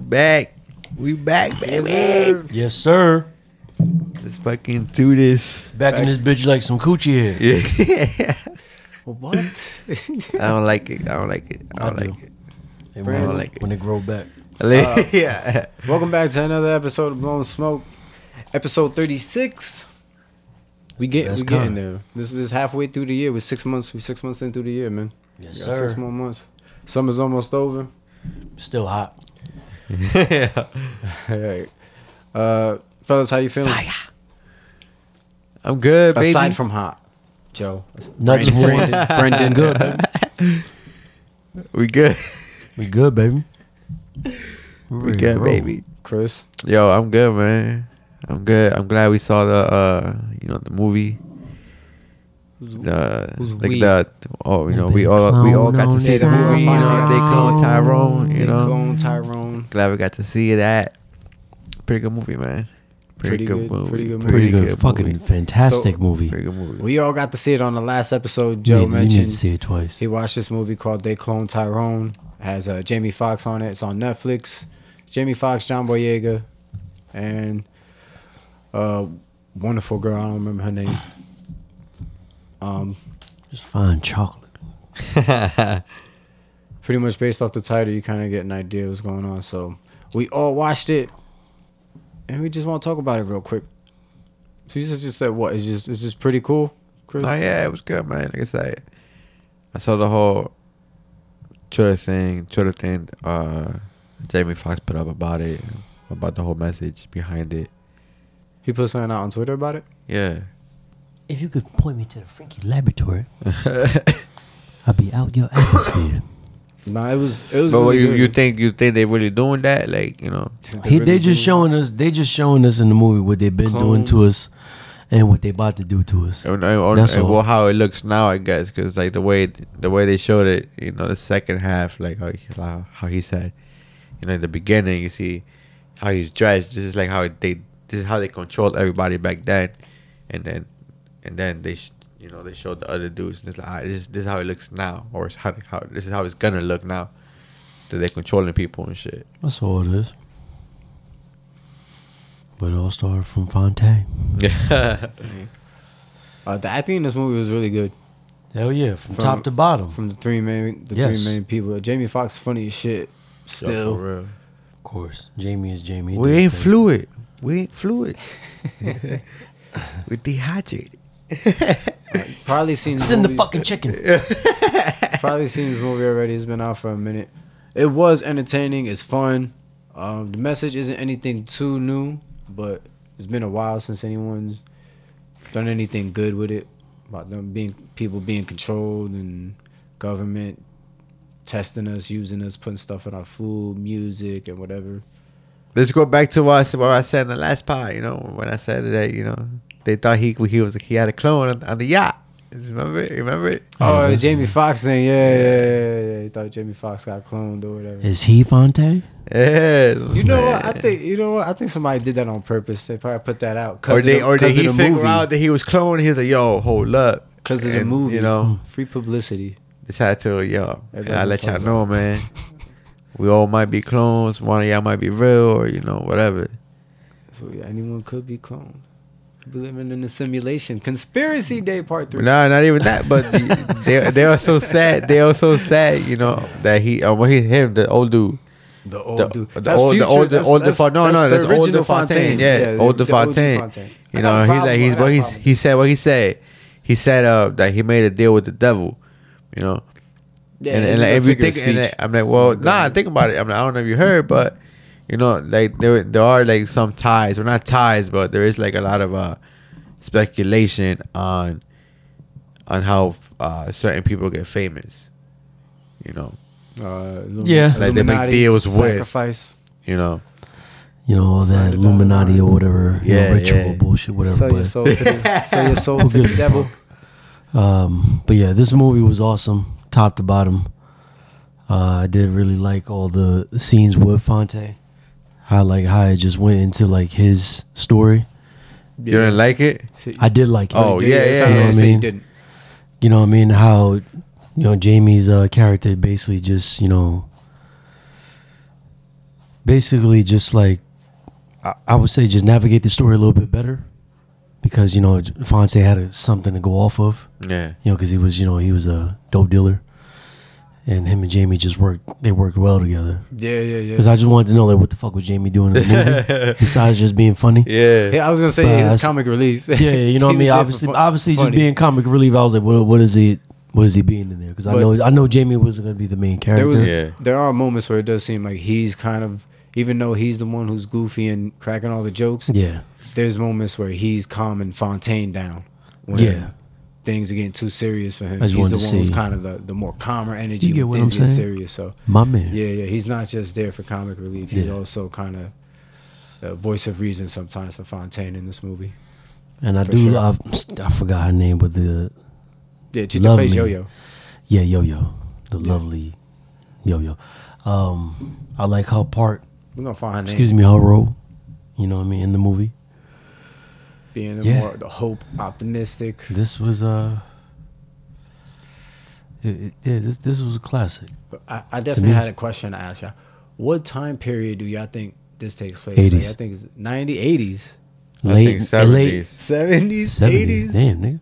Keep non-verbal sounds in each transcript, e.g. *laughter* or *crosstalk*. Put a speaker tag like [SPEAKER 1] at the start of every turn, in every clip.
[SPEAKER 1] back. We back, baby.
[SPEAKER 2] Yes, sir.
[SPEAKER 1] Let's fucking do this.
[SPEAKER 2] Back, in this bitch like some coochie head.
[SPEAKER 1] Yeah.
[SPEAKER 3] What?
[SPEAKER 1] *laughs* I don't like it. I don't like it. I don't
[SPEAKER 2] I do.
[SPEAKER 1] like it.
[SPEAKER 2] They
[SPEAKER 1] I
[SPEAKER 2] want-
[SPEAKER 1] don't like it.
[SPEAKER 2] when they grow back.
[SPEAKER 3] Uh,
[SPEAKER 1] *laughs* yeah.
[SPEAKER 3] Welcome back to another episode of Blowing Smoke, episode thirty six. We get
[SPEAKER 2] That's
[SPEAKER 3] we getting
[SPEAKER 2] kind.
[SPEAKER 3] there. This this halfway through the year. We're six months. We're six months into the year, man.
[SPEAKER 2] Yes,
[SPEAKER 3] We got Six
[SPEAKER 2] sir.
[SPEAKER 3] more months. Summer's almost over. *laughs*
[SPEAKER 2] Still hot.
[SPEAKER 3] Alright. Uh, fellas, how you feeling?
[SPEAKER 1] I'm good, baby.
[SPEAKER 3] Aside from hot, Joe,
[SPEAKER 2] Nuts warm.
[SPEAKER 1] *laughs*
[SPEAKER 3] Brandon, Brandon, good. baby.
[SPEAKER 1] we
[SPEAKER 3] *laughs*
[SPEAKER 1] good.
[SPEAKER 2] We good, baby.
[SPEAKER 1] We
[SPEAKER 2] ready to
[SPEAKER 1] good,
[SPEAKER 2] roll.
[SPEAKER 1] baby.
[SPEAKER 3] Chris,
[SPEAKER 1] Yo, I'm good, man. I'm good. I'm glad we saw the uh, you know, the movie. The
[SPEAKER 3] who's
[SPEAKER 1] like
[SPEAKER 3] we?
[SPEAKER 1] the oh, you know,
[SPEAKER 2] Big
[SPEAKER 1] we all we all got
[SPEAKER 2] clone
[SPEAKER 1] to see the
[SPEAKER 3] on
[SPEAKER 1] movie. You know, they clone Tyrone. You
[SPEAKER 3] Big
[SPEAKER 1] know,
[SPEAKER 3] Clone, Tyrone.
[SPEAKER 1] glad we got to see that. Pretty good movie, man.
[SPEAKER 3] Pretty good- pretty good Pretty
[SPEAKER 2] Pretty, good, fucking
[SPEAKER 1] movie.
[SPEAKER 2] fantastic
[SPEAKER 3] So-
[SPEAKER 2] movie.
[SPEAKER 1] Pretty good movie. *laughs*
[SPEAKER 3] We all got to see it on the last episode.
[SPEAKER 2] You
[SPEAKER 3] Joe
[SPEAKER 2] need- you, need,
[SPEAKER 3] mentioned
[SPEAKER 2] to see it twice.
[SPEAKER 3] He watched this movie called They Clone Tyrone. It has uh, Jamie Foxx on it. It's on Netflix. Jamie Foxx, John Boyega, and uh wonderful girl. I don't remember her name. Um,
[SPEAKER 2] Just fine chocolate.
[SPEAKER 3] pretty much based off the title, you kind of get an idea what's going on. So we all watched it, and we just want to talk about it real quick. So you just, just said what? It's just it's just pretty cool. Chris?
[SPEAKER 1] Oh yeah, it was good, man. Like I said, I saw the whole Twitter thing, Twitter thing. Uh, Jamie Foxx put up about it, about the whole message behind it.
[SPEAKER 3] He put something out on Twitter about it.
[SPEAKER 1] *laughs* Yeah,
[SPEAKER 2] If you could point me to the Frankie Laboratory, I'd be out your atmosphere.
[SPEAKER 3] No, it was it was.
[SPEAKER 1] but what
[SPEAKER 3] really
[SPEAKER 1] you,
[SPEAKER 3] good.
[SPEAKER 1] you think you think they really doing that? Like you know,
[SPEAKER 2] He, they
[SPEAKER 3] really
[SPEAKER 2] just
[SPEAKER 3] do.
[SPEAKER 2] showing us. They just showing us in the movie what they've been doing to us, and what they about to do to us.
[SPEAKER 1] and, and, and-
[SPEAKER 2] That's
[SPEAKER 1] and
[SPEAKER 2] all.
[SPEAKER 1] well, how it looks now, I guess, because like the way the way they showed it, you know, the second half, like how he, how- how he said, you know, in the beginning, you see how he's dressed. This is like how they this is how they controlled everybody back then, and then and then they sh- you know they showed the other dudes, and it's like "Alright, this, this is how it looks now, or it's how, how this is how it's gonna look now. That they controlling people and shit. *laughs*
[SPEAKER 2] That's all it is. But it all started from Fontaine.
[SPEAKER 1] Yeah,
[SPEAKER 3] Uh, the acting in this movie was really good.
[SPEAKER 2] Hell yeah, from,
[SPEAKER 3] From-
[SPEAKER 2] top to bottom.
[SPEAKER 3] from the three main the
[SPEAKER 2] Yes.
[SPEAKER 3] three main people. Jamie Foxx funny as shit.
[SPEAKER 1] for
[SPEAKER 3] Still,
[SPEAKER 1] real.
[SPEAKER 2] of course, Jamie is Jamie. He
[SPEAKER 1] We
[SPEAKER 2] does
[SPEAKER 1] ain't
[SPEAKER 2] things.
[SPEAKER 1] fluid. We ain't *laughs* fluid. We're dehydrated.
[SPEAKER 3] probably seen this
[SPEAKER 2] Send the
[SPEAKER 3] movie-
[SPEAKER 2] fucking chicken.
[SPEAKER 3] probably seen this movie already. It's been out for a minute. It was entertaining. It's fun. Um, the message isn't anything too new, but it's been a while since anyone's done anything good with it about them being people being controlled and government testing us, using us, putting stuff in our food, music, and whatever.
[SPEAKER 1] Let's go back to what I, said- what I said in the last part. You know, when I said that, you know, they thought he he was he had a clone on, on the yacht. Remember it? Remember it?
[SPEAKER 3] Oh,
[SPEAKER 2] Yeah,
[SPEAKER 3] the
[SPEAKER 2] that's-
[SPEAKER 3] Jamie Foxx thing. Yeah, yeah, yeah, yeah. You thought Jamie Foxx got cloned or whatever.
[SPEAKER 2] Is he Fontaine?
[SPEAKER 1] Yeah. that's what
[SPEAKER 3] You
[SPEAKER 1] I'm
[SPEAKER 3] know what? I
[SPEAKER 1] saying.
[SPEAKER 3] think you know what? I think somebody did that on purpose. They probably put that out.
[SPEAKER 1] Or they
[SPEAKER 3] of the,
[SPEAKER 1] or did
[SPEAKER 3] cause
[SPEAKER 1] he
[SPEAKER 3] of the
[SPEAKER 1] figure
[SPEAKER 3] movie.
[SPEAKER 1] out that he was cloned? He was like, yo, hold up.
[SPEAKER 3] because of the
[SPEAKER 1] And,
[SPEAKER 3] movie.
[SPEAKER 1] You know,
[SPEAKER 3] free publicity.
[SPEAKER 1] decided to yo,
[SPEAKER 3] Everybody's
[SPEAKER 1] I
[SPEAKER 3] been
[SPEAKER 1] let y'all
[SPEAKER 3] talking
[SPEAKER 1] know, man. We all might be clones. One of y'all might be real, or you know, whatever.
[SPEAKER 3] So yeah, anyone could be cloned. Could be living in a simulation. Conspiracy Day Part Three.
[SPEAKER 1] No, not even that. But
[SPEAKER 3] *laughs*
[SPEAKER 1] the- they they are so sad. They are so sad. You know that he um well, he him the old dude.
[SPEAKER 3] The old
[SPEAKER 1] The,
[SPEAKER 3] dude.
[SPEAKER 1] the
[SPEAKER 3] That's
[SPEAKER 1] old, the
[SPEAKER 3] future.
[SPEAKER 1] old, the
[SPEAKER 3] That's-
[SPEAKER 1] old,
[SPEAKER 3] that's-
[SPEAKER 1] the, no, no, that's
[SPEAKER 3] the
[SPEAKER 1] old
[SPEAKER 3] original
[SPEAKER 1] the Fontaine, yeah,
[SPEAKER 3] the-
[SPEAKER 1] old
[SPEAKER 3] the
[SPEAKER 1] the
[SPEAKER 3] OG
[SPEAKER 1] Fontaine.
[SPEAKER 3] I
[SPEAKER 1] You
[SPEAKER 3] got
[SPEAKER 1] know,
[SPEAKER 3] a
[SPEAKER 1] he's
[SPEAKER 3] problem.
[SPEAKER 1] like,
[SPEAKER 3] I
[SPEAKER 1] he's
[SPEAKER 3] got
[SPEAKER 1] what
[SPEAKER 3] a
[SPEAKER 1] he's,
[SPEAKER 3] problem.
[SPEAKER 1] he said what he said. He said uh, that he made a deal with the devil. You know,
[SPEAKER 3] Yeah,
[SPEAKER 1] and, and
[SPEAKER 3] it's just
[SPEAKER 1] like,
[SPEAKER 3] a
[SPEAKER 1] if you
[SPEAKER 3] figure of
[SPEAKER 1] think, and
[SPEAKER 3] speech.
[SPEAKER 1] like, I'm like, well,
[SPEAKER 3] It's not
[SPEAKER 1] nah,
[SPEAKER 3] good.
[SPEAKER 1] think about it. I'm like, I don't know if you heard, but you know, like there there are like some ties, well, not ties, but there is like a lot of uh speculation on on how uh certain people get famous. You know,
[SPEAKER 3] Uh,
[SPEAKER 2] Yeah.
[SPEAKER 1] Like, they
[SPEAKER 3] Illumi-
[SPEAKER 1] make
[SPEAKER 3] Illuminati,
[SPEAKER 1] deals with-
[SPEAKER 3] sacrifice.
[SPEAKER 1] you know,
[SPEAKER 2] You know all that
[SPEAKER 3] Fontaine.
[SPEAKER 2] Illuminati or whatever, you know,
[SPEAKER 1] Yeah,
[SPEAKER 2] ritual
[SPEAKER 1] yeah.
[SPEAKER 2] bullshit, whatever.
[SPEAKER 3] Sell your
[SPEAKER 2] but
[SPEAKER 3] soul
[SPEAKER 1] *laughs*
[SPEAKER 3] to the, sell your soul
[SPEAKER 2] Who
[SPEAKER 3] to
[SPEAKER 2] gives
[SPEAKER 3] the
[SPEAKER 2] a
[SPEAKER 3] devil.
[SPEAKER 2] Um, but yeah, this movie was awesome, top to bottom. Uh, I did really like all the scenes with Fonte. How like how it just went into like his story.
[SPEAKER 1] you didn't like it.
[SPEAKER 2] I did like it.
[SPEAKER 1] Oh, yeah, yeah,
[SPEAKER 3] so
[SPEAKER 1] yeah. You know what I
[SPEAKER 3] they say you
[SPEAKER 2] mean?
[SPEAKER 3] didn't.
[SPEAKER 2] You know what I mean? How you know Jamie's uh, character basically just you know basically just like I, I would say just navigate the story a little bit better because you know Fonse had a, something to go off of
[SPEAKER 1] Yeah.
[SPEAKER 2] you know because he was you know he was a dope dealer and him and Jamie just worked they worked well together
[SPEAKER 3] Yeah, yeah,
[SPEAKER 2] because
[SPEAKER 3] yeah.
[SPEAKER 2] I just wanted to know like what the fuck was Jamie doing in the movie besides just being funny
[SPEAKER 1] Yeah.
[SPEAKER 3] yeah, I was gonna say
[SPEAKER 2] Nah,
[SPEAKER 3] yeah,
[SPEAKER 2] that's-
[SPEAKER 3] it's comic relief.
[SPEAKER 2] *laughs* yeah, yeah,
[SPEAKER 3] *laughs*
[SPEAKER 2] you know what I mean. Obviously, obviously, just being comic relief, I was like, what, what is it? What is he being in there? Because I
[SPEAKER 3] But-
[SPEAKER 2] know, I know, Jamie wasn't going to be the main character.
[SPEAKER 3] there was
[SPEAKER 1] Yeah.
[SPEAKER 3] there are moments where it does seem like he's kind of even though he's the one who's goofy and cracking all the jokes.
[SPEAKER 2] yeah,
[SPEAKER 3] There's moments where he's calming Fontaine down. When
[SPEAKER 2] yeah,
[SPEAKER 3] Things are getting too serious for him.
[SPEAKER 2] I just
[SPEAKER 3] He's the
[SPEAKER 2] wanted
[SPEAKER 3] one
[SPEAKER 2] to
[SPEAKER 3] who's
[SPEAKER 2] see.
[SPEAKER 3] kind of the, the more calmer energy.
[SPEAKER 2] You get
[SPEAKER 3] when
[SPEAKER 2] what I'm
[SPEAKER 3] things get
[SPEAKER 2] saying?
[SPEAKER 3] Serious. So
[SPEAKER 2] my man.
[SPEAKER 3] yeah, yeah. He's not just there for comic relief. He's
[SPEAKER 2] Yeah.
[SPEAKER 3] also kind of the voice of reason sometimes for Fontaine in this movie.
[SPEAKER 2] and I
[SPEAKER 3] for
[SPEAKER 2] do,
[SPEAKER 3] sure.
[SPEAKER 2] I, I forgot her name, but the
[SPEAKER 3] Yeah, Chita
[SPEAKER 2] Love
[SPEAKER 3] plays
[SPEAKER 2] me.
[SPEAKER 3] Yo Yo.
[SPEAKER 2] yeah, yo yo, the lovely yo yo. Um, I like her part.
[SPEAKER 3] We're gonna find her name.
[SPEAKER 2] Excuse me, her role. You know what I mean in the movie.
[SPEAKER 3] being the
[SPEAKER 2] Yeah.
[SPEAKER 3] more the hope, optimistic.
[SPEAKER 2] This was uh, it, it- yeah, this this was a classic.
[SPEAKER 3] But I, I definitely
[SPEAKER 2] me.
[SPEAKER 3] had a question to ask y'all. What time period do y'all think this takes place? Like,
[SPEAKER 2] 80s.
[SPEAKER 3] I think it's 90, 80s,
[SPEAKER 1] I think
[SPEAKER 2] Late, late
[SPEAKER 1] 70s.
[SPEAKER 3] 70s,
[SPEAKER 2] 70s.
[SPEAKER 3] 80s.
[SPEAKER 2] Damn, nigga.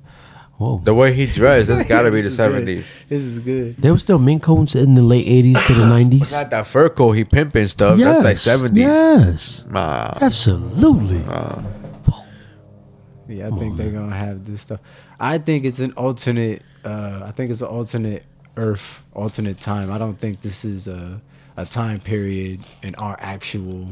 [SPEAKER 2] Whoa.
[SPEAKER 1] The way he dressed, that's got to be the
[SPEAKER 3] *laughs* This is good.
[SPEAKER 1] 70s.
[SPEAKER 3] This is good.
[SPEAKER 2] There was still mink coats in the late eighties
[SPEAKER 3] *laughs*
[SPEAKER 2] to the nineties.
[SPEAKER 1] Not that fur coat he pimping stuff. That's like 70s.
[SPEAKER 2] Yes,
[SPEAKER 1] Nah.
[SPEAKER 2] absolutely.
[SPEAKER 3] Uh, Yeah, I think they're gonna have this stuff. I think it's an alternate. Uh, I think it's an alternate Earth, alternate time. I don't think this is a a time period in our actual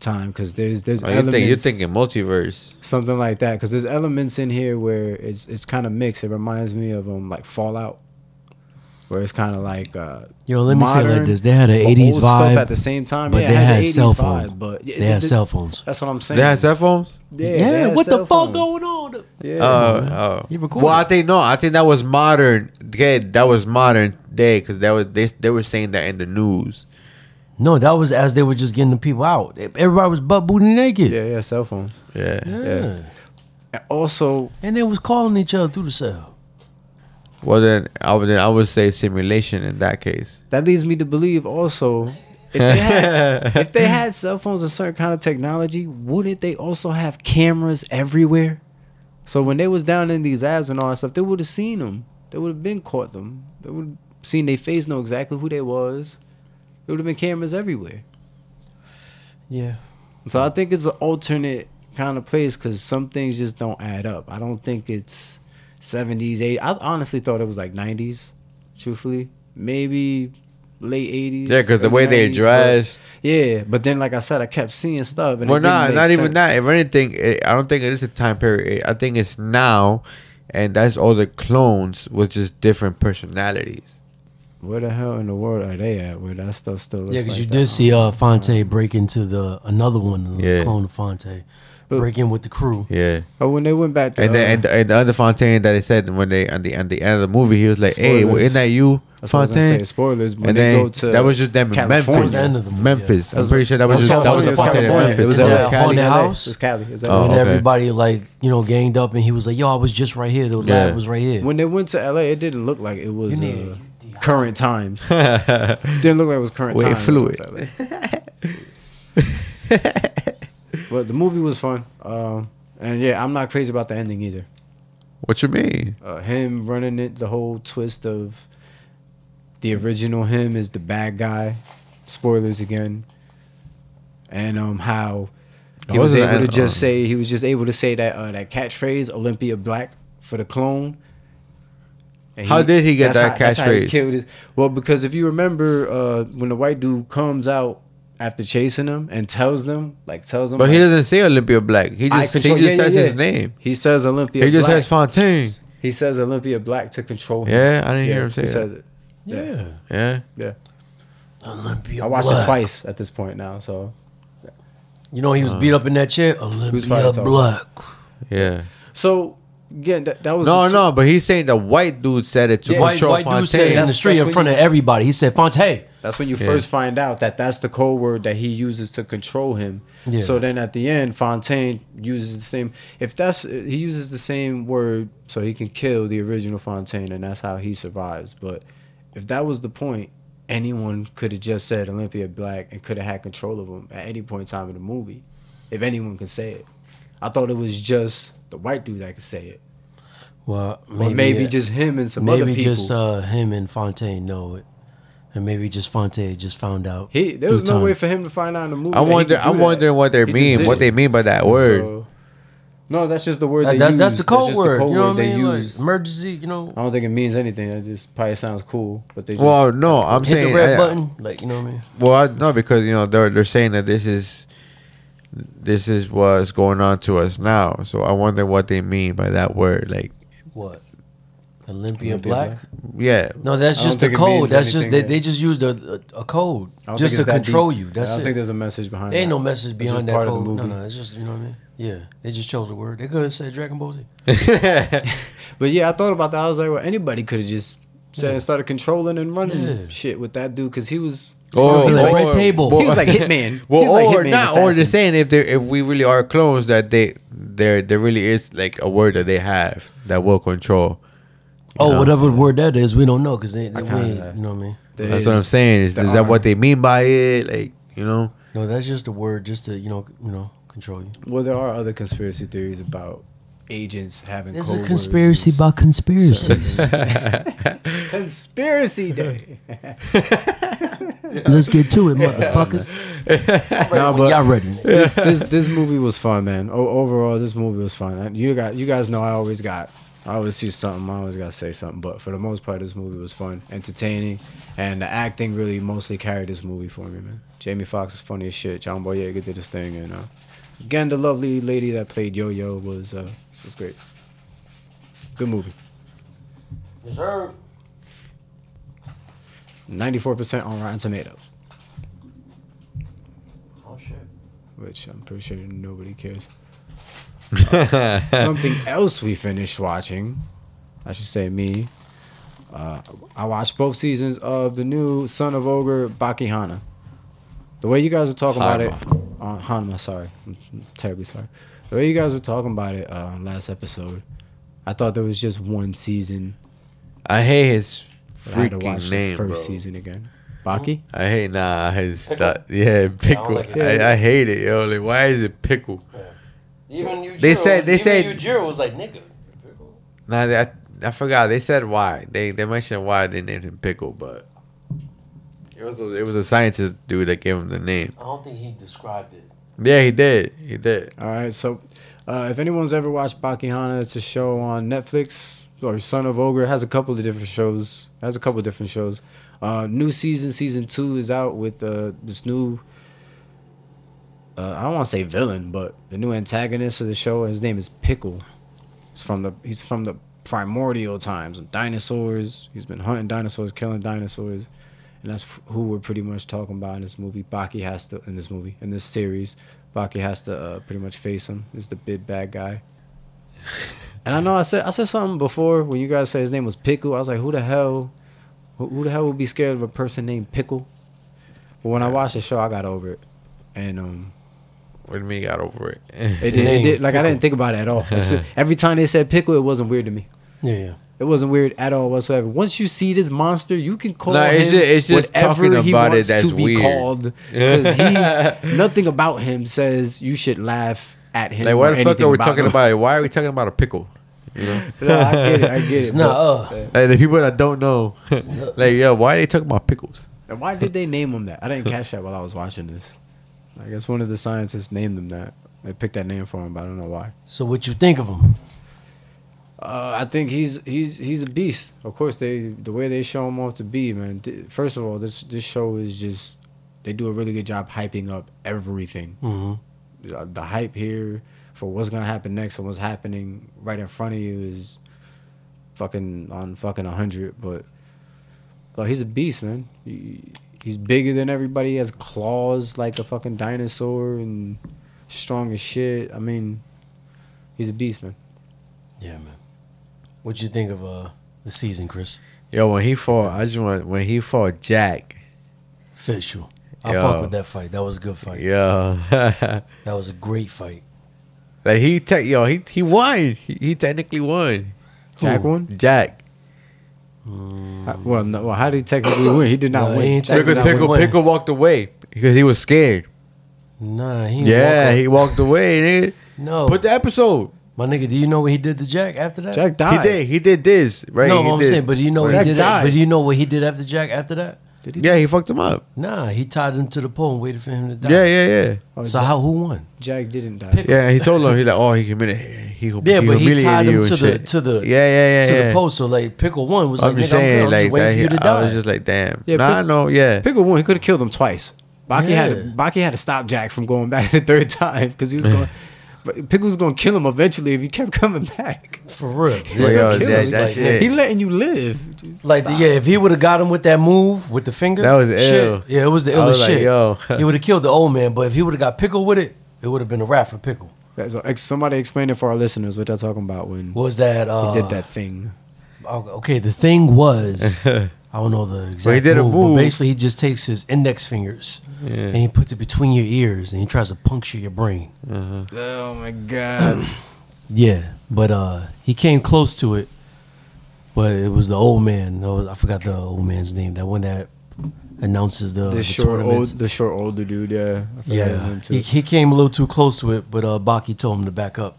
[SPEAKER 3] time because there's there's
[SPEAKER 1] Oh, you think, you're
[SPEAKER 3] elements-
[SPEAKER 1] thinking multiverse.
[SPEAKER 3] something like that because there's elements in here where it's it's kind of mixed. It reminds me of um like Fallout, where it's kind of like uh
[SPEAKER 2] Yo, let me say it like
[SPEAKER 3] modern,
[SPEAKER 2] this: they had an
[SPEAKER 3] but
[SPEAKER 2] eighties
[SPEAKER 3] old stuff
[SPEAKER 2] vibe,
[SPEAKER 3] at the same time.
[SPEAKER 2] but
[SPEAKER 3] yeah,
[SPEAKER 2] they
[SPEAKER 3] it has an
[SPEAKER 2] had
[SPEAKER 3] 80s
[SPEAKER 2] cell
[SPEAKER 3] vibe,
[SPEAKER 2] phone.
[SPEAKER 3] but yeah,
[SPEAKER 2] they
[SPEAKER 3] it-
[SPEAKER 2] had
[SPEAKER 3] it-
[SPEAKER 2] cell phones.
[SPEAKER 3] That's what I'm saying.
[SPEAKER 1] They had cell phones?
[SPEAKER 3] yeah,
[SPEAKER 2] Yeah,
[SPEAKER 3] they had
[SPEAKER 2] what the
[SPEAKER 3] cell
[SPEAKER 2] fuck
[SPEAKER 3] phones.
[SPEAKER 2] going on?
[SPEAKER 3] Yeah,
[SPEAKER 1] Uh, oh.
[SPEAKER 2] You recorded.
[SPEAKER 1] well, I think no. I think that was modern. Okay, that was modern day because that was they. They were saying that in the news.
[SPEAKER 2] No, that was as they were just getting the people out. Everybody was butt booty naked.
[SPEAKER 3] yeah, yeah, cell phones.
[SPEAKER 1] Yeah.
[SPEAKER 2] Yeah.
[SPEAKER 3] And also,
[SPEAKER 2] and they was calling each other through the cell.
[SPEAKER 1] Well, then I would. Then I would say simulation in that case.
[SPEAKER 3] that leads me to believe also. If they, had, if they had cell phones and certain kind of technology, wouldn't they also have cameras everywhere? So when they was down in these abs and all that stuff, they would have seen them. They would have been caught them. They would have seen their face, know exactly who they was. There would have been cameras everywhere.
[SPEAKER 2] Yeah.
[SPEAKER 3] So I think it's an alternate kind of place because some things just don't add up. I don't think it's 70s, 80s. I honestly thought it was like 90s, truthfully. Maybe late 80s.
[SPEAKER 1] Yeah, because the
[SPEAKER 3] early
[SPEAKER 1] way they
[SPEAKER 3] 90s,
[SPEAKER 1] dressed.
[SPEAKER 3] but- yeah, but then, like I said, I kept seeing stuff. And
[SPEAKER 1] well,
[SPEAKER 3] it didn't
[SPEAKER 1] not
[SPEAKER 3] make
[SPEAKER 1] not even
[SPEAKER 3] sense.
[SPEAKER 1] that. If anything, it, I don't think it is a time period. I think it's now, and that's all the clones with just different personalities.
[SPEAKER 3] Where the hell in the world are they at where that stuff still looks
[SPEAKER 2] Yeah,
[SPEAKER 3] like
[SPEAKER 2] because you
[SPEAKER 3] that?
[SPEAKER 2] did see uh, Fonte break into the another one, the
[SPEAKER 1] Yeah.
[SPEAKER 2] clone of Fonte, break in with the crew.
[SPEAKER 1] Yeah.
[SPEAKER 3] Oh, when they went back to.
[SPEAKER 1] And then
[SPEAKER 3] uh,
[SPEAKER 1] and, the- and the other Fontaine that they said when they on the on the end of the movie he was like, "Hey, well,
[SPEAKER 3] Spoilers.
[SPEAKER 1] isn't that you,
[SPEAKER 3] that's what I was gonna
[SPEAKER 1] Fontaine?"
[SPEAKER 3] say, spoilers. When
[SPEAKER 1] and
[SPEAKER 3] they
[SPEAKER 1] then
[SPEAKER 3] go to
[SPEAKER 1] that was just them in
[SPEAKER 3] California.
[SPEAKER 1] Memphis.
[SPEAKER 2] The end of the movie,
[SPEAKER 1] Memphis.
[SPEAKER 3] yeah.
[SPEAKER 1] I'm pretty sure that
[SPEAKER 3] That
[SPEAKER 1] was,
[SPEAKER 3] was
[SPEAKER 1] just that was
[SPEAKER 3] California.
[SPEAKER 1] the
[SPEAKER 3] It was
[SPEAKER 1] Fontaine in Memphis.
[SPEAKER 3] California. It was uh,
[SPEAKER 1] yeah.
[SPEAKER 2] at
[SPEAKER 3] LA.
[SPEAKER 2] a
[SPEAKER 1] Cali.
[SPEAKER 2] haunted
[SPEAKER 3] It was LA.
[SPEAKER 2] house.
[SPEAKER 3] It was Cali. It was
[SPEAKER 1] Oh,
[SPEAKER 3] LA.
[SPEAKER 2] when
[SPEAKER 1] okay.
[SPEAKER 2] everybody like you know ganged up and he was like, "Yo, I was just right here. The
[SPEAKER 1] Yeah.
[SPEAKER 2] lab was right here."
[SPEAKER 3] When they went to LA, it didn't look like it was
[SPEAKER 2] You need-
[SPEAKER 3] uh, current times. didn't look like it was current
[SPEAKER 1] Wait,
[SPEAKER 3] times.
[SPEAKER 1] fluid.
[SPEAKER 3] but the movie was fun. Um, and yeah, I'm not crazy about the ending either.
[SPEAKER 1] *laughs* What you mean?
[SPEAKER 3] Uh, him running it, the whole twist of the original him is the bad guy. Spoilers again. And um, how he
[SPEAKER 1] That
[SPEAKER 3] was
[SPEAKER 1] was the
[SPEAKER 3] able to
[SPEAKER 1] end-
[SPEAKER 3] just
[SPEAKER 1] oh.
[SPEAKER 3] say he was just able to say that uh, that catchphrase Olympia Black for the clone. And
[SPEAKER 1] How did he get
[SPEAKER 3] that's
[SPEAKER 1] that
[SPEAKER 3] how- that's how he
[SPEAKER 1] catchphrase?
[SPEAKER 3] killed his- Well, because if you remember uh, when the white dude comes out after chasing him and tells them, like tells them,
[SPEAKER 1] But he
[SPEAKER 3] like,
[SPEAKER 1] doesn't say Olympia Black. He
[SPEAKER 3] "I
[SPEAKER 1] just he
[SPEAKER 3] control-"
[SPEAKER 1] just
[SPEAKER 3] yeah, yeah,
[SPEAKER 1] says
[SPEAKER 3] yeah.
[SPEAKER 1] his name.
[SPEAKER 3] He says Olympia.
[SPEAKER 1] He just
[SPEAKER 3] Black.
[SPEAKER 1] says Fontaine.
[SPEAKER 3] He says Olympia Black to control. Him.
[SPEAKER 1] Yeah, I didn't hear him say
[SPEAKER 3] he
[SPEAKER 1] that.
[SPEAKER 3] says it.
[SPEAKER 2] yeah,
[SPEAKER 1] Yeah.
[SPEAKER 3] Yeah,
[SPEAKER 2] Olympia.
[SPEAKER 3] I watched
[SPEAKER 2] Black.
[SPEAKER 3] it twice at this point now. So,
[SPEAKER 2] You know he was beat up in that chair.
[SPEAKER 3] probably
[SPEAKER 2] Uh-huh. Olympia
[SPEAKER 3] talking?
[SPEAKER 2] Black.
[SPEAKER 1] Yeah.
[SPEAKER 3] so again, that, that was
[SPEAKER 1] No,
[SPEAKER 3] the two-
[SPEAKER 1] no, but he's saying the white dude said it to
[SPEAKER 2] The white
[SPEAKER 1] control
[SPEAKER 2] white
[SPEAKER 1] Fontaine.
[SPEAKER 2] dude said in the
[SPEAKER 3] That's-
[SPEAKER 2] street
[SPEAKER 3] that's
[SPEAKER 2] in
[SPEAKER 3] when
[SPEAKER 2] front of everybody. He said, "Fonte."
[SPEAKER 3] That's when you first find out that that's the code word that he uses to control him.
[SPEAKER 2] Yeah.
[SPEAKER 3] So then at the end, Fontaine uses the same. If that's he uses the same word, so he can kill the original Fontaine, and that's how he survives. But if that was the point, anyone could have just said Olympia Black and could have had control of him at any point in time in the movie, if anyone can say it. I thought it was just the white dude that could say it,
[SPEAKER 2] Well,
[SPEAKER 3] maybe, or maybe
[SPEAKER 2] uh,
[SPEAKER 3] just him and some other
[SPEAKER 2] maybe
[SPEAKER 3] people.
[SPEAKER 2] just uh, him and Fontaine know it, and maybe just Fontaine just found out.
[SPEAKER 3] he there
[SPEAKER 2] through
[SPEAKER 3] was no
[SPEAKER 2] time.
[SPEAKER 3] way for him to find out in the movie.
[SPEAKER 1] I
[SPEAKER 3] that he
[SPEAKER 1] wonder.
[SPEAKER 3] could do
[SPEAKER 1] I'm
[SPEAKER 3] that.
[SPEAKER 1] wondering what they
[SPEAKER 3] He just
[SPEAKER 1] mean. What
[SPEAKER 3] did.
[SPEAKER 1] they mean by that word.
[SPEAKER 3] So- no, that's just the word.
[SPEAKER 2] That-
[SPEAKER 3] they
[SPEAKER 2] that's that's
[SPEAKER 3] use.
[SPEAKER 2] the code
[SPEAKER 3] just
[SPEAKER 2] word. you know what I
[SPEAKER 3] they
[SPEAKER 2] mean? Like,
[SPEAKER 3] use.
[SPEAKER 2] emergency. You know,
[SPEAKER 3] I don't think it means anything. It just probably sounds cool, but they just,
[SPEAKER 1] well, no, I'm
[SPEAKER 2] hit
[SPEAKER 1] saying
[SPEAKER 2] the red
[SPEAKER 1] I-
[SPEAKER 2] button. Like you know what I mean?
[SPEAKER 1] Well, I, no, because you know they're they're saying that this is this is what's going on to us now. So I wonder what they mean by that word. Like,
[SPEAKER 2] What? Olympia,
[SPEAKER 3] Olympia
[SPEAKER 2] Black?
[SPEAKER 3] Black?
[SPEAKER 1] yeah, *laughs*
[SPEAKER 2] No, that's
[SPEAKER 3] I don't
[SPEAKER 2] just the
[SPEAKER 3] think it
[SPEAKER 2] code.
[SPEAKER 3] means
[SPEAKER 2] That's just they,
[SPEAKER 3] anything
[SPEAKER 2] they
[SPEAKER 3] that-
[SPEAKER 2] just used a, a, a code
[SPEAKER 3] I don't think
[SPEAKER 2] just
[SPEAKER 3] it's
[SPEAKER 2] to
[SPEAKER 3] that
[SPEAKER 2] control
[SPEAKER 3] deep.
[SPEAKER 2] you. That's
[SPEAKER 3] I don't think
[SPEAKER 2] it.
[SPEAKER 3] there's a message behind.
[SPEAKER 2] There ain't
[SPEAKER 3] that.
[SPEAKER 2] no message
[SPEAKER 3] It's
[SPEAKER 2] behind
[SPEAKER 3] just
[SPEAKER 2] that
[SPEAKER 3] part of the
[SPEAKER 2] code. No,
[SPEAKER 3] movie.
[SPEAKER 2] no, it's just you know what I mean. Yeah, they just chose a word. They could have said Dragon Ball Z.
[SPEAKER 3] But yeah, I thought about that. I was like, well, anybody could have just said and started controlling and running
[SPEAKER 2] Yeah.
[SPEAKER 3] shit with that dude because he was.
[SPEAKER 1] Oh,
[SPEAKER 2] he was
[SPEAKER 3] like,
[SPEAKER 2] like Red Table.
[SPEAKER 1] *laughs*
[SPEAKER 3] He was like Hitman.
[SPEAKER 1] Well,
[SPEAKER 3] He was like
[SPEAKER 1] or
[SPEAKER 3] Hitman
[SPEAKER 1] not, or
[SPEAKER 3] assassin.
[SPEAKER 1] just saying if they if we really are clones that they there there really is like a word that they have that will control. you
[SPEAKER 2] Oh,
[SPEAKER 1] know?
[SPEAKER 2] whatever word that is, we don't know because they, they
[SPEAKER 3] kinda-
[SPEAKER 2] ain't- You know what I mean?
[SPEAKER 1] That's what I'm saying. Is,
[SPEAKER 3] the
[SPEAKER 1] is that
[SPEAKER 3] arm.
[SPEAKER 1] what they mean by it? Like, you
[SPEAKER 3] *laughs*
[SPEAKER 1] know,
[SPEAKER 2] No, that's just a word just to you know you know control you.
[SPEAKER 3] Well, there are other conspiracy theories about agents having.
[SPEAKER 2] It's
[SPEAKER 3] code
[SPEAKER 2] a
[SPEAKER 3] words
[SPEAKER 2] conspiracy
[SPEAKER 3] and
[SPEAKER 2] about *laughs* conspiracies.
[SPEAKER 3] s- *laughs* conspiracy
[SPEAKER 2] *laughs*
[SPEAKER 3] day. *laughs*
[SPEAKER 2] Let's get to it, *laughs* motherfuckers.
[SPEAKER 3] no,
[SPEAKER 2] When
[SPEAKER 3] but
[SPEAKER 2] y'all ready?
[SPEAKER 3] this, this this movie was fun, man. O- overall, this movie was fun. I- You got you guys know I always got. I always see something. I always gotta say something. But for the most part, this movie was fun, entertaining, and the acting really mostly carried this movie for me, man. Jamie Foxx is funny as shit. John Boyega did his thing, and uh, again, the lovely lady that played Yo Yo was uh, was great. Good movie. Ninety four percent on Rotten Tomatoes,
[SPEAKER 2] Oh shit.
[SPEAKER 3] which I'm pretty sure nobody cares.
[SPEAKER 1] *laughs*
[SPEAKER 3] something else we finished watching. I should say me. Uh, I watched both seasons of the new Son of Ogre Bakihana. The way you guys were talking about it, uh, Hanma, sorry, I'm terribly sorry. The way you guys were talking about it uh, last episode, I thought there was just one season.
[SPEAKER 1] I hate his
[SPEAKER 3] But I had to
[SPEAKER 1] freaking
[SPEAKER 3] watch
[SPEAKER 1] name,
[SPEAKER 3] the first
[SPEAKER 1] bro.
[SPEAKER 3] season again. Baki?
[SPEAKER 1] I hate nah his stuff. Yeah, pickle.
[SPEAKER 2] like it.
[SPEAKER 1] I, I hate it, yo. Like, why is it pickle?
[SPEAKER 2] Even you.
[SPEAKER 1] They said- they said-
[SPEAKER 2] Jiro was like nigga.
[SPEAKER 1] Nah, they- I, I forgot. They said why. They they mentioned why they named him pickle, but it was a, it was a scientist dude that gave him the name.
[SPEAKER 2] I don't think he described it.
[SPEAKER 1] Yeah, he did. He did.
[SPEAKER 3] All right, so uh, if anyone's ever watched Bakihana, it's a show on Netflix or Son of Ogre. It has a couple of different shows. It has a couple of different shows. Uh, new season, season two is out with uh, this new. Uh, I don't want to say villain, but the new antagonist of the show. His name is Pickle. He's from the he's from the primordial times of dinosaurs. He's been hunting dinosaurs, killing dinosaurs, and that's who we're pretty much talking about in this movie. Baki has to in this movie in this series. Baki has to uh, pretty much face him. Is the big bad guy. And I know I said I said something before when you guys said his name was Pickle. I was like, who the hell, who, who the hell would be scared of a person named Pickle? But when I watched the show, I got over it, and um,
[SPEAKER 1] What do you mean he got over it? *laughs*
[SPEAKER 3] it did, it
[SPEAKER 2] Name,
[SPEAKER 3] did like I didn't think about it at all. As soon- Every time they said Pickle, it wasn't weird to me.
[SPEAKER 2] Yeah, yeah.
[SPEAKER 3] It wasn't weird at all whatsoever. Once you see this monster, you can call
[SPEAKER 1] Nah,
[SPEAKER 3] him
[SPEAKER 1] it's ju- it's just
[SPEAKER 3] whatever
[SPEAKER 1] talking
[SPEAKER 3] he
[SPEAKER 1] about it
[SPEAKER 3] wants
[SPEAKER 1] that's
[SPEAKER 3] to be
[SPEAKER 1] weird.
[SPEAKER 3] called. Because
[SPEAKER 1] *laughs*
[SPEAKER 3] he, nothing about him says you should laugh at him.
[SPEAKER 1] like, why the fuck are we talking
[SPEAKER 3] him. *laughs*
[SPEAKER 1] about it? Why are we talking about a pickle? You *laughs* know,
[SPEAKER 3] No, I get it. I
[SPEAKER 2] *laughs*
[SPEAKER 3] get
[SPEAKER 2] It's
[SPEAKER 3] it.
[SPEAKER 2] not
[SPEAKER 3] but-
[SPEAKER 2] uh.
[SPEAKER 1] like the people that don't *laughs* know, like, yo, why are they talking about pickles?
[SPEAKER 3] And Why did they name him that? I didn't catch that while I was watching this. I guess one of the scientists named him that. They picked that name for him, but I don't know why.
[SPEAKER 2] So what you think of him?
[SPEAKER 3] Uh, I think he's he's he's a beast. Of course, they the way they show him off to be, man. th- First of all, this this show is just they do a really good job hyping up everything.
[SPEAKER 2] Mm-hmm.
[SPEAKER 3] Uh, The hype here for what's gonna happen next and what's happening right in front of you is fucking on fucking hundred. But but he's a beast, man. He, he's bigger than everybody. He has claws like a fucking dinosaur and strong as shit. I mean, he's a beast, man.
[SPEAKER 2] Yeah, man. What you think of uh the season, Chris?
[SPEAKER 1] Yo, when he fought, I just want when he fought Jack.
[SPEAKER 2] Official. I
[SPEAKER 1] Yo.
[SPEAKER 2] fuck with that fight. That was a good fight.
[SPEAKER 1] Yo, *laughs*
[SPEAKER 2] That was a great fight.
[SPEAKER 1] like he te- yo he he won. He, he technically won.
[SPEAKER 3] Jack
[SPEAKER 2] Who?
[SPEAKER 3] one.
[SPEAKER 1] Jack.
[SPEAKER 3] Uh, Well, no, well, how did he technically win? He did not
[SPEAKER 2] No, he
[SPEAKER 3] win.
[SPEAKER 2] ain't Check
[SPEAKER 1] because
[SPEAKER 2] it out,
[SPEAKER 1] Pickle
[SPEAKER 2] we win.
[SPEAKER 1] Pickle walked away because he was scared.
[SPEAKER 2] Nah, he Oh. ain't
[SPEAKER 1] yeah,
[SPEAKER 2] walk
[SPEAKER 1] he walked away. Nigga.
[SPEAKER 2] up. no.
[SPEAKER 1] Put the episode.
[SPEAKER 2] my nigga, do you know what he did to Jack after that?
[SPEAKER 3] Jack
[SPEAKER 1] He
[SPEAKER 3] died.
[SPEAKER 1] did. He did this right.
[SPEAKER 2] no,
[SPEAKER 1] he
[SPEAKER 2] but I'm
[SPEAKER 1] did-
[SPEAKER 2] saying, but do you know what
[SPEAKER 3] Jack
[SPEAKER 2] he did?
[SPEAKER 3] died.
[SPEAKER 2] But do you know what he did after Jack after that?
[SPEAKER 1] yeah, he fucked him up.
[SPEAKER 2] Nah, he tied him to the pole and waited for him to die.
[SPEAKER 1] Yeah, yeah, yeah.
[SPEAKER 3] Oh,
[SPEAKER 2] So
[SPEAKER 3] Jack,
[SPEAKER 2] how? Who won?
[SPEAKER 3] Jack didn't die.
[SPEAKER 2] Pick-
[SPEAKER 1] Yeah, he told him he like, oh, he committed. He, he
[SPEAKER 2] Yeah, but he
[SPEAKER 1] humiliated
[SPEAKER 2] tied
[SPEAKER 1] you
[SPEAKER 2] him
[SPEAKER 1] and
[SPEAKER 2] to the
[SPEAKER 1] shit.
[SPEAKER 2] to the
[SPEAKER 1] yeah, yeah, yeah,
[SPEAKER 2] to
[SPEAKER 1] yeah.
[SPEAKER 2] the post. So like pickle one was
[SPEAKER 1] I'm
[SPEAKER 2] like,
[SPEAKER 1] just
[SPEAKER 2] nigga,
[SPEAKER 1] saying,
[SPEAKER 2] I'm, good. I'm
[SPEAKER 1] like
[SPEAKER 2] just waiting
[SPEAKER 1] that.
[SPEAKER 2] for you to
[SPEAKER 1] I
[SPEAKER 2] die.
[SPEAKER 1] was just like, damn.
[SPEAKER 3] Yeah,
[SPEAKER 1] nah, I
[SPEAKER 3] Pick-
[SPEAKER 1] know. Yeah,
[SPEAKER 3] Pickle one. He could have killed him twice. Baki had to,
[SPEAKER 2] Yeah.
[SPEAKER 3] Baki had to stop Jack from going back *laughs* the third time because he was going. But Pickle was gonna kill him eventually if he kept coming back.
[SPEAKER 2] for real.
[SPEAKER 1] Well, yo,
[SPEAKER 2] Like,
[SPEAKER 1] that-
[SPEAKER 2] it was
[SPEAKER 1] that
[SPEAKER 2] like,
[SPEAKER 1] shit-
[SPEAKER 3] He letting you live.
[SPEAKER 2] Like the, yeah, if he would have got him with that move with the finger,
[SPEAKER 1] That was
[SPEAKER 2] shit.
[SPEAKER 1] ill.
[SPEAKER 2] Yeah, it was the
[SPEAKER 1] I
[SPEAKER 2] illest
[SPEAKER 1] was like,
[SPEAKER 2] shit.
[SPEAKER 1] yo.
[SPEAKER 2] *laughs* he would have killed the old man, but if he would have got pickle with it, it would have been a wrap for pickle.
[SPEAKER 3] Yeah, so, ex- somebody explain it for our listeners what y'all talking about when
[SPEAKER 2] Was that uh,
[SPEAKER 3] he did that thing.
[SPEAKER 2] Okay, the thing
[SPEAKER 1] *laughs*
[SPEAKER 2] was, I don't know the exact.
[SPEAKER 1] did a
[SPEAKER 2] move,
[SPEAKER 1] move.
[SPEAKER 2] But basically, he just takes his index fingers and he puts it between your ears and he tries to puncture your brain.
[SPEAKER 3] Oh my god.
[SPEAKER 2] Yeah, but uh, he came close to it, but it was the old man. No, I forgot the old man's name. That one that announces the,
[SPEAKER 3] the
[SPEAKER 2] the
[SPEAKER 3] short old
[SPEAKER 2] tournaments.
[SPEAKER 3] the short older dude, yeah. I forgot his
[SPEAKER 2] yeah,
[SPEAKER 3] name, too.
[SPEAKER 2] he, he came a little too close to it, but uh, Baki told him to
[SPEAKER 3] *laughs*
[SPEAKER 2] back up.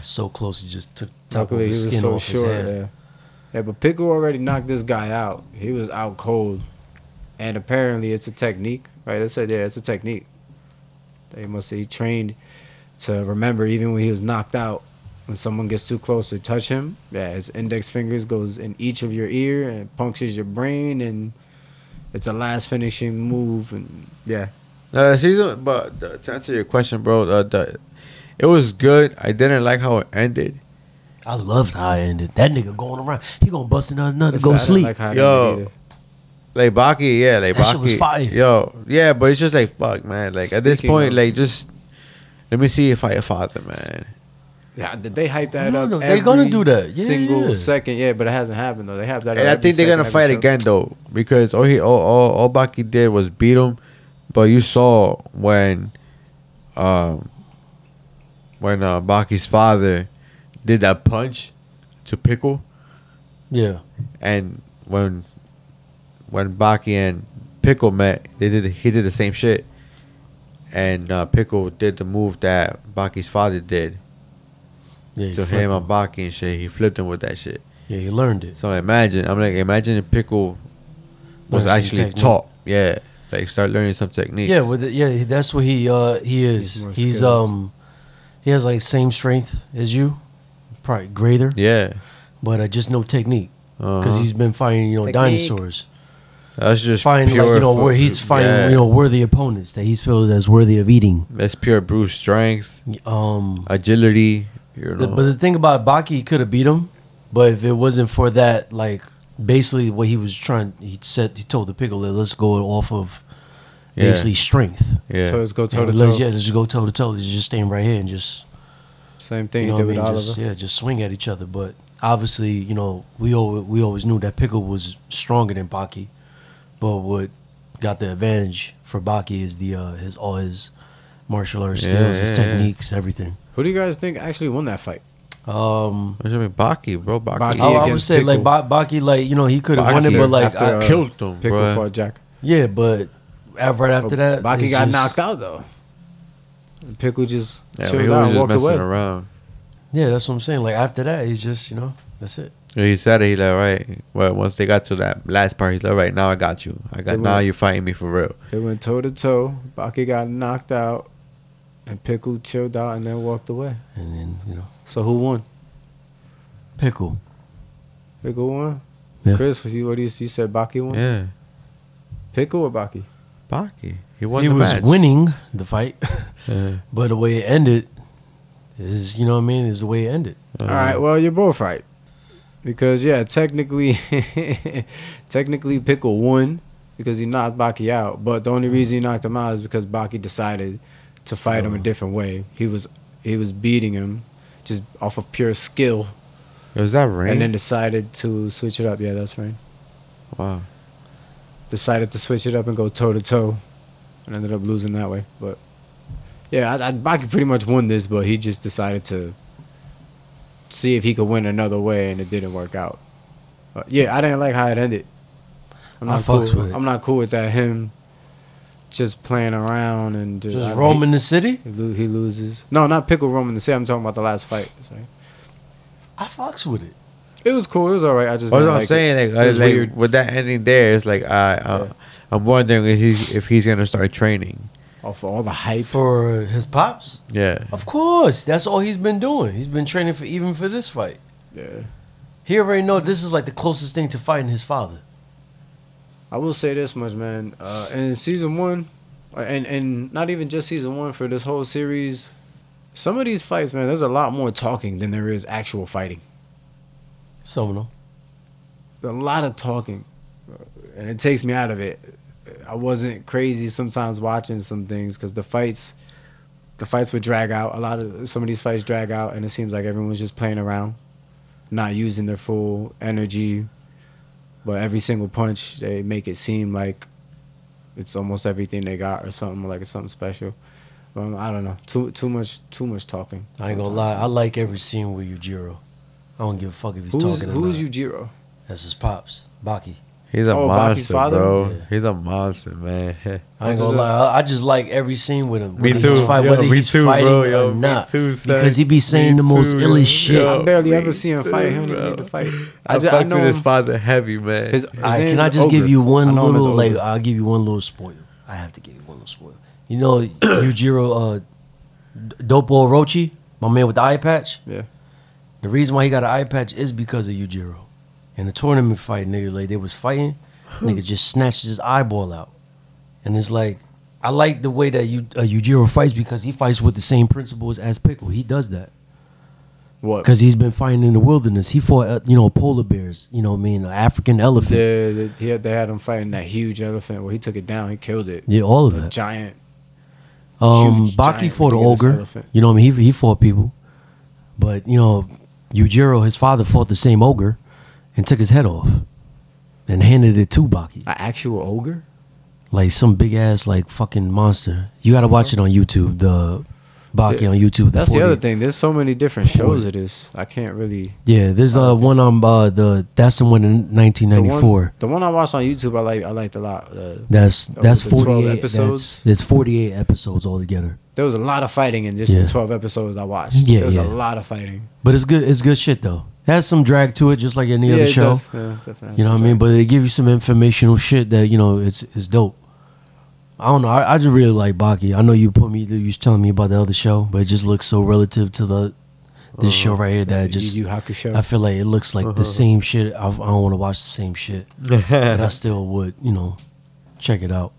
[SPEAKER 2] so close, he just took top of
[SPEAKER 3] Luckily, he
[SPEAKER 2] his
[SPEAKER 3] was
[SPEAKER 2] skin
[SPEAKER 3] so
[SPEAKER 2] off his
[SPEAKER 3] short. eh?
[SPEAKER 2] head.
[SPEAKER 3] Yeah. yeah, but Pickle already knocked this guy out. He was out cold, and apparently it's a technique, right? They said, yeah, it's a technique. They must he trained to remember even when he was knocked out. When someone gets too close to touch him, yeah, his index fingers goes in each of your ear and punctures your brain, and it's a last finishing move. And yeah,
[SPEAKER 1] Uh, season, but uh, to answer your question, bro, uh, the, it was good. I didn't like how it ended.
[SPEAKER 2] I loved how it ended. That nigga going around, he gonna bust another nut to
[SPEAKER 3] So I
[SPEAKER 2] go
[SPEAKER 3] didn't
[SPEAKER 2] sleep.
[SPEAKER 3] like how they
[SPEAKER 1] Yo.
[SPEAKER 3] did it.
[SPEAKER 1] Like Baki, yeah, like
[SPEAKER 2] That
[SPEAKER 1] Baki,
[SPEAKER 2] shit was fire.
[SPEAKER 1] yo, yeah, but it's just like fuck, man. Like at this
[SPEAKER 3] Speaking
[SPEAKER 1] point,
[SPEAKER 3] of-
[SPEAKER 1] like just let me see if I a father, man.
[SPEAKER 3] Yeah, did they hype that
[SPEAKER 2] No,
[SPEAKER 3] up?
[SPEAKER 2] no, they gonna
[SPEAKER 3] every
[SPEAKER 2] do that. Yeah,
[SPEAKER 3] single
[SPEAKER 2] yeah.
[SPEAKER 3] second, yeah, but it hasn't happened though. They hype that up.
[SPEAKER 1] And I
[SPEAKER 3] every
[SPEAKER 1] think they're
[SPEAKER 3] second,
[SPEAKER 1] gonna
[SPEAKER 3] every
[SPEAKER 1] fight
[SPEAKER 3] show.
[SPEAKER 1] again though, because all he all, all all Baki did was beat him. But you saw when, um, when uh, Baki's father did that punch to Pickle,
[SPEAKER 2] Yeah,
[SPEAKER 1] and when when Baki and Pickle met, they did he did the same shit, and uh, Pickle did the move that Baki's father did
[SPEAKER 2] yeah, he
[SPEAKER 1] to
[SPEAKER 2] flipped
[SPEAKER 1] him on Baki and shit. He flipped him with that shit.
[SPEAKER 2] Yeah, he learned it.
[SPEAKER 1] So imagine, I'm like, imagine if Pickle was
[SPEAKER 2] Learn some
[SPEAKER 1] actually
[SPEAKER 2] technique.
[SPEAKER 1] taught. Yeah, like start learning some techniques.
[SPEAKER 2] Yeah, with the, yeah, he- that's what he uh he is.
[SPEAKER 3] He's more
[SPEAKER 2] He's,
[SPEAKER 3] skilled.
[SPEAKER 2] um he has like same strength as you, probably greater,
[SPEAKER 1] yeah.
[SPEAKER 2] but uh, just no technique because
[SPEAKER 1] Uh-huh.
[SPEAKER 2] he's been fighting you know
[SPEAKER 3] Technique.
[SPEAKER 2] dinosaurs,
[SPEAKER 1] that's just
[SPEAKER 2] fighting like you
[SPEAKER 1] pure
[SPEAKER 2] know
[SPEAKER 1] fu-
[SPEAKER 2] where he's fighting
[SPEAKER 1] yeah.
[SPEAKER 2] you know worthy opponents that he feels as worthy of eating.
[SPEAKER 1] that's pure brute strength,
[SPEAKER 2] Um,
[SPEAKER 1] agility. You know,
[SPEAKER 2] the- but the thing about Baki could have beat him, but if it wasn't for that, like basically what he was trying, he said he told the pickle that let's go off of
[SPEAKER 1] Yeah.
[SPEAKER 2] basically strength.
[SPEAKER 1] yeah,
[SPEAKER 3] So let's go toe
[SPEAKER 2] Yeah,
[SPEAKER 3] to
[SPEAKER 2] let's-
[SPEAKER 3] toe.
[SPEAKER 2] Yeah, let's just go toe to toe. Let's just stand right here and just
[SPEAKER 3] Same thing he
[SPEAKER 2] you know
[SPEAKER 3] did
[SPEAKER 2] what
[SPEAKER 3] with
[SPEAKER 2] I mean?
[SPEAKER 3] Oliver.
[SPEAKER 2] Just, yeah, just swing at each other. But obviously, you know, we always, we always knew that Pickle was stronger than Baki. But what got the advantage for Baki is the uh, his all his martial arts
[SPEAKER 1] Yeah,
[SPEAKER 2] skills, his
[SPEAKER 1] yeah, yeah.
[SPEAKER 2] techniques, everything.
[SPEAKER 3] Who do you guys think actually won that fight?
[SPEAKER 2] Um,
[SPEAKER 1] I mean, Baki, bro, Baki,
[SPEAKER 3] Baki. He
[SPEAKER 2] Oh, I, I would
[SPEAKER 3] against
[SPEAKER 2] say like
[SPEAKER 3] Pickle.
[SPEAKER 2] ba- Baki, like you know, he could have won it,
[SPEAKER 1] Baki
[SPEAKER 2] but like
[SPEAKER 3] after,
[SPEAKER 2] I-
[SPEAKER 3] uh,
[SPEAKER 1] killed him,
[SPEAKER 3] Pickle
[SPEAKER 1] bro.
[SPEAKER 3] fought Jack.
[SPEAKER 2] yeah, but af- right after that,
[SPEAKER 3] Baki
[SPEAKER 2] it's
[SPEAKER 3] got
[SPEAKER 2] just-
[SPEAKER 3] knocked out though. Pickle just
[SPEAKER 1] Yeah, but
[SPEAKER 3] chilled
[SPEAKER 1] he
[SPEAKER 3] out
[SPEAKER 1] was
[SPEAKER 3] and
[SPEAKER 1] just
[SPEAKER 3] walked
[SPEAKER 1] messing
[SPEAKER 3] away.
[SPEAKER 1] around.
[SPEAKER 2] Yeah, that's what I'm saying. Like after that, he's just you know, that's it.
[SPEAKER 1] Yeah, He said it. He like, right. Well, once they got to that last part, he's like, right now I got you. I
[SPEAKER 3] They
[SPEAKER 1] got now
[SPEAKER 3] went-
[SPEAKER 1] you're fighting me for real.
[SPEAKER 3] They went toe to toe. Baki got knocked out, and Pickle chilled out and then walked away.
[SPEAKER 2] And then you know,
[SPEAKER 3] So who won?
[SPEAKER 2] Pickle.
[SPEAKER 3] Pickle won.
[SPEAKER 2] Yeah.
[SPEAKER 3] Chris, you what do you, you said? Baki won.
[SPEAKER 1] Yeah,
[SPEAKER 3] Pickle or Baki?
[SPEAKER 1] Baki. He won.
[SPEAKER 2] he
[SPEAKER 1] the
[SPEAKER 2] was
[SPEAKER 1] match.
[SPEAKER 2] winning the fight. *laughs*
[SPEAKER 1] Yeah.
[SPEAKER 2] But the way it ended is, you know what I mean, is the way it ended.
[SPEAKER 1] uh,
[SPEAKER 3] All right. Well, you're both right because yeah, technically, *laughs* technically Pickle won because he knocked Baki out. But the only reason he knocked him out is because Baki decided to fight him a different way. He was he was beating him just off of pure skill,
[SPEAKER 1] Was that rain?
[SPEAKER 3] and then decided to switch it up. Yeah, that's right.
[SPEAKER 1] wow.
[SPEAKER 3] Decided to switch it up and go toe to toe, and ended up losing that way. But yeah, I, I, Baki pretty much won this, but he just decided to see if he could win another way, and it didn't work out. Uh, yeah, I didn't like how it ended. I'm
[SPEAKER 2] I
[SPEAKER 3] not cool.
[SPEAKER 2] fucks with it.
[SPEAKER 3] I'm not cool with that. Him just playing around and just, I-
[SPEAKER 2] Just roaming the city.
[SPEAKER 3] He, lo- he loses. No, not pickle Roman the say. I'm talking about the last fight. Sorry.
[SPEAKER 2] I fucks with it.
[SPEAKER 3] It was cool. It was all right. I just.
[SPEAKER 1] That's what
[SPEAKER 3] didn't
[SPEAKER 1] I'm
[SPEAKER 3] like it.
[SPEAKER 1] saying. Like,
[SPEAKER 3] It
[SPEAKER 1] I-
[SPEAKER 3] was
[SPEAKER 1] like,
[SPEAKER 3] weird.
[SPEAKER 1] with that ending there, it's like I, uh, I'm wondering if he's if he's gonna start training.
[SPEAKER 3] Oh, for all the hype.
[SPEAKER 2] For his pops?
[SPEAKER 1] Yeah,
[SPEAKER 2] Of course. That's all he's been doing. He's been training for even for this fight.
[SPEAKER 3] yeah.
[SPEAKER 2] He already know this is like the closest thing to fighting his father.
[SPEAKER 3] I will say this much, man. Uh, in season one, uh, and and not even just season one for this whole series, some of these fights, man, there's a lot more talking than there is actual fighting.
[SPEAKER 2] Some of them.
[SPEAKER 3] A lot of talking, and it takes me out of it. I wasn't crazy sometimes watching some things because the fights, the fights would drag out. A lot of some of these fights drag out, and it seems like everyone's just playing around, not using their full energy. But every single punch, they make it seem like it's almost everything they got or something like it's something special. Um, I don't know. Too too much too much talking.
[SPEAKER 2] I ain't gonna lie.
[SPEAKER 3] sometimes.
[SPEAKER 2] I like every scene with Yujiro. I don't give a fuck if he's
[SPEAKER 3] Who's
[SPEAKER 2] talking or
[SPEAKER 3] who's
[SPEAKER 2] not.
[SPEAKER 3] Yujiro?
[SPEAKER 2] That's his pops, Baki.
[SPEAKER 1] he's a
[SPEAKER 3] Oh, Baki's
[SPEAKER 1] monster,
[SPEAKER 3] father?
[SPEAKER 1] bro.
[SPEAKER 2] Yeah.
[SPEAKER 1] He's a monster, man. *laughs*
[SPEAKER 2] I ain't
[SPEAKER 3] This is a-
[SPEAKER 2] gonna lie. I I just like every scene with him.
[SPEAKER 1] Me
[SPEAKER 2] whether
[SPEAKER 1] too.
[SPEAKER 2] He's fight,
[SPEAKER 1] Yo,
[SPEAKER 2] whether
[SPEAKER 1] me
[SPEAKER 2] he's
[SPEAKER 1] too,
[SPEAKER 2] fighting
[SPEAKER 1] bro.
[SPEAKER 2] or
[SPEAKER 1] Yo, me
[SPEAKER 2] not.
[SPEAKER 1] too, son.
[SPEAKER 2] because he be saying
[SPEAKER 1] Me
[SPEAKER 2] the most
[SPEAKER 1] too,
[SPEAKER 2] illest
[SPEAKER 1] yo.
[SPEAKER 2] shit.
[SPEAKER 1] Yo.
[SPEAKER 3] I barely
[SPEAKER 1] me
[SPEAKER 3] ever see him
[SPEAKER 1] too,
[SPEAKER 3] fight. He don't even
[SPEAKER 1] bro.
[SPEAKER 3] need to fight.
[SPEAKER 1] I,
[SPEAKER 3] ju-
[SPEAKER 1] fucked with
[SPEAKER 3] know
[SPEAKER 1] his
[SPEAKER 3] him-
[SPEAKER 1] father heavy, man. *laughs*
[SPEAKER 3] His-
[SPEAKER 2] All right,
[SPEAKER 3] name
[SPEAKER 2] can I
[SPEAKER 3] is
[SPEAKER 2] just give
[SPEAKER 3] Ogre.
[SPEAKER 2] you
[SPEAKER 3] I
[SPEAKER 2] one
[SPEAKER 3] know him as
[SPEAKER 2] little like?
[SPEAKER 3] Ogre.
[SPEAKER 2] I'll give you one little spoil. I have to give you one little spoil. You know, *clears throat* Yujiro, uh, D- Dopo Orochi, my man with the eye patch.
[SPEAKER 3] Yeah.
[SPEAKER 2] The reason why he got an eye patch is because of Yujiro. In a tournament fight, nigga, like they was fighting, nigga just snatched his eyeball out, and it's like, I like the way that you uh, Yujiro fights because he fights with the same principles as Pickle. He does that.
[SPEAKER 3] What?
[SPEAKER 2] Because he's been fighting in the wilderness. He fought, uh, you know, polar bears. You know what I mean? African elephant. Yeah,
[SPEAKER 3] Yeah, they, he had, they had him fighting that huge elephant. Well, he took it down. He killed it.
[SPEAKER 2] all of
[SPEAKER 3] A
[SPEAKER 2] that.
[SPEAKER 3] giant.
[SPEAKER 2] Um,
[SPEAKER 3] huge,
[SPEAKER 2] Baki
[SPEAKER 3] giant
[SPEAKER 2] fought an
[SPEAKER 3] ridiculous
[SPEAKER 2] ogre.
[SPEAKER 3] elephant.
[SPEAKER 2] You know what I mean? He, he fought people. But, you know, Yujiro, his father, fought the same ogre and took his head off and handed it to Baki.
[SPEAKER 3] An actual ogre?
[SPEAKER 2] Like some big ass, like fucking monster. You got to watch it on YouTube. The Baki on YouTube. The
[SPEAKER 3] That's the
[SPEAKER 2] 40
[SPEAKER 3] other thing. There's so many different shows of this. I can't really.
[SPEAKER 2] Yeah, there's
[SPEAKER 3] Oh,
[SPEAKER 2] uh, one on uh, the. That's the one in
[SPEAKER 3] The
[SPEAKER 2] 1994.
[SPEAKER 3] one, the one I watched on YouTube, I like. I liked a lot. Uh,
[SPEAKER 2] That's
[SPEAKER 3] That
[SPEAKER 2] that's
[SPEAKER 3] was the 12
[SPEAKER 2] forty eight
[SPEAKER 3] episodes?
[SPEAKER 2] episodes. That's, it's forty eight episodes altogether.
[SPEAKER 3] there was a lot of fighting in just
[SPEAKER 2] Yeah.
[SPEAKER 3] the 12 episodes I watched.
[SPEAKER 2] Yeah,
[SPEAKER 3] there was
[SPEAKER 2] yeah.
[SPEAKER 3] a lot of fighting.
[SPEAKER 2] But it's good. It's good shit though. It has some drag to it, just like any other
[SPEAKER 3] it
[SPEAKER 2] show.
[SPEAKER 3] does. Yeah, definitely.
[SPEAKER 2] You know what I mean? But they give you some informational shit that you know it's it's dope. I don't know. I, I just really like Baki. I know you put me. You was telling me about the other show, but it just looks so relative to the this show
[SPEAKER 1] Uh-huh.
[SPEAKER 2] right here that it just
[SPEAKER 3] Yu Yu Hakusho.
[SPEAKER 2] I feel like it looks like the same shit. I, I don't want to watch the same shit, but
[SPEAKER 1] Uh-huh.
[SPEAKER 2] I still would. You know, check it out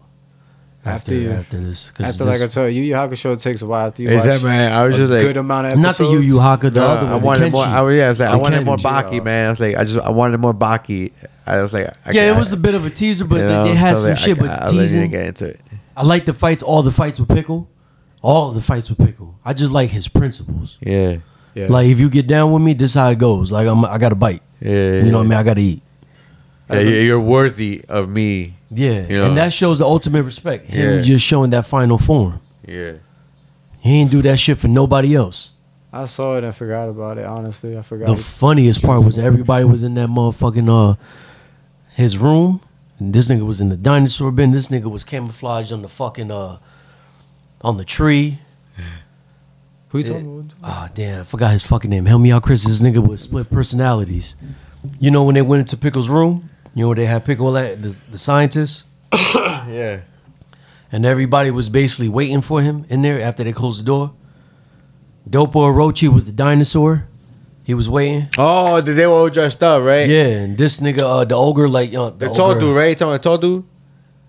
[SPEAKER 3] After
[SPEAKER 2] after
[SPEAKER 3] you-
[SPEAKER 2] after, this. 'cause
[SPEAKER 3] After like I
[SPEAKER 2] this-
[SPEAKER 3] told you, Yu Yu Hakusho takes a while. After you
[SPEAKER 1] Is
[SPEAKER 3] watch
[SPEAKER 1] that man? I
[SPEAKER 3] a
[SPEAKER 1] was just like,
[SPEAKER 3] good amount of
[SPEAKER 2] not
[SPEAKER 3] episodes.
[SPEAKER 2] the Yu Yu Haka, the
[SPEAKER 1] No,
[SPEAKER 2] other one.
[SPEAKER 1] Uh, I
[SPEAKER 2] the
[SPEAKER 1] wanted
[SPEAKER 2] Kenshi.
[SPEAKER 1] more. I, was- yeah, I was like, I
[SPEAKER 2] The
[SPEAKER 1] wanted more
[SPEAKER 2] Kenji.
[SPEAKER 1] Baki, man. I was like, I just, I wanted more Baki. I was like, I,
[SPEAKER 2] Yeah,
[SPEAKER 1] I-
[SPEAKER 2] it was a bit of a teaser, but
[SPEAKER 1] you
[SPEAKER 2] they-
[SPEAKER 1] know,
[SPEAKER 2] they had
[SPEAKER 1] so
[SPEAKER 2] some
[SPEAKER 1] like,
[SPEAKER 2] shit.
[SPEAKER 1] I,
[SPEAKER 2] But
[SPEAKER 1] I, really need to
[SPEAKER 2] teasing,
[SPEAKER 1] get into it.
[SPEAKER 2] I like the fights. All the fights with Pickle, all the fights with Pickle. I just like his principles.
[SPEAKER 1] Yeah,
[SPEAKER 3] Yeah.
[SPEAKER 2] Like if you get down with me, this is how it goes. Like I'm, I got to bite.
[SPEAKER 1] yeah, yeah
[SPEAKER 2] You know what I mean? I got to eat.
[SPEAKER 1] Yeah, you- you're worthy of me.
[SPEAKER 2] Yeah,
[SPEAKER 1] You know.
[SPEAKER 2] and that shows the ultimate respect. Him
[SPEAKER 1] Yeah.
[SPEAKER 2] just showing that final form.
[SPEAKER 1] Yeah,
[SPEAKER 2] He ain't do that shit for nobody else.
[SPEAKER 3] I saw it and forgot about it. Honestly, I forgot.
[SPEAKER 2] The
[SPEAKER 3] it.
[SPEAKER 2] funniest part was everybody was in that motherfucking uh his room. And this nigga was in the dinosaur bin. This nigga was camouflaged on the fucking uh on the tree.
[SPEAKER 3] Who you talking about?
[SPEAKER 2] Ah damn, I forgot his fucking name. Help me out, Chris. This nigga with split personalities. You know when they went into Pickle's room, you know where they had Pickle at the, the scientist,
[SPEAKER 1] yeah.
[SPEAKER 2] and everybody was basically waiting for him in there after they closed the door. Dopo Orochi was the dinosaur. He was waiting.
[SPEAKER 1] Oh, they they were all dressed up, right?
[SPEAKER 2] Yeah, and this nigga, uh, the ogre, like uh,
[SPEAKER 1] the
[SPEAKER 2] ogre-
[SPEAKER 1] tall dude, right? You talking about the tall dude?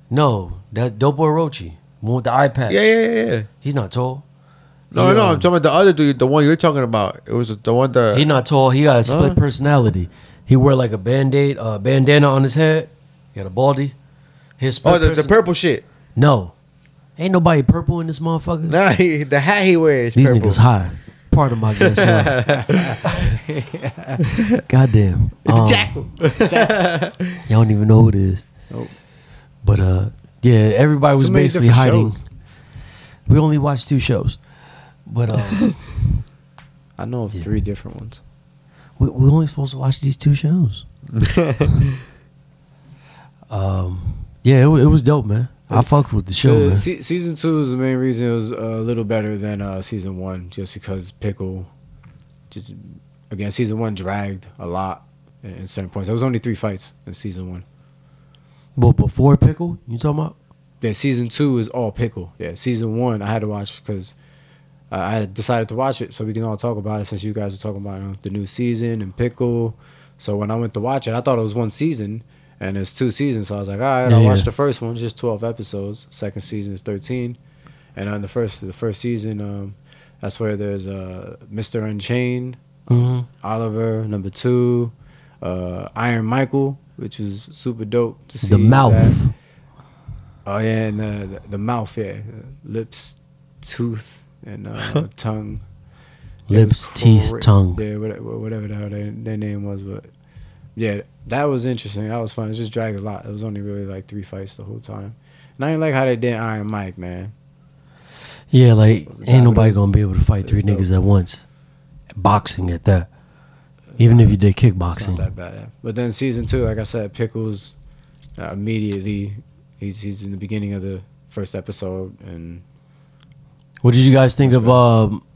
[SPEAKER 2] No, that Dopo Orochi, one with the eye patch.
[SPEAKER 1] Yeah, yeah, yeah, yeah.
[SPEAKER 2] He's not tall.
[SPEAKER 1] No,
[SPEAKER 2] He,
[SPEAKER 1] no,
[SPEAKER 2] um,
[SPEAKER 1] I'm talking about the other dude, the one you're talking about. It was the one that
[SPEAKER 2] He not tall. He got a split
[SPEAKER 1] Huh?
[SPEAKER 2] personality. He wear like a band-aid, uh, bandana on his head. He got a baldy. His split
[SPEAKER 1] oh, the, the
[SPEAKER 2] person-
[SPEAKER 1] purple shit.
[SPEAKER 2] No, ain't nobody purple in this motherfucker.
[SPEAKER 1] Nah, he, the hat he wears.
[SPEAKER 2] These
[SPEAKER 1] purple.
[SPEAKER 2] niggas high. Part of my guess.
[SPEAKER 3] *laughs*
[SPEAKER 2] Right? Goddamn. It's
[SPEAKER 1] Jackal.
[SPEAKER 2] *laughs* Y'all don't even know who it is.
[SPEAKER 3] Nope.
[SPEAKER 2] But uh, yeah, everybody was
[SPEAKER 3] So many
[SPEAKER 2] basically
[SPEAKER 3] different
[SPEAKER 2] hiding.
[SPEAKER 3] shows.
[SPEAKER 2] We only watched two shows,
[SPEAKER 3] *laughs*
[SPEAKER 2] but um,
[SPEAKER 3] I know of
[SPEAKER 2] Yeah.
[SPEAKER 3] three different ones. *laughs*
[SPEAKER 2] we, we're only supposed to watch these two shows. Um, yeah, it, wa- it was dope, man. I fucked with the show,
[SPEAKER 3] The
[SPEAKER 2] man.
[SPEAKER 3] se- season two is the main reason it was uh, a little better than uh, season one, just because Pickle, just again, season one dragged a lot in, in certain points. There was only three fights in season one.
[SPEAKER 2] But before Pickle, you talking about?
[SPEAKER 3] Yeah, season two is all Pickle. Yeah, season one I had to watch because I had decided to watch it so we can all talk about it since you guys were talking about you know, the new season and Pickle. So when I went to watch it, I thought it was one season. And it's two seasons, so I was like, all right, I'll
[SPEAKER 2] Yeah,
[SPEAKER 3] watch
[SPEAKER 2] yeah.
[SPEAKER 3] the first one, just twelve episodes. Second season is thirteen. And on the first the first season, um, that's where there's uh, Mr. Unchained,
[SPEAKER 2] Mm-hmm.
[SPEAKER 3] Oliver, number two, uh, Iron Michael, which was super dope to see. that.
[SPEAKER 2] The mouth.
[SPEAKER 3] Oh yeah, and uh, the, the mouth, yeah, lips, tooth, and
[SPEAKER 2] *laughs*
[SPEAKER 3] uh, tongue. It
[SPEAKER 2] Lips,
[SPEAKER 3] was
[SPEAKER 2] teeth,
[SPEAKER 3] cra-
[SPEAKER 2] tongue.
[SPEAKER 3] Yeah, whatever, whatever the hell their, their name was, but yeah, that was interesting. That was fun. It just dragged a lot. It was only really like three fights the whole time. And I didn't like how they did Iron Mike, man.
[SPEAKER 2] Yeah, like
[SPEAKER 3] Yeah,
[SPEAKER 2] ain't nobody
[SPEAKER 3] but
[SPEAKER 2] gonna be able to fight three
[SPEAKER 3] it's
[SPEAKER 2] niggas at once. Boxing at that. Even if you did
[SPEAKER 3] It's not
[SPEAKER 2] kickboxing.
[SPEAKER 3] that bad. But then season two, like I said, Pickles uh, immediately he's he's in the beginning of the first episode, and
[SPEAKER 2] What did you guys think of um,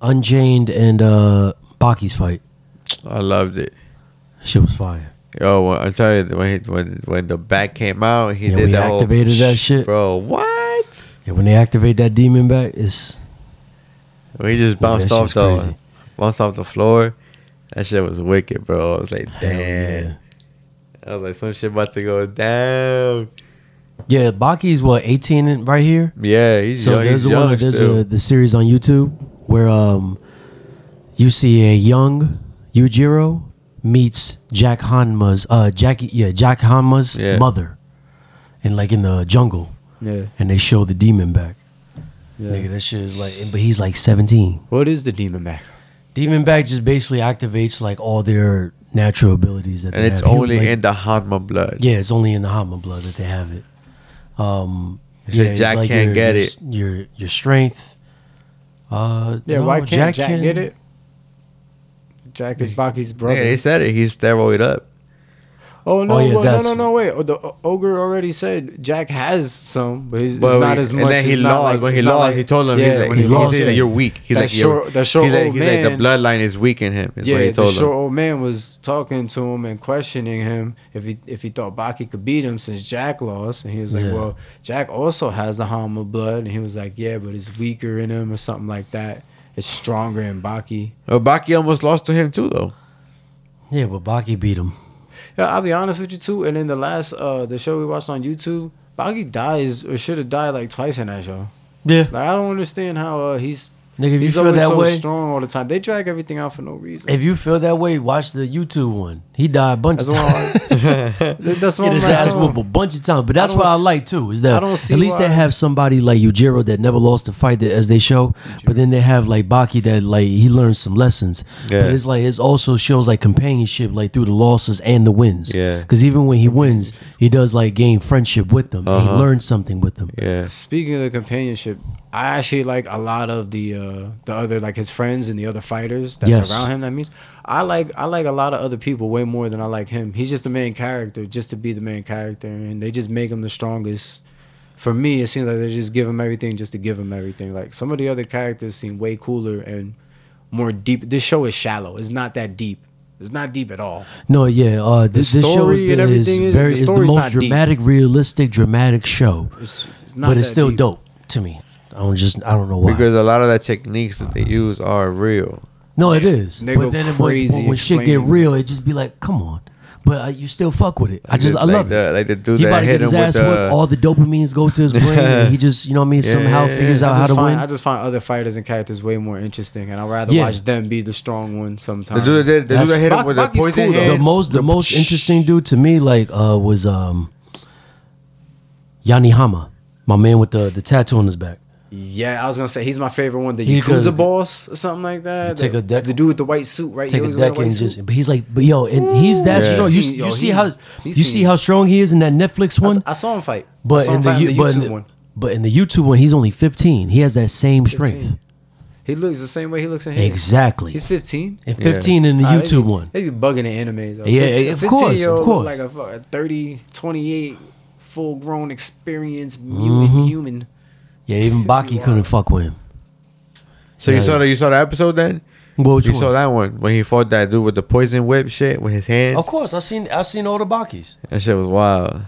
[SPEAKER 2] Unchained and uh, Baki's fight?
[SPEAKER 1] I loved it.
[SPEAKER 2] Shit was fire.
[SPEAKER 1] Yo, when- I'm telling you, when he- when when the back came out, he
[SPEAKER 2] Yeah,
[SPEAKER 1] did
[SPEAKER 2] we
[SPEAKER 1] that whole-
[SPEAKER 2] activated that shit.
[SPEAKER 1] bro. What?
[SPEAKER 2] Yeah, when they activate that demon back, it's
[SPEAKER 1] We just
[SPEAKER 2] Yeah, that
[SPEAKER 1] bounced
[SPEAKER 2] shit's
[SPEAKER 1] off the
[SPEAKER 2] crazy.
[SPEAKER 1] bounced off the floor. That shit was wicked, bro. I was like,
[SPEAKER 2] hell
[SPEAKER 1] damn. I was like, some shit about to go down.
[SPEAKER 2] Yeah, yeah Baki's what eighteen in- right here.
[SPEAKER 1] Yeah, he's
[SPEAKER 2] So
[SPEAKER 1] young.
[SPEAKER 2] there's
[SPEAKER 1] he's
[SPEAKER 2] a
[SPEAKER 1] young
[SPEAKER 2] one. There's
[SPEAKER 1] still.
[SPEAKER 2] a the series on YouTube where um, you see a young Yujiro meets Jack Hanma's uh Jackie yeah Jack Hanma's
[SPEAKER 1] Yeah.
[SPEAKER 2] mother, and like in the jungle,
[SPEAKER 3] yeah,
[SPEAKER 2] and they show the demon back. Nigga,
[SPEAKER 3] yeah.
[SPEAKER 2] that shit is like, but he's like 17.
[SPEAKER 3] What is the demon back?
[SPEAKER 2] Demon back just basically activates like all their natural abilities that.
[SPEAKER 1] and
[SPEAKER 2] they
[SPEAKER 1] it's
[SPEAKER 2] have. He-
[SPEAKER 1] only
[SPEAKER 2] like-
[SPEAKER 1] in the Hanma blood.
[SPEAKER 2] yeah, it's only in the Hama blood that they have it. Um,
[SPEAKER 1] said Jack can't
[SPEAKER 2] your,
[SPEAKER 1] get
[SPEAKER 2] your,
[SPEAKER 1] it.
[SPEAKER 2] Your your strength. Uh,
[SPEAKER 3] Yeah,
[SPEAKER 2] no,
[SPEAKER 3] why can't Jack,
[SPEAKER 2] can-
[SPEAKER 3] get it? Jack is Baki's brother.
[SPEAKER 1] Yeah, they said it. He's steroid up.
[SPEAKER 3] oh no,
[SPEAKER 2] Oh, yeah,
[SPEAKER 3] well, no,
[SPEAKER 2] that's-
[SPEAKER 3] no, no, wait. Oh, the o- ogre already said Jack has some, but he's it's
[SPEAKER 1] But
[SPEAKER 3] not
[SPEAKER 1] we-
[SPEAKER 3] as much.
[SPEAKER 1] And then he
[SPEAKER 3] it's not
[SPEAKER 1] lost.
[SPEAKER 3] like-
[SPEAKER 1] when he
[SPEAKER 3] it's not
[SPEAKER 1] lost,
[SPEAKER 3] like-
[SPEAKER 1] he told him, he's
[SPEAKER 3] yeah,
[SPEAKER 1] like,
[SPEAKER 3] when
[SPEAKER 1] he
[SPEAKER 3] he
[SPEAKER 2] lost
[SPEAKER 1] he's like,
[SPEAKER 2] it.
[SPEAKER 1] you're weak. He's
[SPEAKER 3] That
[SPEAKER 1] like, you're,
[SPEAKER 3] short- that short
[SPEAKER 1] he's, like,
[SPEAKER 3] old
[SPEAKER 1] he's like,
[SPEAKER 3] man-
[SPEAKER 1] the bloodline is weak in him. Is
[SPEAKER 3] yeah,
[SPEAKER 1] what he told
[SPEAKER 3] the short
[SPEAKER 1] him.
[SPEAKER 3] old man was talking to him and questioning him if he if he thought Baki could beat him since Jack lost, and he was like,
[SPEAKER 2] Yeah.
[SPEAKER 3] "Well, Jack also has the Hama blood," and he was like, "Yeah, but it's weaker in him or something like that. It's stronger in Baki."
[SPEAKER 1] Well, Baki almost lost to him too, though.
[SPEAKER 2] Yeah, but Baki beat him.
[SPEAKER 3] Yeah, I'll be honest with you too. And in the last uh the show we watched on YouTube, Baki dies or should have died like twice in that show.
[SPEAKER 2] Yeah,
[SPEAKER 3] Like I don't understand how uh, he's
[SPEAKER 2] nigga, if you
[SPEAKER 3] he's
[SPEAKER 2] feel
[SPEAKER 3] always
[SPEAKER 2] that
[SPEAKER 3] so
[SPEAKER 2] way,
[SPEAKER 3] strong all the time. They drag everything out for no reason.
[SPEAKER 2] if you feel that way, watch the YouTube one. He died a bunch
[SPEAKER 3] that's
[SPEAKER 2] of
[SPEAKER 3] why
[SPEAKER 2] times. *laughs*
[SPEAKER 3] I- *laughs* that's why
[SPEAKER 2] Get
[SPEAKER 3] I'm
[SPEAKER 2] his
[SPEAKER 3] like, I
[SPEAKER 2] ass
[SPEAKER 3] don't-
[SPEAKER 2] whooped a bunch of times, but that's
[SPEAKER 3] I don't
[SPEAKER 2] what I
[SPEAKER 3] s-
[SPEAKER 2] like too. Is that
[SPEAKER 3] I don't see
[SPEAKER 2] at least
[SPEAKER 3] why-
[SPEAKER 2] they have somebody like Yujiro that never lost a fight that, as they show, but then they have like Baki that like he learned some lessons.
[SPEAKER 1] Yeah.
[SPEAKER 2] But it's like it also shows like companionship like through the losses and the wins.
[SPEAKER 1] Yeah.
[SPEAKER 2] Because even when he wins, he does like gain friendship with them. and He
[SPEAKER 1] Uh-huh.
[SPEAKER 2] learns something with them.
[SPEAKER 1] Yeah.
[SPEAKER 3] Speaking of the companionship, I actually like a lot of the uh the other like his friends and the other fighters that's
[SPEAKER 2] Yes.
[SPEAKER 3] around him. That means I like I like a lot of other people way more than I like him. He's just the main character, just to be the main character, and they just make him the strongest. For me, it seems like they just give him everything just to give him everything. Like some of the other characters seem way cooler and more deep. This show is shallow. It's not that deep. It's not deep at all.
[SPEAKER 2] No, yeah. Uh, this, this show
[SPEAKER 3] story
[SPEAKER 2] is,
[SPEAKER 3] and
[SPEAKER 2] the, is
[SPEAKER 3] everything is-
[SPEAKER 2] very
[SPEAKER 3] the
[SPEAKER 2] is the
[SPEAKER 3] story's
[SPEAKER 2] most
[SPEAKER 3] not deep.
[SPEAKER 2] dramatic, realistic, dramatic show.
[SPEAKER 3] It's, it's not.
[SPEAKER 2] But it's
[SPEAKER 3] that
[SPEAKER 2] still
[SPEAKER 3] deep.
[SPEAKER 2] dope to me. I don't just I don't know why.
[SPEAKER 1] Because a lot of the techniques that they use are real.
[SPEAKER 2] No, it is.
[SPEAKER 3] They
[SPEAKER 2] but
[SPEAKER 3] go
[SPEAKER 2] then it- when,
[SPEAKER 3] crazy
[SPEAKER 2] when, when shit get
[SPEAKER 3] explaining.
[SPEAKER 2] real, it just be like, come on. But I, you still fuck with it. I just I
[SPEAKER 1] like
[SPEAKER 2] love
[SPEAKER 1] the,
[SPEAKER 2] it.
[SPEAKER 1] Like the dude
[SPEAKER 2] he
[SPEAKER 1] that
[SPEAKER 2] about to
[SPEAKER 1] hit
[SPEAKER 2] get
[SPEAKER 1] him
[SPEAKER 2] his
[SPEAKER 1] with
[SPEAKER 2] ass
[SPEAKER 1] the.
[SPEAKER 2] whipped. All the dopamines
[SPEAKER 1] *laughs*
[SPEAKER 2] go to his brain. and he just you know what I mean.
[SPEAKER 1] Yeah,
[SPEAKER 2] Somehow
[SPEAKER 1] yeah,
[SPEAKER 2] figures
[SPEAKER 1] yeah.
[SPEAKER 2] out
[SPEAKER 3] I
[SPEAKER 2] how to
[SPEAKER 3] just find
[SPEAKER 2] win.
[SPEAKER 3] I just find other fighters and characters way more interesting, and I'd rather
[SPEAKER 2] Yeah.
[SPEAKER 3] watch them be the strong one
[SPEAKER 1] the
[SPEAKER 3] sometimes.
[SPEAKER 1] dude that, the dude
[SPEAKER 2] That's-
[SPEAKER 1] that hit him
[SPEAKER 3] Bak-
[SPEAKER 1] with the
[SPEAKER 3] Baki's cool,
[SPEAKER 1] poison
[SPEAKER 3] though.
[SPEAKER 1] hand.
[SPEAKER 2] the most the, most interesting dude to me like uh was um Yanni Hama, my man with the the tattoo on his back.
[SPEAKER 3] Yeah, I was gonna say he's my favorite one. The
[SPEAKER 2] He
[SPEAKER 3] Yakuza
[SPEAKER 2] could-
[SPEAKER 3] boss or something like that.
[SPEAKER 2] Take
[SPEAKER 3] the,
[SPEAKER 2] a deck-
[SPEAKER 3] The dude with the white suit, right?
[SPEAKER 2] Take
[SPEAKER 3] He
[SPEAKER 2] a
[SPEAKER 3] always wear
[SPEAKER 2] deck and
[SPEAKER 3] white
[SPEAKER 2] just
[SPEAKER 3] suit.
[SPEAKER 2] but he's like but yo and he's that
[SPEAKER 1] Yeah.
[SPEAKER 2] strong. You,
[SPEAKER 3] He's
[SPEAKER 2] s-
[SPEAKER 3] seen-
[SPEAKER 2] you
[SPEAKER 3] yo,
[SPEAKER 2] see
[SPEAKER 3] he's-
[SPEAKER 2] how
[SPEAKER 3] he's
[SPEAKER 2] you see
[SPEAKER 3] seen-
[SPEAKER 2] how strong he is in that Netflix
[SPEAKER 3] I,
[SPEAKER 2] one.
[SPEAKER 3] s- I saw him fight. I
[SPEAKER 2] But
[SPEAKER 3] saw
[SPEAKER 2] in
[SPEAKER 3] him
[SPEAKER 2] the,
[SPEAKER 3] fight
[SPEAKER 2] U-
[SPEAKER 3] on the
[SPEAKER 2] but in
[SPEAKER 3] YouTube
[SPEAKER 2] the,
[SPEAKER 3] one.
[SPEAKER 2] but in the YouTube one, he's only 15. He has that same strength.
[SPEAKER 3] He looks the same way he looks in Hades.
[SPEAKER 2] Exactly.
[SPEAKER 3] He's 15.
[SPEAKER 2] And
[SPEAKER 1] Yeah.
[SPEAKER 2] 15 in the
[SPEAKER 3] Ah, they
[SPEAKER 2] YouTube
[SPEAKER 3] be-
[SPEAKER 2] one.
[SPEAKER 3] They be bugging the anime. Though.
[SPEAKER 2] Yeah,
[SPEAKER 3] Fifteen-
[SPEAKER 2] yeah, of
[SPEAKER 3] 15
[SPEAKER 2] course,
[SPEAKER 3] year old
[SPEAKER 2] of
[SPEAKER 3] look
[SPEAKER 2] course.
[SPEAKER 3] Like a fuck- a 30, 28, full grown, experienced mutant
[SPEAKER 2] Mhm.
[SPEAKER 3] human.
[SPEAKER 2] Yeah, even Baki couldn't fuck with him.
[SPEAKER 1] So you
[SPEAKER 2] Yeah.
[SPEAKER 1] saw the, you saw the episode then?
[SPEAKER 2] Well, which
[SPEAKER 1] you
[SPEAKER 2] one?
[SPEAKER 1] saw that one when he fought that dude with the poison whip shit with his hands.
[SPEAKER 2] Of course, I seen I seen all the Bakis.
[SPEAKER 1] That shit was wild.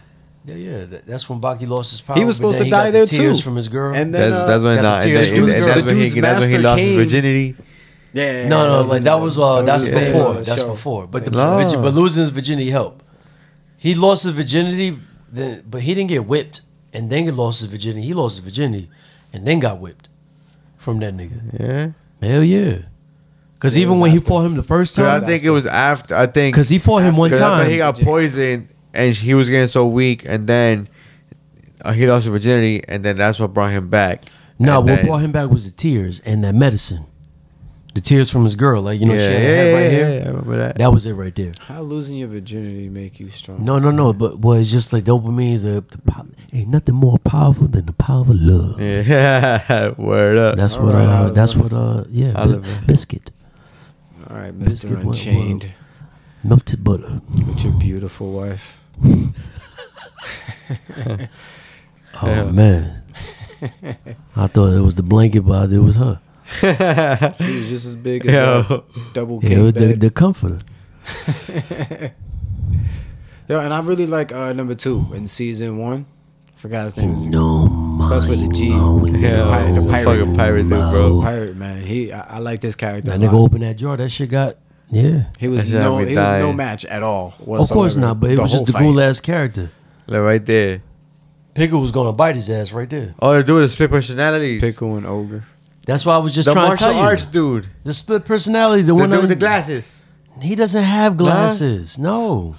[SPEAKER 2] Yeah, yeah, that- that's when Baki lost his power.
[SPEAKER 3] He was
[SPEAKER 2] but
[SPEAKER 3] supposed
[SPEAKER 2] then
[SPEAKER 3] to die
[SPEAKER 2] got
[SPEAKER 3] there,
[SPEAKER 2] the tears
[SPEAKER 3] too.
[SPEAKER 2] from his girl.
[SPEAKER 3] And then
[SPEAKER 1] That's,
[SPEAKER 3] uh,
[SPEAKER 1] that's when,
[SPEAKER 2] got
[SPEAKER 1] uh,
[SPEAKER 2] the
[SPEAKER 1] and then,
[SPEAKER 2] tears
[SPEAKER 1] and
[SPEAKER 2] from his
[SPEAKER 1] that's
[SPEAKER 2] girl.
[SPEAKER 1] when he,
[SPEAKER 3] The dude's
[SPEAKER 1] that's when he
[SPEAKER 3] master
[SPEAKER 1] lost his
[SPEAKER 3] came.
[SPEAKER 1] virginity.
[SPEAKER 3] yeah, yeah, yeah,
[SPEAKER 2] no,
[SPEAKER 3] that
[SPEAKER 2] no,
[SPEAKER 3] was
[SPEAKER 2] like
[SPEAKER 3] in
[SPEAKER 2] that
[SPEAKER 3] the-
[SPEAKER 2] was uh,
[SPEAKER 3] that
[SPEAKER 2] that's
[SPEAKER 3] was in the same,
[SPEAKER 2] before.
[SPEAKER 3] uh,
[SPEAKER 2] That's
[SPEAKER 3] show.
[SPEAKER 2] before. But the,
[SPEAKER 1] Same show.
[SPEAKER 2] virgin- but losing his virginity helped. He lost his virginity, then but he didn't get whipped, and then he lost his virginity. He lost his virginity, and then got whipped from that nigga.
[SPEAKER 1] Yeah.
[SPEAKER 2] Hell yeah, because even when he fought him the first
[SPEAKER 1] So I
[SPEAKER 2] time,
[SPEAKER 1] think it was after. I think
[SPEAKER 2] because he fought him one
[SPEAKER 1] 'Cause I thought
[SPEAKER 2] time.
[SPEAKER 1] he got poisoned and he was getting so weak, and then uh, he lost his virginity, and then that's what brought him back.
[SPEAKER 2] No,
[SPEAKER 1] And
[SPEAKER 2] what
[SPEAKER 1] then-
[SPEAKER 2] brought him back was the tears and that medicine. The tears from his girl, like you know,
[SPEAKER 1] Yeah,
[SPEAKER 2] she
[SPEAKER 1] yeah,
[SPEAKER 2] had her head
[SPEAKER 1] yeah,
[SPEAKER 2] right here.
[SPEAKER 1] yeah, I remember that.
[SPEAKER 2] That was it right there.
[SPEAKER 3] How losing your virginity make you strong?
[SPEAKER 2] No, no, no. But well, it's just like dopamine is the, the pow- ain't nothing more powerful than the power of
[SPEAKER 1] *laughs*
[SPEAKER 2] love.
[SPEAKER 1] Yeah, word up.
[SPEAKER 2] That's
[SPEAKER 3] All
[SPEAKER 2] what.
[SPEAKER 3] right,
[SPEAKER 2] uh,
[SPEAKER 3] Oliver.
[SPEAKER 2] that's what. Uh, yeah, bi-
[SPEAKER 1] Oliver.
[SPEAKER 2] biscuit,
[SPEAKER 3] All right,
[SPEAKER 2] Biscuit
[SPEAKER 3] Mister
[SPEAKER 2] went wild.
[SPEAKER 3] Unchained,
[SPEAKER 2] melted butter.
[SPEAKER 3] with your beautiful wife.
[SPEAKER 2] Oh man, I thought it was the blanket, but it was her.
[SPEAKER 3] She was just as big
[SPEAKER 1] *laughs*
[SPEAKER 3] as
[SPEAKER 1] Yo.
[SPEAKER 3] that double
[SPEAKER 2] Yeah,
[SPEAKER 3] king
[SPEAKER 2] it was the,
[SPEAKER 3] bed.
[SPEAKER 2] the comforter.
[SPEAKER 3] Yo, and I really like uh, number two in season one. I forgot his name. Is
[SPEAKER 2] No,
[SPEAKER 3] Starts with a G.
[SPEAKER 2] mind
[SPEAKER 1] Yeah,
[SPEAKER 3] pirate- the
[SPEAKER 1] the
[SPEAKER 3] pirate.
[SPEAKER 1] fucking pirate dude, bro.
[SPEAKER 3] Pirate man. He. I, I like this character.
[SPEAKER 2] That
[SPEAKER 3] a
[SPEAKER 2] nigga
[SPEAKER 3] lot.
[SPEAKER 2] opened that drawer. That shit got yeah.
[SPEAKER 3] He was
[SPEAKER 1] That shit had
[SPEAKER 3] no.
[SPEAKER 1] me
[SPEAKER 3] He was no
[SPEAKER 1] dying.
[SPEAKER 3] match at all.
[SPEAKER 2] Of course
[SPEAKER 3] whatsoever.
[SPEAKER 2] not, but it was just
[SPEAKER 3] whole
[SPEAKER 2] the
[SPEAKER 3] fight.
[SPEAKER 2] cool ass character.
[SPEAKER 1] Like right there.
[SPEAKER 2] Pickle was gonna bite his ass right there.
[SPEAKER 1] Oh, the dude with the split personalities.
[SPEAKER 3] Pickle and ogre.
[SPEAKER 2] That's why I was just
[SPEAKER 1] the
[SPEAKER 2] trying to
[SPEAKER 1] martial
[SPEAKER 2] tell you.
[SPEAKER 1] arts dude.
[SPEAKER 2] The split personality, the,
[SPEAKER 1] The
[SPEAKER 2] one
[SPEAKER 1] dude with
[SPEAKER 2] that
[SPEAKER 1] the glasses.
[SPEAKER 2] he doesn't have glasses. No,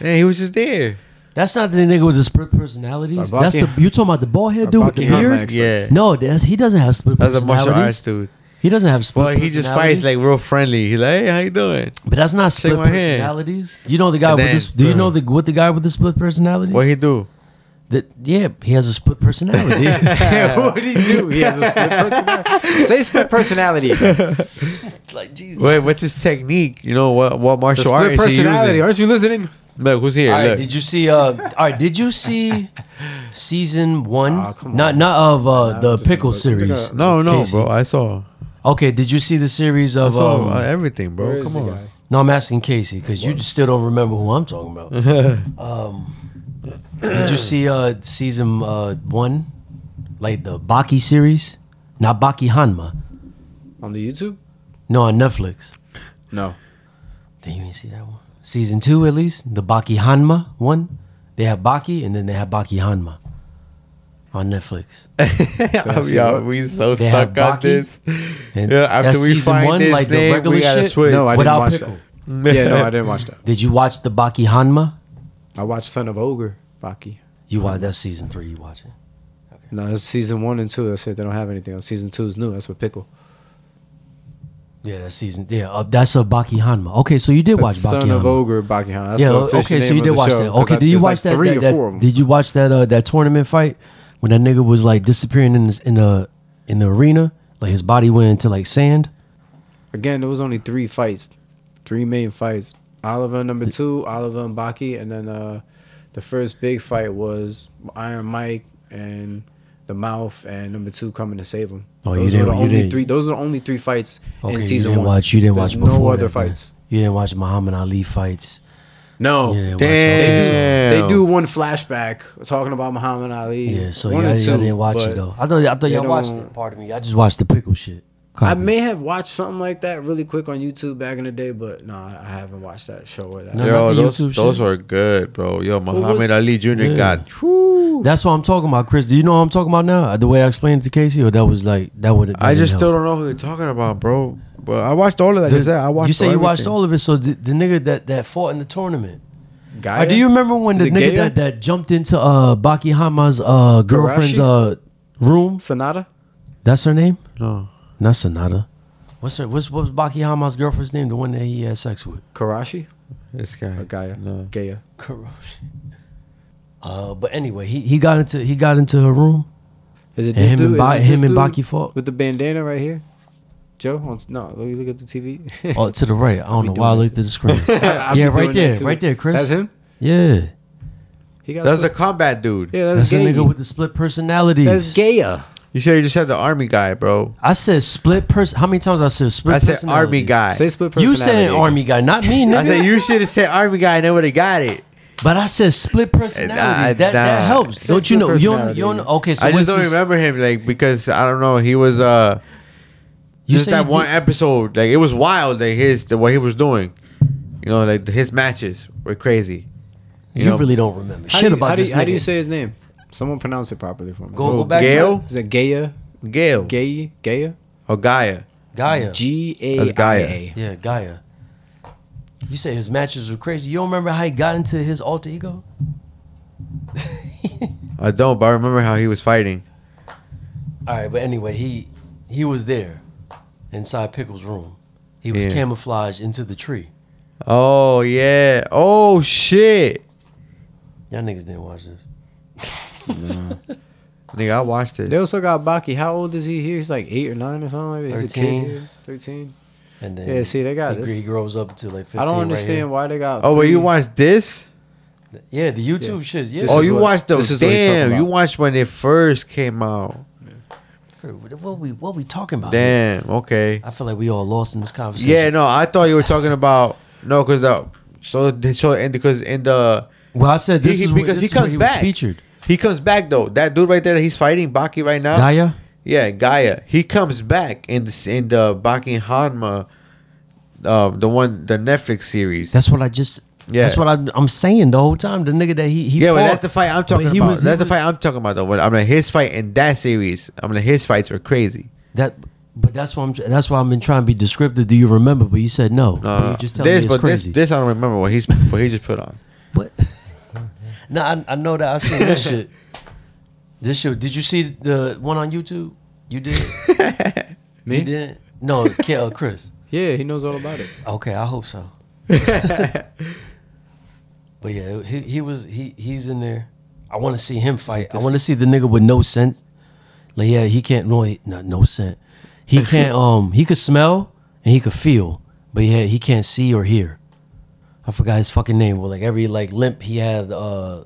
[SPEAKER 1] Yeah, he was just there.
[SPEAKER 2] that's not the nigga with the split personalities.
[SPEAKER 3] Sorry,
[SPEAKER 2] that's the
[SPEAKER 3] Baki-
[SPEAKER 2] you talking about the bald head dude with the
[SPEAKER 3] Baki Hama
[SPEAKER 2] beard.
[SPEAKER 3] experts.
[SPEAKER 1] Yeah.
[SPEAKER 2] No, that's, he doesn't have split
[SPEAKER 1] That's a
[SPEAKER 2] personalities.
[SPEAKER 1] martial arts dude.
[SPEAKER 2] He doesn't have split.
[SPEAKER 1] Well, he just fights
[SPEAKER 2] personalities.
[SPEAKER 1] like real friendly. He's like, hey, how you doing?
[SPEAKER 2] But that's not split
[SPEAKER 1] my hand.
[SPEAKER 2] personalities. You know the guy
[SPEAKER 1] And
[SPEAKER 2] with
[SPEAKER 1] then-
[SPEAKER 2] this. Do you know the what the guy with the split personality?
[SPEAKER 1] What he do?
[SPEAKER 2] that yeah, he has a
[SPEAKER 1] *laughs*
[SPEAKER 2] split personality. *laughs*
[SPEAKER 3] what did he do? He has a split *laughs* personality. Say split personality. The
[SPEAKER 2] like Jesus.
[SPEAKER 1] Wait, what's his technique? You know what? What martial art
[SPEAKER 3] split
[SPEAKER 1] is he
[SPEAKER 3] personality.
[SPEAKER 1] using?
[SPEAKER 3] Aren't you listening?
[SPEAKER 1] Look, who's here?
[SPEAKER 2] All right,
[SPEAKER 1] Look.
[SPEAKER 2] did you see? Uh, all right, did
[SPEAKER 1] *laughs*
[SPEAKER 2] you see season one?
[SPEAKER 3] Aw, Ah, come
[SPEAKER 2] not
[SPEAKER 3] on.
[SPEAKER 2] not of uh, the
[SPEAKER 3] just gonna-
[SPEAKER 2] pickle
[SPEAKER 3] I'm just
[SPEAKER 2] series.
[SPEAKER 1] no,
[SPEAKER 3] gonna-
[SPEAKER 1] no,
[SPEAKER 2] Casey.
[SPEAKER 1] bro. I saw.
[SPEAKER 2] Okay, did you see the series
[SPEAKER 1] I
[SPEAKER 2] of?
[SPEAKER 1] saw uh,
[SPEAKER 2] Um,
[SPEAKER 1] everything,
[SPEAKER 3] Where
[SPEAKER 1] bro.
[SPEAKER 3] is
[SPEAKER 1] Come
[SPEAKER 3] the
[SPEAKER 1] on.
[SPEAKER 3] guy?
[SPEAKER 2] no, I'm asking Casey because you still don't remember who I'm talking
[SPEAKER 1] *laughs*
[SPEAKER 2] about. um, did you see uh season uh one, like the Baki series? Not Baki Hanma.
[SPEAKER 3] On the YouTube?
[SPEAKER 2] No, on Netflix.
[SPEAKER 3] No.
[SPEAKER 2] Then you didn't see that one. Season two, at least the Baki Hanma one. They have Baki, and then they have Baki Hanma on Netflix.
[SPEAKER 1] *laughs* Yo, we so
[SPEAKER 2] They have
[SPEAKER 1] stuck on
[SPEAKER 2] Baki.
[SPEAKER 1] this. *laughs*
[SPEAKER 2] And
[SPEAKER 1] Yeah, after
[SPEAKER 2] that's
[SPEAKER 1] we
[SPEAKER 2] season
[SPEAKER 1] find
[SPEAKER 2] one,
[SPEAKER 1] this
[SPEAKER 2] like
[SPEAKER 1] name,
[SPEAKER 2] the regular
[SPEAKER 1] we gotta
[SPEAKER 2] shit.
[SPEAKER 1] switch.
[SPEAKER 3] No, I
[SPEAKER 2] Without
[SPEAKER 3] didn't watch
[SPEAKER 2] pickle.
[SPEAKER 3] that. Yeah, no, I didn't *laughs* watch that.
[SPEAKER 2] Did you watch the Baki Hanma?
[SPEAKER 3] I watched Son of Ogre, Baki.
[SPEAKER 2] You watch that's season three. You watch it.
[SPEAKER 3] No, it's season one and two. That's it. They don't have anything else. Season two is new. That's with Pickle.
[SPEAKER 2] Yeah, that's season. Yeah, uh, that's a Baki Hanma. Okay, so you did watch
[SPEAKER 3] Son
[SPEAKER 2] Baki
[SPEAKER 3] of
[SPEAKER 2] Hanma.
[SPEAKER 3] Ogre, Baki. Huh? That's
[SPEAKER 2] Yeah.
[SPEAKER 3] the
[SPEAKER 2] o-
[SPEAKER 3] official
[SPEAKER 2] Okay, so
[SPEAKER 3] name
[SPEAKER 2] you
[SPEAKER 3] of
[SPEAKER 2] did
[SPEAKER 3] the
[SPEAKER 2] watch
[SPEAKER 3] show,
[SPEAKER 2] that.
[SPEAKER 3] 'cause
[SPEAKER 2] Okay,
[SPEAKER 3] I-
[SPEAKER 2] did you
[SPEAKER 3] there's
[SPEAKER 2] watch
[SPEAKER 3] like
[SPEAKER 2] that?
[SPEAKER 3] Three
[SPEAKER 2] that-
[SPEAKER 3] or
[SPEAKER 2] that-
[SPEAKER 3] four of them.
[SPEAKER 2] Did you watch that? Uh, that tournament fight when that nigga was like disappearing in this, in the in the arena, like his body went into like sand.
[SPEAKER 3] Again, there was only three fights, three main fights. Oliver number two, Oliver and Baki, and then uh, the first big fight was Iron Mike and the Mouth, and number two coming to save him.
[SPEAKER 2] Oh, you
[SPEAKER 3] those
[SPEAKER 2] didn't-
[SPEAKER 3] Were the
[SPEAKER 2] you
[SPEAKER 3] only
[SPEAKER 2] didn't-
[SPEAKER 3] three. Those are the only three fights
[SPEAKER 2] Okay,
[SPEAKER 3] in
[SPEAKER 2] you
[SPEAKER 3] season
[SPEAKER 2] didn't
[SPEAKER 3] one.
[SPEAKER 2] watch. You didn't
[SPEAKER 3] There's
[SPEAKER 2] watch before.
[SPEAKER 3] No other
[SPEAKER 2] that, then.
[SPEAKER 3] fights.
[SPEAKER 2] You didn't watch Muhammad Ali fights.
[SPEAKER 3] No.
[SPEAKER 2] You didn't watch
[SPEAKER 1] Damn.
[SPEAKER 3] They do one flashback talking about Muhammad Ali.
[SPEAKER 2] Yeah, so
[SPEAKER 3] one
[SPEAKER 2] yeah,
[SPEAKER 3] or
[SPEAKER 2] I, I
[SPEAKER 3] two,
[SPEAKER 2] didn't watch
[SPEAKER 3] but
[SPEAKER 2] it though. I thought I thought
[SPEAKER 3] they
[SPEAKER 2] y'all watched
[SPEAKER 3] don't-
[SPEAKER 2] it. Pardon me. I just watched the pickle shit.
[SPEAKER 3] I
[SPEAKER 2] Copy.
[SPEAKER 3] may have watched something like that really quick on YouTube back in the day, but no, I haven't watched that show or that.
[SPEAKER 2] No.
[SPEAKER 1] Yo,
[SPEAKER 2] Not the
[SPEAKER 1] those
[SPEAKER 2] YouTube
[SPEAKER 1] those
[SPEAKER 2] shit.
[SPEAKER 1] were good, bro. Yo, Muhammad
[SPEAKER 3] was-
[SPEAKER 1] Ali Jr.
[SPEAKER 2] Yeah.
[SPEAKER 1] got whew.
[SPEAKER 2] That's what I'm talking about, Chris. Do you know what I'm talking about now? The way I explained it to Casey, or that was like that would.
[SPEAKER 1] I just still don't know who they're talking about, bro. But I watched all of that.
[SPEAKER 2] The-
[SPEAKER 1] Like I said, I watched.
[SPEAKER 2] you say you watched
[SPEAKER 1] everything.
[SPEAKER 2] all of it. So the, the nigga that that fought in the tournament.
[SPEAKER 3] Gaia?
[SPEAKER 2] Uh, do you remember when
[SPEAKER 3] Is
[SPEAKER 2] the
[SPEAKER 3] it
[SPEAKER 2] nigga
[SPEAKER 3] Gaia?
[SPEAKER 2] that, that jumped into uh Baki Hama's uh girlfriend's uh room?
[SPEAKER 3] Sonata?
[SPEAKER 2] That's her name.
[SPEAKER 1] No,
[SPEAKER 2] Not Sonata. What's her? What's what's Baki Hama's girlfriend's name? The one that he had sex with.
[SPEAKER 3] Karashi?
[SPEAKER 1] this guy.
[SPEAKER 3] Or Gaia?
[SPEAKER 1] No.
[SPEAKER 3] Gaia.
[SPEAKER 2] Corrosion. Uh, but anyway, he, he got into he got into her room
[SPEAKER 3] Is it
[SPEAKER 2] and
[SPEAKER 3] this
[SPEAKER 2] him
[SPEAKER 3] dude?
[SPEAKER 2] and
[SPEAKER 3] Is
[SPEAKER 2] ba-
[SPEAKER 3] it
[SPEAKER 2] him
[SPEAKER 3] this dude
[SPEAKER 2] and Baki fought.
[SPEAKER 3] With the bandana right here? Joe, on, no, look, look at the TV.
[SPEAKER 2] Oh, to the right. I don't
[SPEAKER 3] We
[SPEAKER 2] know why I
[SPEAKER 3] doing
[SPEAKER 2] looked at the screen.
[SPEAKER 3] *laughs*
[SPEAKER 2] *laughs*
[SPEAKER 3] I'll
[SPEAKER 2] yeah,
[SPEAKER 3] be doing
[SPEAKER 2] right
[SPEAKER 3] that
[SPEAKER 2] there,
[SPEAKER 3] too.
[SPEAKER 2] right there, Chris.
[SPEAKER 3] That's him.
[SPEAKER 2] Yeah,
[SPEAKER 3] He got
[SPEAKER 1] That's the
[SPEAKER 3] split-
[SPEAKER 1] combat dude.
[SPEAKER 3] yeah. That's,
[SPEAKER 2] that's a
[SPEAKER 3] gay.
[SPEAKER 2] nigga with the split personalities.
[SPEAKER 3] That's Gaia.
[SPEAKER 1] You should have just said the army guy, bro.
[SPEAKER 2] I said split person. How many times I said split?
[SPEAKER 1] I said
[SPEAKER 2] personalities?
[SPEAKER 1] army guy.
[SPEAKER 3] Say split
[SPEAKER 2] You
[SPEAKER 3] personality.
[SPEAKER 2] saying army guy, not me,
[SPEAKER 1] *laughs*
[SPEAKER 2] nigga.
[SPEAKER 1] I said you should have said army guy. and I would have got it.
[SPEAKER 2] but I said split personalities. that, that
[SPEAKER 1] nah.
[SPEAKER 2] helps.
[SPEAKER 3] Said
[SPEAKER 2] Don't you
[SPEAKER 3] split
[SPEAKER 2] know? You don't, you don't,
[SPEAKER 3] personality.
[SPEAKER 2] okay, so
[SPEAKER 1] I just
[SPEAKER 2] what's
[SPEAKER 1] don't
[SPEAKER 2] this-
[SPEAKER 1] remember him like because I don't know. He was uh,
[SPEAKER 2] You
[SPEAKER 1] just
[SPEAKER 2] said
[SPEAKER 1] that
[SPEAKER 2] you
[SPEAKER 1] one
[SPEAKER 2] did-
[SPEAKER 1] episode. Like it was wild. Like his the, what he was doing. You know, like his matches were crazy.
[SPEAKER 2] You,
[SPEAKER 1] You, know,
[SPEAKER 2] really don't remember
[SPEAKER 3] How
[SPEAKER 2] shit
[SPEAKER 3] do you,
[SPEAKER 2] about
[SPEAKER 3] how do
[SPEAKER 2] this.
[SPEAKER 3] you, how do you
[SPEAKER 2] nigga.
[SPEAKER 3] say his name? Someone pronounce it properly for me.
[SPEAKER 2] Go- go
[SPEAKER 1] Who,
[SPEAKER 2] back to
[SPEAKER 1] Gale,
[SPEAKER 3] Is it Gaia?
[SPEAKER 1] Gail,
[SPEAKER 3] Gaia? Gaia?
[SPEAKER 1] or Gaia.
[SPEAKER 2] Gaia?
[SPEAKER 3] G
[SPEAKER 1] That's
[SPEAKER 3] A I
[SPEAKER 1] Gaia.
[SPEAKER 3] A.
[SPEAKER 2] yeah, Gaia. You say his matches were crazy. You don't remember how he got into his alter ego?
[SPEAKER 1] I don't, but I remember how he was fighting.
[SPEAKER 2] All right, but anyway, he he was there inside Pickle's room. He was
[SPEAKER 1] Yeah.
[SPEAKER 2] camouflaged into the tree.
[SPEAKER 1] Oh yeah. Oh shit.
[SPEAKER 2] Y'all niggas didn't watch this.
[SPEAKER 1] Nigga, I watched it.
[SPEAKER 3] They also got Baki. How old is he here? He's like eight or nine or something like that. He's a kid
[SPEAKER 2] 13.
[SPEAKER 3] here. Thirteen.
[SPEAKER 2] And then
[SPEAKER 3] Yeah, see, they got
[SPEAKER 2] he,
[SPEAKER 3] this.
[SPEAKER 2] gr- he grows up to like 15
[SPEAKER 3] I don't
[SPEAKER 2] right
[SPEAKER 3] understand
[SPEAKER 2] here.
[SPEAKER 3] why they got.
[SPEAKER 1] Oh, wait, you
[SPEAKER 3] three-
[SPEAKER 1] watched this?
[SPEAKER 2] yeah, the YouTube shit. Yeah.
[SPEAKER 3] This
[SPEAKER 1] oh,
[SPEAKER 3] is
[SPEAKER 1] you
[SPEAKER 3] what-
[SPEAKER 1] watched
[SPEAKER 3] this
[SPEAKER 1] those.
[SPEAKER 3] is what he's talking
[SPEAKER 1] Damn, you
[SPEAKER 3] about.
[SPEAKER 1] watched when it first came out.
[SPEAKER 2] What what we what we talking
[SPEAKER 3] Uh,
[SPEAKER 2] about?
[SPEAKER 1] Damn. Okay.
[SPEAKER 2] I feel like we all lost in this conversation.
[SPEAKER 1] Yeah. No, I thought you were talking about no, because uh, so the so and because in the
[SPEAKER 2] Well, I said
[SPEAKER 1] He-
[SPEAKER 2] this
[SPEAKER 1] he-
[SPEAKER 2] is where-
[SPEAKER 1] because
[SPEAKER 2] this
[SPEAKER 1] he
[SPEAKER 2] is where
[SPEAKER 1] comes
[SPEAKER 2] was
[SPEAKER 1] back.
[SPEAKER 2] featured.
[SPEAKER 1] he comes back though. That dude right there, that he's fighting Baki right now.
[SPEAKER 2] Gaia.
[SPEAKER 1] Yeah, Gaia. He comes back in the in the Baki and Hanma, um, the one the Netflix series.
[SPEAKER 2] That's what I just.
[SPEAKER 1] Yeah.
[SPEAKER 2] That's what I'm, I'm saying the whole time. The nigga that he he
[SPEAKER 1] yeah,
[SPEAKER 2] fought,
[SPEAKER 1] well, that's the fight I'm
[SPEAKER 2] but
[SPEAKER 1] talking
[SPEAKER 2] he
[SPEAKER 1] about.
[SPEAKER 2] was- he
[SPEAKER 1] that's the
[SPEAKER 2] was-
[SPEAKER 1] fight I'm talking about though. When, I mean, his fight in that series. I mean, his fights were crazy.
[SPEAKER 2] That, but that's why I'm. tr- That's why I've been trying to be descriptive. Do you remember? But you said no.
[SPEAKER 1] No,
[SPEAKER 2] But
[SPEAKER 1] no,
[SPEAKER 2] you just telling
[SPEAKER 1] Uh, this,
[SPEAKER 2] me it's
[SPEAKER 1] but
[SPEAKER 2] crazy.
[SPEAKER 1] this, this I don't remember what he's what he just put
[SPEAKER 2] *laughs*
[SPEAKER 1] on.
[SPEAKER 2] But no, I, I know that I seen this shit. This shit. Did you see the one on YouTube? You did.
[SPEAKER 3] Me?
[SPEAKER 2] You did. No, K- uh, Chris.
[SPEAKER 3] Yeah, he knows all about it.
[SPEAKER 2] Okay, I hope so. but yeah, he he was he he's in there. I want to see him fight. I want to see the nigga with no scent. Like yeah, he can't really not no scent. He can't um he could smell and he could feel, but yeah, he can't see or hear. I forgot his fucking name. Well, like every like limp he had. uh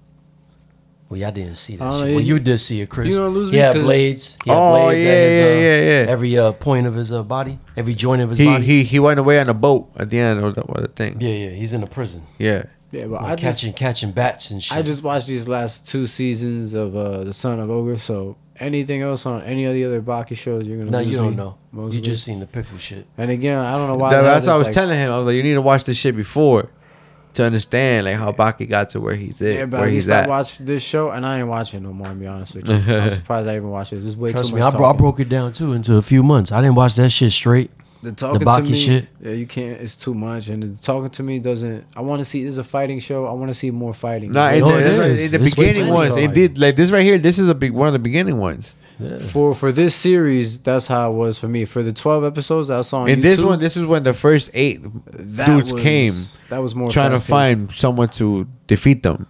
[SPEAKER 2] Well, y'all didn't see that.
[SPEAKER 3] I don't
[SPEAKER 2] shit.
[SPEAKER 3] know,
[SPEAKER 2] well,
[SPEAKER 3] you-
[SPEAKER 2] you, did see it, Chris.
[SPEAKER 3] you gonna lose me
[SPEAKER 2] Yeah,
[SPEAKER 3] 'cause-
[SPEAKER 2] blades. He had
[SPEAKER 1] Oh,
[SPEAKER 2] blades at
[SPEAKER 1] yeah,
[SPEAKER 2] his,
[SPEAKER 1] yeah,
[SPEAKER 2] uh,
[SPEAKER 1] yeah, yeah.
[SPEAKER 2] Every uh, point of his uh, body, every joint of his
[SPEAKER 1] He
[SPEAKER 2] body.
[SPEAKER 1] he he went away on a boat at the end of the, of the thing.
[SPEAKER 2] Yeah, yeah, he's in a prison.
[SPEAKER 1] Yeah.
[SPEAKER 3] Yeah, but
[SPEAKER 2] Like
[SPEAKER 3] I just
[SPEAKER 2] catching catching bats and shit.
[SPEAKER 3] I just watched these last two seasons of uh, the Son of Ogre. So anything else on any of the other Baki shows, you're gonna.
[SPEAKER 2] no,
[SPEAKER 3] lose
[SPEAKER 2] you don't
[SPEAKER 3] me,
[SPEAKER 2] know.
[SPEAKER 3] mostly.
[SPEAKER 2] You just seen the pickle shit.
[SPEAKER 3] And again, I don't know why.
[SPEAKER 1] That-
[SPEAKER 3] they have
[SPEAKER 1] that's what I was
[SPEAKER 3] this, like-
[SPEAKER 1] telling him. I was like, you need to watch this shit before to understand like how Baki got to where he's at,
[SPEAKER 3] Yeah, but
[SPEAKER 1] where
[SPEAKER 3] at least
[SPEAKER 1] he's
[SPEAKER 3] I
[SPEAKER 1] at.
[SPEAKER 3] watched this show, and I ain't watching no more. To be honest
[SPEAKER 2] *laughs*
[SPEAKER 3] with you, I'm surprised I even watched it. There's way
[SPEAKER 2] Trust
[SPEAKER 3] too
[SPEAKER 2] me,
[SPEAKER 3] much.
[SPEAKER 2] I, bro- I
[SPEAKER 3] talking.
[SPEAKER 2] broke it down too into a few months. I didn't watch that shit straight.
[SPEAKER 3] the talking
[SPEAKER 2] Baki
[SPEAKER 3] to me,
[SPEAKER 2] shit.
[SPEAKER 3] Yeah, you can't. It's too much, and the talking to me doesn't. I want to see. This is a fighting show. I want to see more fighting.
[SPEAKER 1] No, in
[SPEAKER 2] No,
[SPEAKER 1] the,
[SPEAKER 2] oh, it
[SPEAKER 1] that's right,
[SPEAKER 2] is.
[SPEAKER 1] in the
[SPEAKER 2] It's way
[SPEAKER 1] beginning
[SPEAKER 2] too
[SPEAKER 1] ones,
[SPEAKER 3] much.
[SPEAKER 1] it did like this right here. This is a big one of the beginning ones.
[SPEAKER 3] for for this series, that's how it was for me. For the 12 episodes I saw on
[SPEAKER 1] In this
[SPEAKER 3] YouTube,
[SPEAKER 1] one, this is when the first eight
[SPEAKER 3] that
[SPEAKER 1] dudes
[SPEAKER 3] was-
[SPEAKER 1] came
[SPEAKER 3] That was more
[SPEAKER 1] trying to
[SPEAKER 3] fast-paced,
[SPEAKER 1] find someone to defeat them.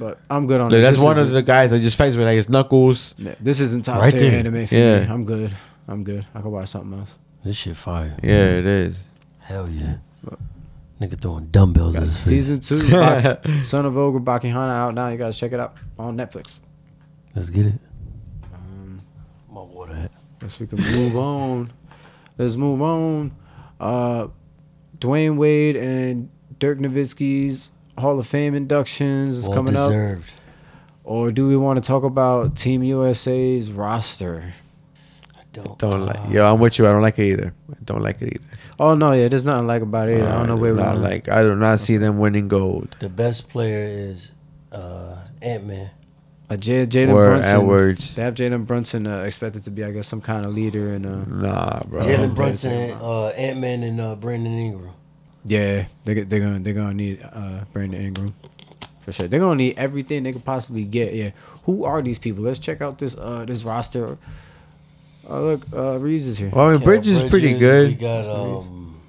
[SPEAKER 3] But I'm good on
[SPEAKER 1] Like,
[SPEAKER 3] this.
[SPEAKER 1] that's
[SPEAKER 3] This
[SPEAKER 1] one of
[SPEAKER 3] isn't-
[SPEAKER 1] the guys that just fights with like his knuckles.
[SPEAKER 3] This isn't top
[SPEAKER 2] Right
[SPEAKER 3] tier
[SPEAKER 2] there.
[SPEAKER 3] anime for
[SPEAKER 1] Yeah.
[SPEAKER 3] me. I'm good. I'm good. I could watch something else.
[SPEAKER 2] This shit fire.
[SPEAKER 3] Mm.
[SPEAKER 1] Yeah, it is.
[SPEAKER 2] Hell yeah. Nigga throwing dumbbells at his face.
[SPEAKER 3] Season two,
[SPEAKER 1] *laughs*
[SPEAKER 3] Bak- Son of Ogre Bakihana out now. You gotta check it out on Netflix.
[SPEAKER 2] Let's get it.
[SPEAKER 3] Um,
[SPEAKER 2] My water hat.
[SPEAKER 3] Guess we can
[SPEAKER 1] *laughs*
[SPEAKER 3] move on. Let's move on. Uh, Dwayne Wade and Dirk Nowitzki's Hall of Fame inductions is
[SPEAKER 2] Well
[SPEAKER 3] coming up.
[SPEAKER 2] deserved.
[SPEAKER 3] Or do we want to talk about Team USA's roster?
[SPEAKER 2] I don't.
[SPEAKER 1] Don't like. Yo, I'm with you. I don't like it either. I don't like it either.
[SPEAKER 3] Oh no, yeah, there's nothing like about it. I don't know
[SPEAKER 1] do
[SPEAKER 3] where we're
[SPEAKER 1] Uh, not
[SPEAKER 3] going.
[SPEAKER 1] like. I do not see them winning gold
[SPEAKER 2] The best player is uh, Ant Man.
[SPEAKER 3] Uh, J- Jalen
[SPEAKER 1] or
[SPEAKER 3] Brunson.
[SPEAKER 1] Edwards.
[SPEAKER 3] They have Jalen Brunson uh, expected to be, I guess, some kind of leader and uh,
[SPEAKER 1] Nah, bro.
[SPEAKER 2] Jalen
[SPEAKER 3] Oh,
[SPEAKER 2] Brunson,
[SPEAKER 3] yeah.
[SPEAKER 2] uh, Ant Man, and uh, Brandon Ingram.
[SPEAKER 3] yeah, they they're gonna they're gonna need uh, Brandon Ingram for sure. They're gonna need everything they could possibly get. Yeah, who are these people? Let's check out this uh this roster. Oh look, uh, Reeves is here.
[SPEAKER 1] Well, I mean,
[SPEAKER 2] Cal
[SPEAKER 1] Bridges is pretty
[SPEAKER 2] Bridges, We
[SPEAKER 1] good.
[SPEAKER 2] got um,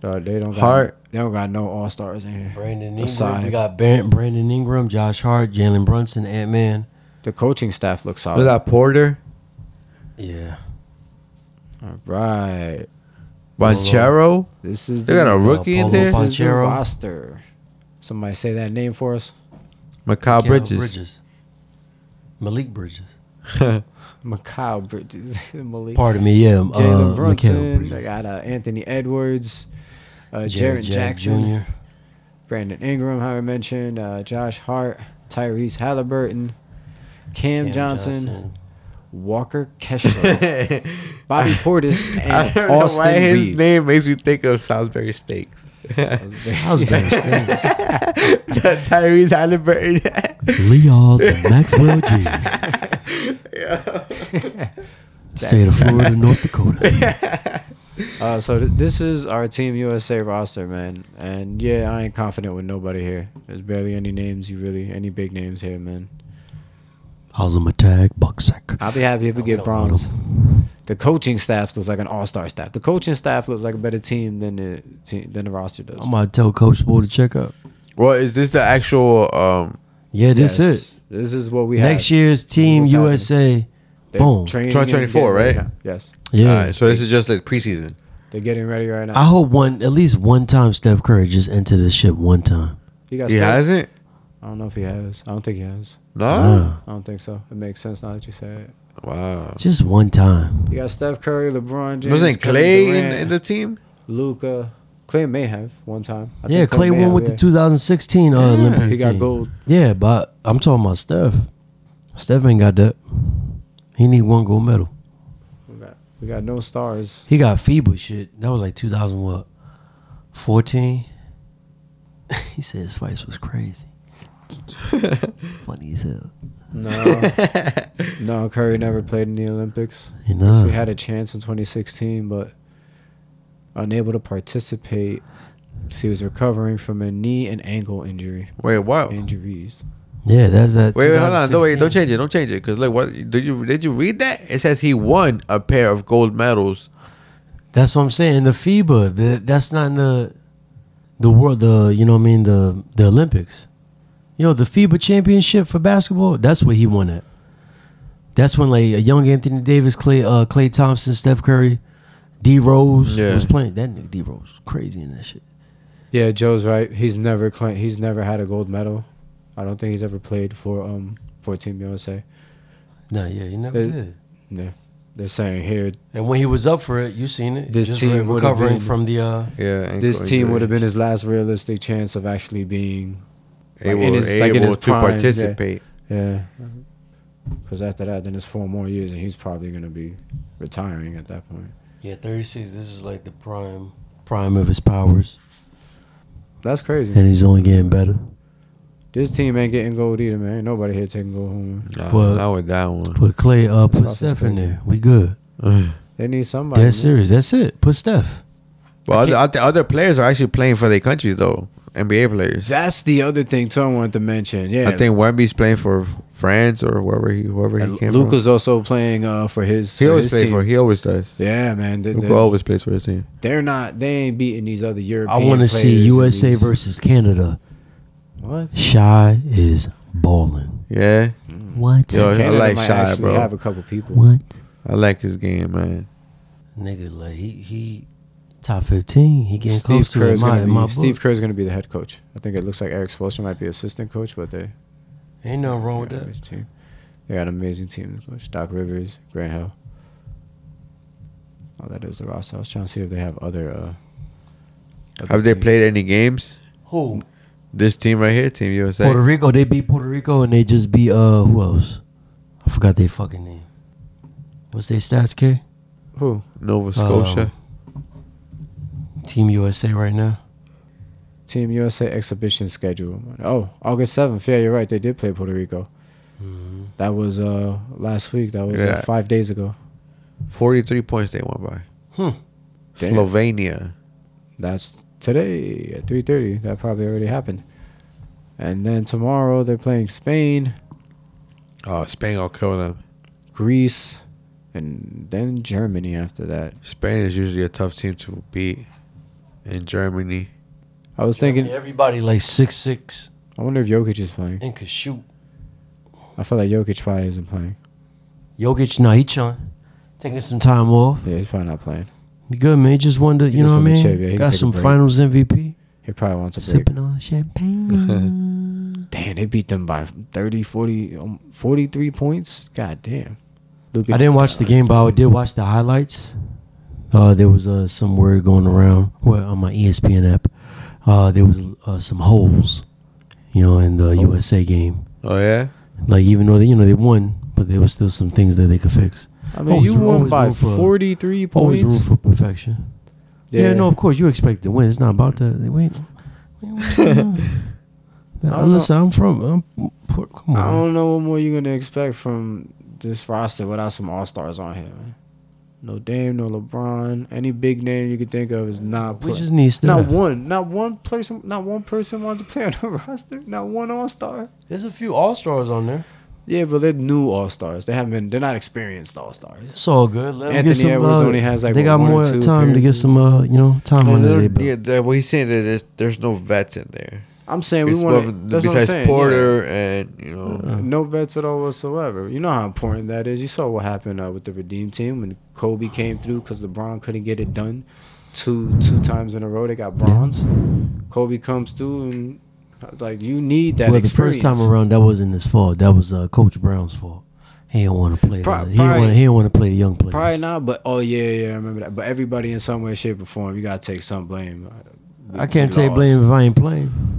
[SPEAKER 3] Dog, they don't got
[SPEAKER 1] Hart.
[SPEAKER 3] they don't got no all stars in here.
[SPEAKER 2] Brandon Ingram.
[SPEAKER 3] Aside.
[SPEAKER 2] We got Bar- Brandon Ingram, Josh Hart, Jalen Brunson, Ant Man.
[SPEAKER 3] The coaching staff looks
[SPEAKER 1] Look
[SPEAKER 3] solid.
[SPEAKER 2] uh,
[SPEAKER 1] at Porter.
[SPEAKER 2] Yeah.
[SPEAKER 3] All right,
[SPEAKER 1] Banchero.
[SPEAKER 3] This is
[SPEAKER 1] They got a rookie in
[SPEAKER 2] Pablo
[SPEAKER 1] there.
[SPEAKER 3] this is the
[SPEAKER 2] Banchero.
[SPEAKER 3] roster. Somebody say that name for us.
[SPEAKER 1] Mikal Bridges.
[SPEAKER 2] Malik Bridges.
[SPEAKER 3] Mikal Bridges, *laughs* Malik,
[SPEAKER 2] Pardon me, yeah. um,
[SPEAKER 3] Jalen
[SPEAKER 2] uh, Mikal
[SPEAKER 3] Brunson.
[SPEAKER 2] Bridges.
[SPEAKER 3] They got uh, Anthony Edwards, uh,
[SPEAKER 2] Jarrett
[SPEAKER 3] Jaron
[SPEAKER 2] Jack
[SPEAKER 3] Jackson,
[SPEAKER 2] Jr.
[SPEAKER 3] Brandon Ingram, how I mentioned, uh, Josh Hart, Tyrese Halliburton, Cam,
[SPEAKER 2] Cam
[SPEAKER 3] Johnson,
[SPEAKER 1] *laughs*
[SPEAKER 3] Walker Kessler, *laughs* Bobby Portis,
[SPEAKER 1] I
[SPEAKER 3] and
[SPEAKER 1] don't know
[SPEAKER 3] Austin
[SPEAKER 1] why his
[SPEAKER 3] Reeves.
[SPEAKER 1] name makes me think of Salisbury Steaks.
[SPEAKER 2] Salisbury
[SPEAKER 3] *laughs*
[SPEAKER 2] Steaks.
[SPEAKER 1] *laughs* That Tyrese Halliburton.
[SPEAKER 2] Leos and Maxwell G's. *laughs* State of Florida, North Dakota.
[SPEAKER 3] Uh, so th- this is our Team USA roster, man. And yeah, I ain't confident with nobody here. There's barely any names you really, any big names here, man.
[SPEAKER 2] How's him attack? Bucksack.
[SPEAKER 3] I'll be happy if we
[SPEAKER 2] don't
[SPEAKER 3] get
[SPEAKER 2] want
[SPEAKER 3] bronze. The coaching staff looks like an all-star staff. The coaching staff looks like a better team than the team, than the roster does.
[SPEAKER 2] I'm about to tell Coach Bull to check up.
[SPEAKER 1] *laughs* well, is this the actual? Um,
[SPEAKER 2] Yeah, that's
[SPEAKER 3] Yes.
[SPEAKER 2] it.
[SPEAKER 3] This is what we have.
[SPEAKER 2] Next year's Team
[SPEAKER 3] What's happening?
[SPEAKER 2] USA.
[SPEAKER 3] They're
[SPEAKER 2] boom.
[SPEAKER 3] training
[SPEAKER 1] 2024,
[SPEAKER 3] and getting
[SPEAKER 1] right?
[SPEAKER 3] ready now. Yes,
[SPEAKER 2] Yeah.
[SPEAKER 1] alright, so this is just like preseason.
[SPEAKER 3] they're getting ready right now.
[SPEAKER 2] I hope one at least one time Steph Curry just entered this shit one time.
[SPEAKER 3] He got
[SPEAKER 1] He
[SPEAKER 3] Steph?
[SPEAKER 1] hasn't.
[SPEAKER 3] I don't know if he has. I don't think he has.
[SPEAKER 1] No.
[SPEAKER 2] Ah,
[SPEAKER 3] I don't think so. It makes sense now that you say it.
[SPEAKER 1] Wow.
[SPEAKER 2] just one time.
[SPEAKER 3] You got Steph Curry, LeBron James,
[SPEAKER 1] Wasn't
[SPEAKER 3] Kevin
[SPEAKER 1] Clay in,
[SPEAKER 3] Durant,
[SPEAKER 1] in the team?
[SPEAKER 3] Luca. Clay may have one time. I
[SPEAKER 2] yeah,
[SPEAKER 3] think
[SPEAKER 2] Clay
[SPEAKER 3] may
[SPEAKER 2] won
[SPEAKER 3] have,
[SPEAKER 2] with
[SPEAKER 3] yeah.
[SPEAKER 2] the 2016 uh,
[SPEAKER 3] *laughs*
[SPEAKER 2] Olympic
[SPEAKER 3] He got
[SPEAKER 2] team.
[SPEAKER 3] gold.
[SPEAKER 2] Yeah, but I'm talking about Steph. Steph ain't got that. He need one gold medal.
[SPEAKER 3] We got, we got no stars.
[SPEAKER 2] He got FIBA shit. That was like 2000 what? 14. *laughs* he said his fights was crazy. Funny as hell.
[SPEAKER 3] No, no. Curry never played in the Olympics.
[SPEAKER 2] You
[SPEAKER 3] So
[SPEAKER 2] know.
[SPEAKER 3] he had a chance in 2016, but unable to participate. He was recovering from a knee and ankle injury.
[SPEAKER 1] Wait, what? Wait,
[SPEAKER 3] Injuries.
[SPEAKER 2] yeah, that's that.
[SPEAKER 1] wait, hold on. Don't wait,
[SPEAKER 2] 2016.
[SPEAKER 1] don't change it. Don't change it. Cause look, what did you did you read that? It says he won a pair of gold medals.
[SPEAKER 2] That's what I'm saying. The FIBA. th- That's not in the the world. The you know what I mean. The the Olympics. You know the FIBA championship for basketball. That's what he won at. That's when like a young Anthony Davis, Clay, uh, Clay Thompson, Steph Curry, D Rose
[SPEAKER 1] Yeah.
[SPEAKER 2] was playing. That nigga D Rose was crazy in that shit.
[SPEAKER 3] Yeah, Joe's right. He's never claimed, he's never had a gold medal. I don't think he's ever played for um for Team USA.
[SPEAKER 2] No, yeah, he never
[SPEAKER 3] Uh,
[SPEAKER 2] did.
[SPEAKER 3] Yeah. They're saying here
[SPEAKER 2] And when he was up for it, you seen it.
[SPEAKER 3] This
[SPEAKER 2] Just
[SPEAKER 3] team
[SPEAKER 2] re-
[SPEAKER 3] would've
[SPEAKER 2] recovering
[SPEAKER 3] been-
[SPEAKER 2] from the. Uh,
[SPEAKER 1] Yeah.
[SPEAKER 3] this team would have been his last realistic chance of actually being like,
[SPEAKER 1] able,
[SPEAKER 3] in his- like,
[SPEAKER 1] able
[SPEAKER 3] in his
[SPEAKER 1] to
[SPEAKER 3] prime, yeah.
[SPEAKER 1] participate.
[SPEAKER 3] yeah. Because after that, then it's four more years, and he's probably gonna be retiring at that point.
[SPEAKER 2] yeah, 36. This is like the prime prime of his powers,
[SPEAKER 3] That's crazy.
[SPEAKER 2] and he's only getting better.
[SPEAKER 3] This team ain't getting gold either, man. Ain't nobody here taking gold home. Man.
[SPEAKER 1] Nah,
[SPEAKER 2] But-
[SPEAKER 1] not with that one.
[SPEAKER 2] Put Clay, uh,
[SPEAKER 3] That's
[SPEAKER 2] put
[SPEAKER 3] also
[SPEAKER 2] Steph in
[SPEAKER 3] crazy.
[SPEAKER 2] there. We good.
[SPEAKER 3] They need somebody.
[SPEAKER 2] That's
[SPEAKER 3] man.
[SPEAKER 2] serious. That's it. Put Steph.
[SPEAKER 1] But
[SPEAKER 2] I
[SPEAKER 1] other,
[SPEAKER 2] can't-
[SPEAKER 1] other other players are actually playing for their countries though. NBA players.
[SPEAKER 3] That's the other thing too. I wanted to mention. Yeah,
[SPEAKER 1] I think Wemby's playing for France or wherever he whoever he came
[SPEAKER 3] Luca's also playing uh, for his.
[SPEAKER 1] from. He
[SPEAKER 3] for
[SPEAKER 1] always
[SPEAKER 3] his
[SPEAKER 1] plays
[SPEAKER 3] team.
[SPEAKER 1] for. He always does.
[SPEAKER 3] Yeah, man. They,
[SPEAKER 1] Luca always plays for his team.
[SPEAKER 3] are not. They ain't beating these other
[SPEAKER 2] I
[SPEAKER 3] European.
[SPEAKER 2] want to see
[SPEAKER 3] players and
[SPEAKER 2] USA
[SPEAKER 3] these-
[SPEAKER 2] versus Canada.
[SPEAKER 3] What?
[SPEAKER 2] Shy is balling.
[SPEAKER 1] Yeah,
[SPEAKER 2] What?
[SPEAKER 1] Yo, I
[SPEAKER 3] Canada
[SPEAKER 1] like
[SPEAKER 3] might
[SPEAKER 1] Shy,
[SPEAKER 3] actually
[SPEAKER 1] bro.
[SPEAKER 3] Have a couple people.
[SPEAKER 2] What?
[SPEAKER 1] I like his game, man.
[SPEAKER 2] Nigga, like he he top fifteen. He getting
[SPEAKER 3] Steve
[SPEAKER 2] close to it.
[SPEAKER 3] Kerr's
[SPEAKER 2] in My,
[SPEAKER 3] gonna
[SPEAKER 2] in
[SPEAKER 3] be,
[SPEAKER 2] my
[SPEAKER 3] Steve
[SPEAKER 2] book.
[SPEAKER 3] Kerr's gonna be the head coach. I think it looks like Eric Spoelstra might be assistant coach, but they
[SPEAKER 2] Ain't nothing wrong with
[SPEAKER 3] got an
[SPEAKER 2] that.
[SPEAKER 3] amazing team. They got an amazing team to coach. Doc Rivers, Grant Hill. Oh, that is the roster. I was trying to see if they have other. Uh, other
[SPEAKER 1] Have they
[SPEAKER 3] teams.
[SPEAKER 1] played any games?
[SPEAKER 2] Who?
[SPEAKER 1] This team right here, Team USA.
[SPEAKER 2] Puerto Rico. They beat Puerto Rico and they just beat uh who else? I forgot their fucking name. What's their stats, K?
[SPEAKER 3] Who?
[SPEAKER 1] Nova Scotia.
[SPEAKER 2] Team USA right now.
[SPEAKER 3] Team USA exhibition schedule. Oh, August seventh. Yeah, you're right. They did play Puerto Rico.
[SPEAKER 2] Mm-hmm.
[SPEAKER 3] That was uh last week. That was
[SPEAKER 1] Yeah.
[SPEAKER 3] uh, five days ago.
[SPEAKER 1] 43 points they won by.
[SPEAKER 2] Hmm.
[SPEAKER 3] Damn.
[SPEAKER 1] Slovenia.
[SPEAKER 3] That's today at three thirty. That probably already happened. And then tomorrow they're playing Spain,
[SPEAKER 1] Oh, Spain will kill them.
[SPEAKER 3] Greece, and then Germany after that.
[SPEAKER 1] Spain is usually a tough team to beat. And Germany.
[SPEAKER 3] I was thinking.
[SPEAKER 2] everybody like six six
[SPEAKER 3] I wonder if Jokic is playing.
[SPEAKER 2] and could shoot.
[SPEAKER 3] I feel like Jokic probably isn't playing.
[SPEAKER 2] Jokic, nah, he chilling. Taking some time off.
[SPEAKER 3] Yeah, he's probably not playing.
[SPEAKER 2] You good, man? Just wanted, to,
[SPEAKER 3] He
[SPEAKER 2] you
[SPEAKER 3] just
[SPEAKER 2] know what I
[SPEAKER 3] wanted to
[SPEAKER 2] mean?
[SPEAKER 3] chill, yeah, he can
[SPEAKER 2] Got
[SPEAKER 3] take a
[SPEAKER 2] some
[SPEAKER 3] break.
[SPEAKER 2] Finals MVP.
[SPEAKER 3] He probably wants a break.
[SPEAKER 2] Sipping on
[SPEAKER 3] *laughs*
[SPEAKER 2] champagne.
[SPEAKER 3] Damn, they beat them by 30, 40, um, 43 points. God damn. Look
[SPEAKER 2] I didn't watch the game, but I did watch the highlights. Uh, there was uh, some word going around well, on my E ESPN app. Uh, there was uh, some holes, you know, in the USA game.
[SPEAKER 1] Oh yeah.
[SPEAKER 2] Like even though they, you know they won, but there was still some things that they could fix.
[SPEAKER 3] I mean,
[SPEAKER 2] Always-
[SPEAKER 3] you won
[SPEAKER 2] always
[SPEAKER 3] by
[SPEAKER 2] room for-
[SPEAKER 3] 43
[SPEAKER 2] Always
[SPEAKER 3] points.
[SPEAKER 2] room for perfection. Yeah. no, of course you expect to win. It's not about that. They wait.
[SPEAKER 3] know.
[SPEAKER 2] Listen, I'm from. I'm, poor- come
[SPEAKER 3] I
[SPEAKER 2] on.
[SPEAKER 3] don't know what more you're gonna expect from this roster without some all stars on here. Man. No Dame, no LeBron, any big name you could think of is not.
[SPEAKER 2] We
[SPEAKER 3] play-
[SPEAKER 2] just need
[SPEAKER 3] not
[SPEAKER 2] stuff.
[SPEAKER 3] one, not one person, not one person wants to play on the *laughs* roster. Not one all star.
[SPEAKER 2] There's a few all stars on there.
[SPEAKER 3] Yeah, but they're new all stars. They haven't been. They're not experienced all stars.
[SPEAKER 2] It's all good. Let 'em
[SPEAKER 3] Anthony
[SPEAKER 2] get some,
[SPEAKER 3] Edwards
[SPEAKER 2] uh,
[SPEAKER 3] only has, like,
[SPEAKER 2] they
[SPEAKER 3] what,
[SPEAKER 2] got
[SPEAKER 3] one or
[SPEAKER 2] more
[SPEAKER 3] two
[SPEAKER 2] time to get
[SPEAKER 3] appearances?
[SPEAKER 2] some uh you know time
[SPEAKER 1] Oh,
[SPEAKER 2] on their
[SPEAKER 1] there-
[SPEAKER 2] belt.
[SPEAKER 1] yeah, that, well, he's saying that there's, there's no vets in there.
[SPEAKER 3] I'm saying we
[SPEAKER 1] It's
[SPEAKER 3] want.
[SPEAKER 1] one-
[SPEAKER 3] That's what I'm
[SPEAKER 1] besides
[SPEAKER 3] saying. yeah.
[SPEAKER 1] Porter and you know.
[SPEAKER 3] No vets at all whatsoever. You know how important that is. You saw what happened uh, with the Redeem team when Kobe came through because LeBron couldn't get it done two two times in a row. They got bronze. Kobe comes through and like you need that.
[SPEAKER 2] well,
[SPEAKER 3] experience.
[SPEAKER 2] the first time around, that wasn't his fault. That was uh, Coach Brown's fault. He didn't want to play.
[SPEAKER 3] Prob-
[SPEAKER 2] the, he didn't
[SPEAKER 3] probably-
[SPEAKER 2] wanna- he didn't want to play the young players.
[SPEAKER 3] Probably not, but oh yeah, yeah, I remember that. But everybody in some way, shape, or form, you gotta take some blame. We-
[SPEAKER 2] I can't
[SPEAKER 3] we
[SPEAKER 2] take
[SPEAKER 3] lost.
[SPEAKER 2] blame if I ain't playing.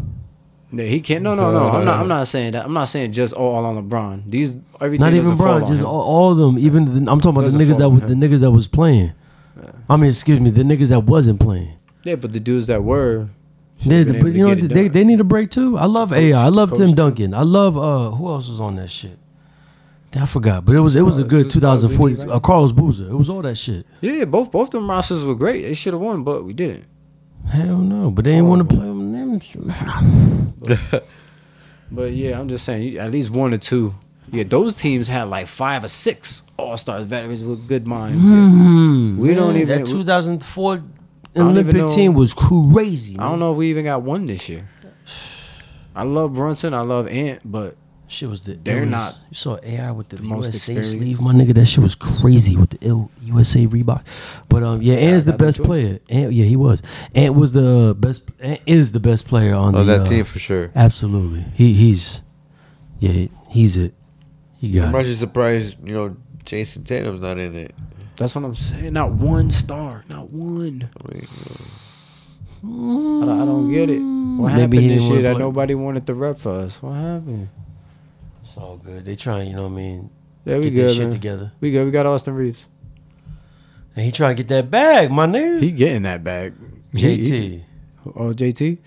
[SPEAKER 3] No, he can't. No, no, no. I'm not. I'm not saying that. I'm not saying just all on LeBron. These everything.
[SPEAKER 2] Not even
[SPEAKER 3] doesn't fall
[SPEAKER 2] Brown,
[SPEAKER 3] on
[SPEAKER 2] just
[SPEAKER 3] him.
[SPEAKER 2] all, all of them. Even the, I'm talking about the
[SPEAKER 3] Doesn't
[SPEAKER 2] niggas
[SPEAKER 3] fall
[SPEAKER 2] that
[SPEAKER 3] on
[SPEAKER 2] was the
[SPEAKER 3] him.
[SPEAKER 2] niggas that was playing. I mean, excuse me, the niggas that wasn't playing.
[SPEAKER 3] Yeah, but the dudes that were. should've
[SPEAKER 2] They,
[SPEAKER 3] been able
[SPEAKER 2] but
[SPEAKER 3] to
[SPEAKER 2] you know,
[SPEAKER 3] get it
[SPEAKER 2] they,
[SPEAKER 3] done.
[SPEAKER 2] they need a break too. I love AI. I love
[SPEAKER 3] Coach
[SPEAKER 2] Tim
[SPEAKER 3] too.
[SPEAKER 2] Duncan. I love uh who else was on that shit? Damn, I forgot, but it was it was a
[SPEAKER 3] Uh,
[SPEAKER 2] good
[SPEAKER 3] 2014,
[SPEAKER 2] 2040. Uh, Carlos Boozer. It was all that shit.
[SPEAKER 3] Yeah, yeah, both both them rosters were great. They should have won, but we didn't.
[SPEAKER 2] Hell no, but they didn't
[SPEAKER 3] Oh.
[SPEAKER 2] want to play them. them shoes.
[SPEAKER 3] Hmm. But yeah, I'm just saying, you- at least one or two. Yeah, those teams had like five or six All Star veterans with good minds.
[SPEAKER 2] *sighs*
[SPEAKER 3] We don't even-
[SPEAKER 2] Hmm. that 2004
[SPEAKER 3] don't even
[SPEAKER 2] Olympic
[SPEAKER 3] know-
[SPEAKER 2] team was crazy.
[SPEAKER 3] I don't know if we even got one this year. I love Brunson, I love Ant, but
[SPEAKER 2] Shit was the.
[SPEAKER 3] They're
[SPEAKER 2] it was-
[SPEAKER 3] not
[SPEAKER 2] You saw AI with the,
[SPEAKER 3] most
[SPEAKER 2] USA
[SPEAKER 3] experienced.
[SPEAKER 2] sleeve, my nigga. That shit was crazy with the ill USA Reebok. But um, yeah, Ant's the
[SPEAKER 3] got the
[SPEAKER 2] best
[SPEAKER 3] choice.
[SPEAKER 2] player. Ant, yeah, he was. Ant was the best. Ant is the best player on
[SPEAKER 1] Oh,
[SPEAKER 2] the
[SPEAKER 1] that
[SPEAKER 2] uh,
[SPEAKER 1] team for sure.
[SPEAKER 2] Absolutely, he he's yeah, he's it. He
[SPEAKER 1] I'm
[SPEAKER 2] got it.
[SPEAKER 1] actually surprised. You know, Jason Tatum's not in it.
[SPEAKER 3] that's what I'm saying. Not one star, not one.
[SPEAKER 1] I
[SPEAKER 3] *laughs*
[SPEAKER 1] mean, you know,
[SPEAKER 3] I don't, I don't get it. What
[SPEAKER 2] Mm. Maybe he
[SPEAKER 3] happened
[SPEAKER 2] didn't
[SPEAKER 3] this
[SPEAKER 2] wanna
[SPEAKER 3] year that
[SPEAKER 2] play.
[SPEAKER 3] nobody wanted the rep for us? What happened?
[SPEAKER 2] It's all good. They trying, you know what I mean.
[SPEAKER 3] Yeah, we
[SPEAKER 2] get that
[SPEAKER 3] good.
[SPEAKER 2] shit
[SPEAKER 3] Man.
[SPEAKER 2] together,
[SPEAKER 3] We good. We got Austin Reeves.
[SPEAKER 2] and he trying to get that bag, my nigga.
[SPEAKER 3] He getting that back.
[SPEAKER 2] JT
[SPEAKER 3] Oh, JT.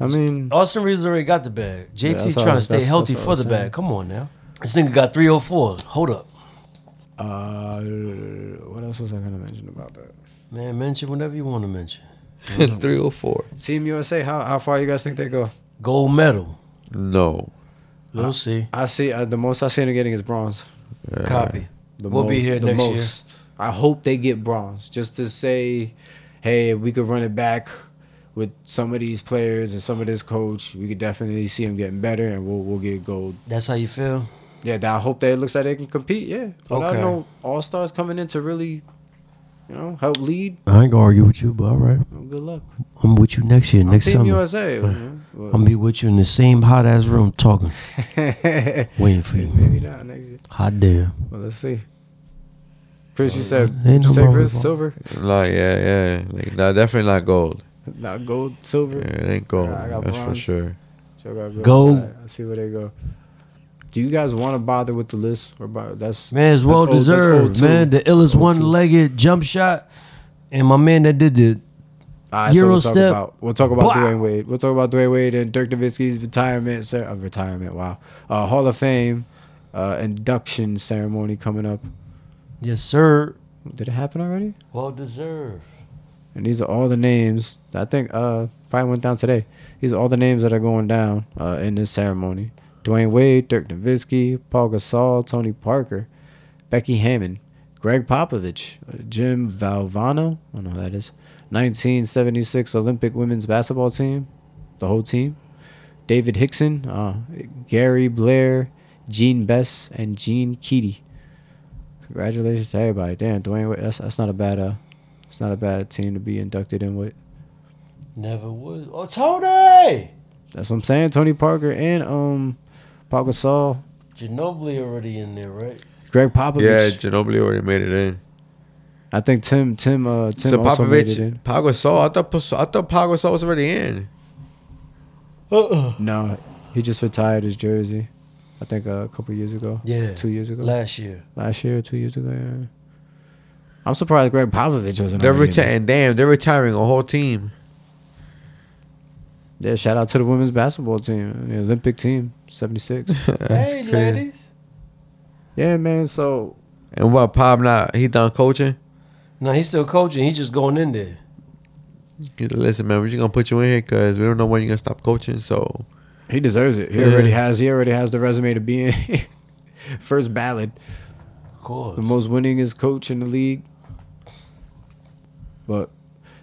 [SPEAKER 3] I mean,
[SPEAKER 2] Austin Reeves already got the bag.
[SPEAKER 3] that's
[SPEAKER 2] JT
[SPEAKER 3] what I
[SPEAKER 2] trying to
[SPEAKER 3] was-
[SPEAKER 2] stay
[SPEAKER 3] that's-
[SPEAKER 2] healthy
[SPEAKER 3] that's
[SPEAKER 2] for
[SPEAKER 3] what
[SPEAKER 2] the
[SPEAKER 3] I'm saying.
[SPEAKER 2] bag. Come on now, this nigga got three hundred four. Hold up, oh.
[SPEAKER 3] uh, what else was I gonna mention about that?
[SPEAKER 2] man. Mention whatever you want to mention.
[SPEAKER 1] 304.
[SPEAKER 3] Team USA, how how far you guys think they go?
[SPEAKER 2] Gold medal.
[SPEAKER 1] No.
[SPEAKER 2] We'll see.
[SPEAKER 3] I see uh, the most I seen them getting is bronze.
[SPEAKER 1] Uh,
[SPEAKER 2] Copy.
[SPEAKER 3] The
[SPEAKER 2] We'll be
[SPEAKER 3] most-
[SPEAKER 2] here
[SPEAKER 3] the
[SPEAKER 2] next year.
[SPEAKER 3] most. I hope they get bronze, just to say, hey, if we could run it back with some of these players and some of this coach, we could definitely see them getting better, and we'll we'll get gold.
[SPEAKER 2] That's how you feel.
[SPEAKER 3] Yeah, I hope that it looks like they can compete. Yeah, but
[SPEAKER 2] Okay.
[SPEAKER 3] I know all stars coming in to really, you know, help lead.
[SPEAKER 2] I ain't gonna argue with you, but all right,
[SPEAKER 3] Well, good luck.
[SPEAKER 2] I'm with you next year, next
[SPEAKER 3] Team
[SPEAKER 2] summer.
[SPEAKER 3] USA. you know,
[SPEAKER 2] I'm gonna be with you in the same hot ass room talking,
[SPEAKER 3] but-
[SPEAKER 2] waiting for you.
[SPEAKER 3] *laughs* Maybe not next year.
[SPEAKER 2] Hot damn.
[SPEAKER 3] Well, let's see. Chris, you said
[SPEAKER 2] Uh, Ain't
[SPEAKER 3] you
[SPEAKER 2] no
[SPEAKER 3] say
[SPEAKER 2] wrong
[SPEAKER 3] Chris
[SPEAKER 2] with
[SPEAKER 3] silver? *laughs*
[SPEAKER 1] Like yeah, yeah. Like nah, definitely not gold.
[SPEAKER 3] Not gold,
[SPEAKER 1] Yeah,
[SPEAKER 3] silver.
[SPEAKER 1] it ain't gold.
[SPEAKER 3] I got
[SPEAKER 1] that's for
[SPEAKER 3] bronze.
[SPEAKER 1] sure.
[SPEAKER 3] So I gotta go.
[SPEAKER 2] Gold.
[SPEAKER 3] All right, I'll see where they go. Do you guys want to bother with the list or bother? That's
[SPEAKER 2] Man, it's
[SPEAKER 3] That's
[SPEAKER 2] well
[SPEAKER 3] old- that's old
[SPEAKER 2] deserved,
[SPEAKER 3] too.
[SPEAKER 2] man. The illest
[SPEAKER 3] Old too.
[SPEAKER 2] one legged jump shot. And my man that did the
[SPEAKER 3] all right, so
[SPEAKER 2] Euro
[SPEAKER 3] we'll talk
[SPEAKER 2] step.
[SPEAKER 3] about we'll talk about
[SPEAKER 2] Blah.
[SPEAKER 3] Dwayne Wade. We'll talk about Dwayne Wade and Dirk Nowitzki's retirement. Sir, uh, retirement. Wow. Uh, Hall of Fame uh, induction ceremony coming up.
[SPEAKER 2] Yes, sir.
[SPEAKER 3] Did it happen already?
[SPEAKER 2] Well deserved.
[SPEAKER 3] And these are all the names. I think uh probably went down today. These are all the names that are going down uh, in this ceremony. Dwayne Wade, Dirk Nowitzki, Paul Gasol, Tony Parker, Becky Hammond, Greg Popovich, uh, Jim Valvano. I don't know who that is. 1976 Olympic women's basketball team, the whole team. David Hickson, uh, Gary Blair, Gene Bess, and Gene Keaty. Congratulations to everybody. Damn, Dwayne Wade. That's, that's not a bad uh, It's not a bad team to be inducted in with.
[SPEAKER 2] Never was. Oh, Tony!
[SPEAKER 3] That's what I'm saying. Tony Parker and um, Pau Gasol,
[SPEAKER 2] Ginobili already in there, right?
[SPEAKER 3] Greg
[SPEAKER 1] Yeah,
[SPEAKER 3] Popovich.
[SPEAKER 1] Ginobili already made it in.
[SPEAKER 3] I think Tim Tim uh Tim
[SPEAKER 1] so
[SPEAKER 3] also made it in.
[SPEAKER 1] Popovich, Pau Gasol. I thought Pus- I thought Pau Gasol was already in.
[SPEAKER 2] Uh-uh.
[SPEAKER 3] No, he just retired his jersey. I think uh, a couple years ago,
[SPEAKER 2] Yeah.
[SPEAKER 3] two years ago,
[SPEAKER 2] Last year.
[SPEAKER 3] last year, two years ago. Yeah. I'm surprised Greg Popovich wasn't.
[SPEAKER 1] They're
[SPEAKER 3] already in
[SPEAKER 1] retiring. Damn, they're retiring a whole team.
[SPEAKER 3] there. Yeah, shout out to the women's basketball team, the Olympic team,
[SPEAKER 2] *laughs*
[SPEAKER 3] '76.
[SPEAKER 1] That's
[SPEAKER 2] hey,
[SPEAKER 1] crazy.
[SPEAKER 2] ladies.
[SPEAKER 3] yeah, man. So
[SPEAKER 1] And what? Pop not? He done coaching.
[SPEAKER 2] No, he's still coaching. He's just going in there.
[SPEAKER 1] He said, Listen, man, we're just gonna put you in here because we don't know when you're gonna stop coaching. So
[SPEAKER 3] he deserves it. He
[SPEAKER 1] Yeah.
[SPEAKER 3] already has. He already has the resume to be in. *laughs* First ballot,
[SPEAKER 2] Of course.
[SPEAKER 3] the most winningest coach in the league. But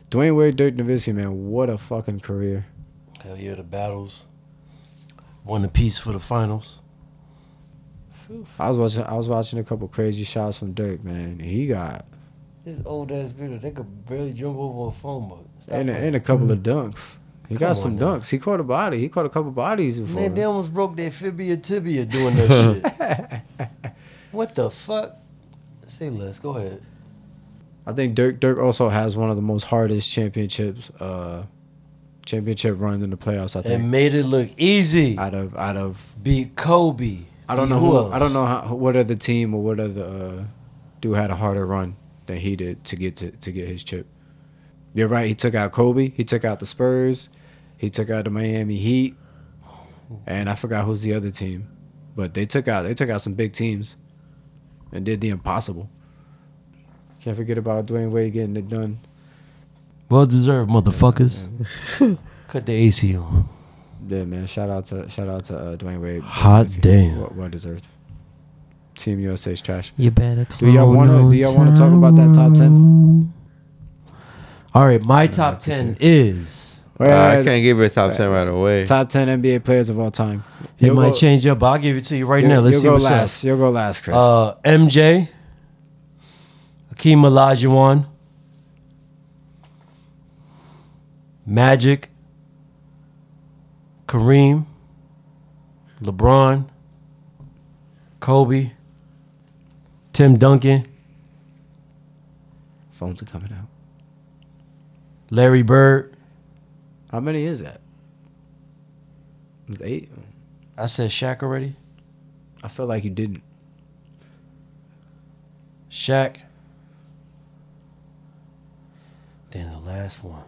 [SPEAKER 3] Dwayne Wade, Dirk Nowitzki, man, what a fucking career.
[SPEAKER 2] Hell yeah, the battles. One apiece for the finals.
[SPEAKER 3] I was watching. I was watching a couple crazy shots from Dirk, man. He got
[SPEAKER 2] This old ass video, they could barely jump over a phone book.
[SPEAKER 3] and, and a couple of dunks. He
[SPEAKER 2] Come on
[SPEAKER 3] got some
[SPEAKER 2] now.
[SPEAKER 3] dunks. He caught a body. He caught a couple bodies before.
[SPEAKER 2] Man,
[SPEAKER 3] *laughs*
[SPEAKER 2] they almost broke their fibia tibia doing that shit. What the fuck? Say less. Go ahead.
[SPEAKER 3] I think Dirk Dirk also has one of the most hardest championships, uh, championship runs in the playoffs. I think
[SPEAKER 2] And made it look easy.
[SPEAKER 3] out of out of
[SPEAKER 2] Beat Kobe.
[SPEAKER 3] I don't
[SPEAKER 2] Beat
[SPEAKER 3] know who
[SPEAKER 2] else?
[SPEAKER 3] I don't know how, what other team or what other uh, dude had a harder run than he did to get to, to get his chip. You're right. He took out Kobe. He took out the Spurs. He took out the Miami Heat, and I forgot who's the other team, but they took out they took out some big teams, and did the impossible. Can't forget about Dwayne Wade getting it done.
[SPEAKER 2] Well deserved,
[SPEAKER 3] *laughs*
[SPEAKER 2] motherfuckers. Cut the AC on.
[SPEAKER 3] Yeah, man. Shout out to shout out to uh, Dwayne Wade.
[SPEAKER 2] Hot damn.
[SPEAKER 3] Well, well deserved. Team USA's trash.
[SPEAKER 2] You better
[SPEAKER 3] Do y'all
[SPEAKER 2] clone
[SPEAKER 3] wanna-
[SPEAKER 2] on
[SPEAKER 3] do y'all wanna talk about that top
[SPEAKER 2] 10? All right, my top 10 is.
[SPEAKER 1] uh, I can't give you a top ten right away.
[SPEAKER 3] Top ten NBA players of all time.
[SPEAKER 2] It
[SPEAKER 3] You'll
[SPEAKER 2] might
[SPEAKER 3] go-
[SPEAKER 2] change up, but I'll give it to you right
[SPEAKER 3] you'll-
[SPEAKER 2] now. Let's
[SPEAKER 3] you'll
[SPEAKER 2] see
[SPEAKER 3] go
[SPEAKER 2] what's
[SPEAKER 3] last. You'll go last, Chris.
[SPEAKER 2] up. Uh, MJ, Akeem Olajuwon, Magic, Kareem, LeBron, Kobe, Tim Duncan,
[SPEAKER 3] Phones are coming out.
[SPEAKER 2] Larry Bird.
[SPEAKER 3] How many is that? It's eight.
[SPEAKER 2] I said Shaq already.
[SPEAKER 3] I feel like you didn't.
[SPEAKER 2] Shaq. Then the last one.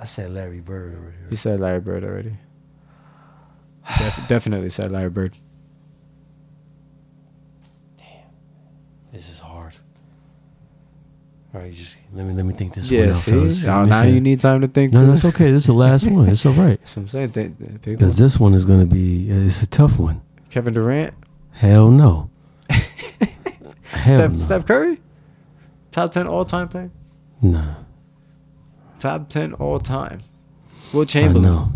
[SPEAKER 2] I said Larry Bird already.
[SPEAKER 3] You said Larry Bird already. *sighs* Def- definitely said Larry Bird.
[SPEAKER 2] This is hard. All right, just let me let me think this one
[SPEAKER 3] Yeah,
[SPEAKER 2] out,
[SPEAKER 3] see?
[SPEAKER 2] fellas.
[SPEAKER 3] Now,
[SPEAKER 2] Let me
[SPEAKER 3] now
[SPEAKER 2] see.
[SPEAKER 3] you need time to think.
[SPEAKER 2] No,
[SPEAKER 3] too.
[SPEAKER 2] that's okay. This is the last one. It's
[SPEAKER 3] *laughs*
[SPEAKER 2] all right.
[SPEAKER 3] That's what I'm saying. Think- think- pick
[SPEAKER 2] Because
[SPEAKER 3] one.
[SPEAKER 2] this one is gonna be. uh, It's a tough one.
[SPEAKER 3] Kevin Durant, *laughs*
[SPEAKER 2] Hell no. Hell
[SPEAKER 3] Steph,
[SPEAKER 2] no.
[SPEAKER 3] Steph Curry, top ten all time player,
[SPEAKER 2] Nah.
[SPEAKER 3] top ten all time. Will
[SPEAKER 2] I
[SPEAKER 3] Chamberlain,
[SPEAKER 2] know.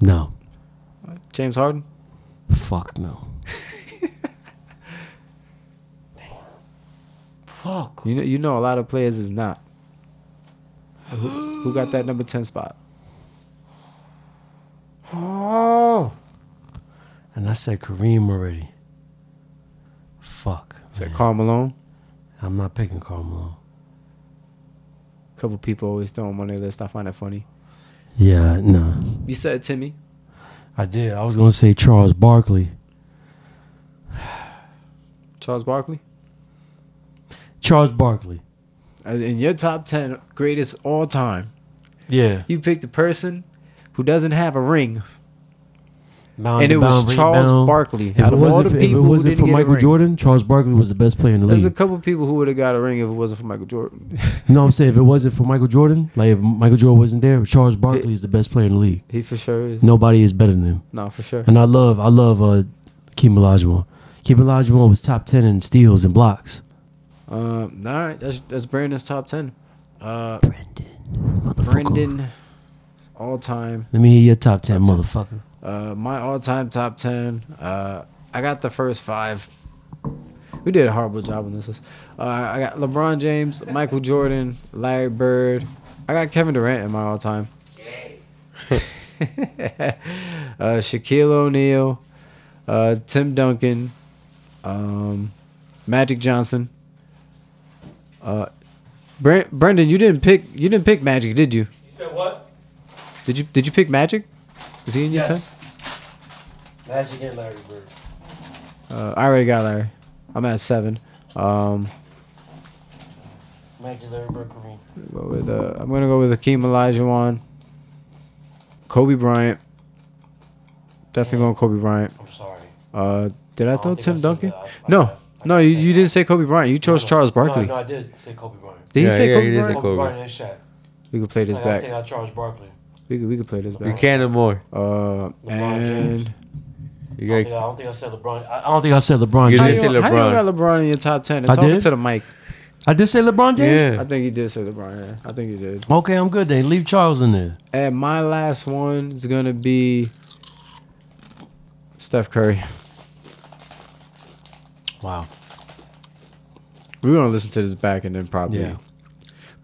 [SPEAKER 2] No.
[SPEAKER 3] James Harden.
[SPEAKER 2] Fuck no. Fuck.
[SPEAKER 3] You know, you know, a lot of players is not. Who, who got that number ten spot?
[SPEAKER 2] Oh. And I said Kareem already. Fuck.
[SPEAKER 3] Is that
[SPEAKER 2] man.
[SPEAKER 3] Karl Malone?
[SPEAKER 2] I'm not picking Karl Malone.
[SPEAKER 3] couple people always throw him on their list. I find that funny.
[SPEAKER 2] Yeah, no.
[SPEAKER 3] You said Timmy.
[SPEAKER 2] I did. I was gonna say Charles Barkley.
[SPEAKER 3] Charles Barkley.
[SPEAKER 2] Charles Barkley.
[SPEAKER 3] And Uh, In your top 10 greatest all time,
[SPEAKER 2] Yeah.
[SPEAKER 3] you picked a person who doesn't have a ring.
[SPEAKER 2] Bound
[SPEAKER 3] and
[SPEAKER 2] to
[SPEAKER 3] it was
[SPEAKER 2] bound,
[SPEAKER 3] Charles
[SPEAKER 2] rebound.
[SPEAKER 3] Barkley.
[SPEAKER 2] If
[SPEAKER 3] Out
[SPEAKER 2] it
[SPEAKER 3] of all
[SPEAKER 2] wasn't
[SPEAKER 3] the
[SPEAKER 2] for, if it
[SPEAKER 3] people who
[SPEAKER 2] wasn't
[SPEAKER 3] didn't
[SPEAKER 2] for
[SPEAKER 3] get a
[SPEAKER 2] Michael
[SPEAKER 3] ring.
[SPEAKER 2] Jordan, Charles Barkley was the best player in the
[SPEAKER 3] There's a
[SPEAKER 2] league.
[SPEAKER 3] couple people who would have got a ring if it wasn't for Michael Jordan.
[SPEAKER 2] You know what I'm saying? If it wasn't for Michael Jordan, like if Michael Jordan wasn't there, Charles Barkley is the best player in the league.
[SPEAKER 3] he for sure is.
[SPEAKER 2] Nobody is better than him.
[SPEAKER 3] No, for sure.
[SPEAKER 2] And I love, I love uh, Kim Olajuwon. Kim Olajuwon was top ten in steals and blocks.
[SPEAKER 3] Um, all right, that's that's Brandon's top 10. Uh,
[SPEAKER 2] Brendan, motherfucker.
[SPEAKER 3] Brandon, all time.
[SPEAKER 2] Let me hear your top ten, motherfucker.
[SPEAKER 3] Uh, my all time top 10. Uh, I got the first five. We did a horrible job on this list. Uh, I got LeBron James, Michael Jordan, Larry Bird. I got Kevin Durant in my all *laughs* time. uh, Shaquille O'Neal, uh, Tim Duncan, um, Magic Johnson. Uh, Bre- Brendan, you didn't pick you didn't pick Magic, did you?
[SPEAKER 4] You said what?
[SPEAKER 3] Did you did you pick Magic? Is he in your
[SPEAKER 4] Yes. Magic and Larry Bird.
[SPEAKER 3] time? Uh, I already got Larry. I'm at seven. Um,
[SPEAKER 4] Magic, Larry Bird, Kareem.
[SPEAKER 3] go with uh, I'm gonna go with Akeem Olajuwon, Kobe Bryant. Definitely going Kobe Bryant.
[SPEAKER 4] I'm sorry.
[SPEAKER 3] Uh, did I
[SPEAKER 4] don't
[SPEAKER 3] throw
[SPEAKER 4] think
[SPEAKER 3] Tim
[SPEAKER 4] said
[SPEAKER 3] Duncan?
[SPEAKER 4] that.
[SPEAKER 2] uh,
[SPEAKER 4] I- I-
[SPEAKER 3] No.
[SPEAKER 4] I- I
[SPEAKER 3] No, you,
[SPEAKER 4] take
[SPEAKER 3] you
[SPEAKER 4] that.
[SPEAKER 3] didn't say Kobe Bryant. You chose
[SPEAKER 4] No, no.
[SPEAKER 3] Charles
[SPEAKER 4] No,
[SPEAKER 3] Barkley.
[SPEAKER 4] No, I did say Kobe Bryant.
[SPEAKER 3] Did he
[SPEAKER 1] Yeah,
[SPEAKER 3] say
[SPEAKER 1] yeah,
[SPEAKER 3] Kobe
[SPEAKER 1] you did
[SPEAKER 3] Bryant?
[SPEAKER 1] say-
[SPEAKER 4] Kobe,
[SPEAKER 1] Kobe.
[SPEAKER 4] Bryant and Shaq.
[SPEAKER 3] We could play this
[SPEAKER 4] Like, I
[SPEAKER 3] back.
[SPEAKER 4] take out Charles Barkley.
[SPEAKER 3] We could we could play this
[SPEAKER 1] You
[SPEAKER 3] back.
[SPEAKER 1] can't no more.
[SPEAKER 3] Uh, and
[SPEAKER 4] James.
[SPEAKER 1] You
[SPEAKER 4] I don't,
[SPEAKER 1] got
[SPEAKER 4] think, I don't think I said LeBron. I, I don't think I said LeBron.
[SPEAKER 1] You
[SPEAKER 3] how
[SPEAKER 1] did
[SPEAKER 4] James.
[SPEAKER 3] you,
[SPEAKER 1] say
[SPEAKER 3] how you
[SPEAKER 1] LeBron.
[SPEAKER 3] got LeBron in your top ten?
[SPEAKER 2] I
[SPEAKER 3] Talk
[SPEAKER 2] did?
[SPEAKER 3] to the mic.
[SPEAKER 2] I did say LeBron James.
[SPEAKER 1] Yeah.
[SPEAKER 3] I think he did say LeBron. Yeah. I think he did.
[SPEAKER 2] Okay, I'm good. They leave Charles in there.
[SPEAKER 3] And my last one is gonna be Steph Curry.
[SPEAKER 2] Wow.
[SPEAKER 3] We're gonna listen to this back and then probably
[SPEAKER 2] Yeah.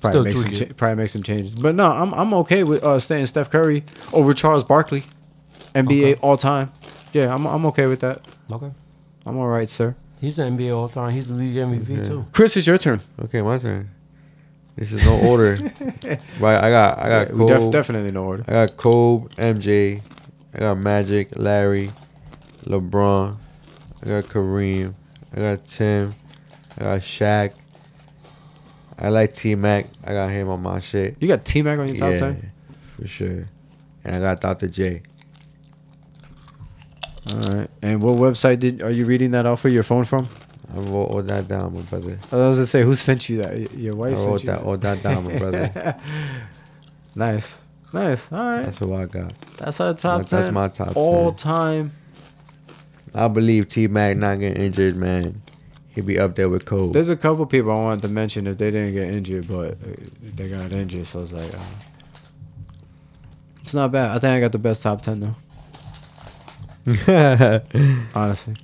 [SPEAKER 3] probably
[SPEAKER 2] Still
[SPEAKER 3] make some
[SPEAKER 2] tweak it.
[SPEAKER 3] cha- probably make some changes. But no, I'm I'm okay with uh, staying Steph Curry over Charles Barkley, NBA all time. Yeah, I'm I'm okay with that.
[SPEAKER 2] Okay.
[SPEAKER 3] I'm all right, sir.
[SPEAKER 2] He's the NBA all time. He's the league MVP
[SPEAKER 1] Yeah.
[SPEAKER 2] too.
[SPEAKER 3] Chris, it's
[SPEAKER 1] *laughs*
[SPEAKER 3] your turn.
[SPEAKER 1] okay. My turn. This is no
[SPEAKER 3] *laughs*
[SPEAKER 1] order. right. I got. I got.
[SPEAKER 3] Yeah, we def-
[SPEAKER 1] Kobe.
[SPEAKER 3] definitely in order.
[SPEAKER 1] I got Kobe, MJ. I got Magic, Larry, LeBron. I got Kareem. I got Tim. I got Shaq. I like T Mac. I got him on my shit.
[SPEAKER 3] You got T Mac on your top
[SPEAKER 1] Yeah,
[SPEAKER 3] ten.
[SPEAKER 1] for sure. And I got Dr. J.
[SPEAKER 3] All right. And what website did are you reading that off of your phone from?
[SPEAKER 1] I wrote all that down, my brother.
[SPEAKER 3] I was gonna say who sent you that? Y- Your
[SPEAKER 1] I
[SPEAKER 3] wife
[SPEAKER 1] wrote
[SPEAKER 3] sent you.
[SPEAKER 1] Oh, that all that down,
[SPEAKER 3] *laughs*
[SPEAKER 1] my brother.
[SPEAKER 3] Nice, nice. All right,
[SPEAKER 1] That's what I got.
[SPEAKER 3] that's our top
[SPEAKER 1] That's
[SPEAKER 3] ten.
[SPEAKER 1] my top
[SPEAKER 3] all
[SPEAKER 1] 10.
[SPEAKER 3] time.
[SPEAKER 1] I believe T Mac not getting injured, man. He'll be up there with Kobe. *laughs*
[SPEAKER 3] There's a couple people I wanted to mention if they didn't get injured, but uh, they got injured, so it's like, uh, it's not bad. I think I got the best top ten though, honestly.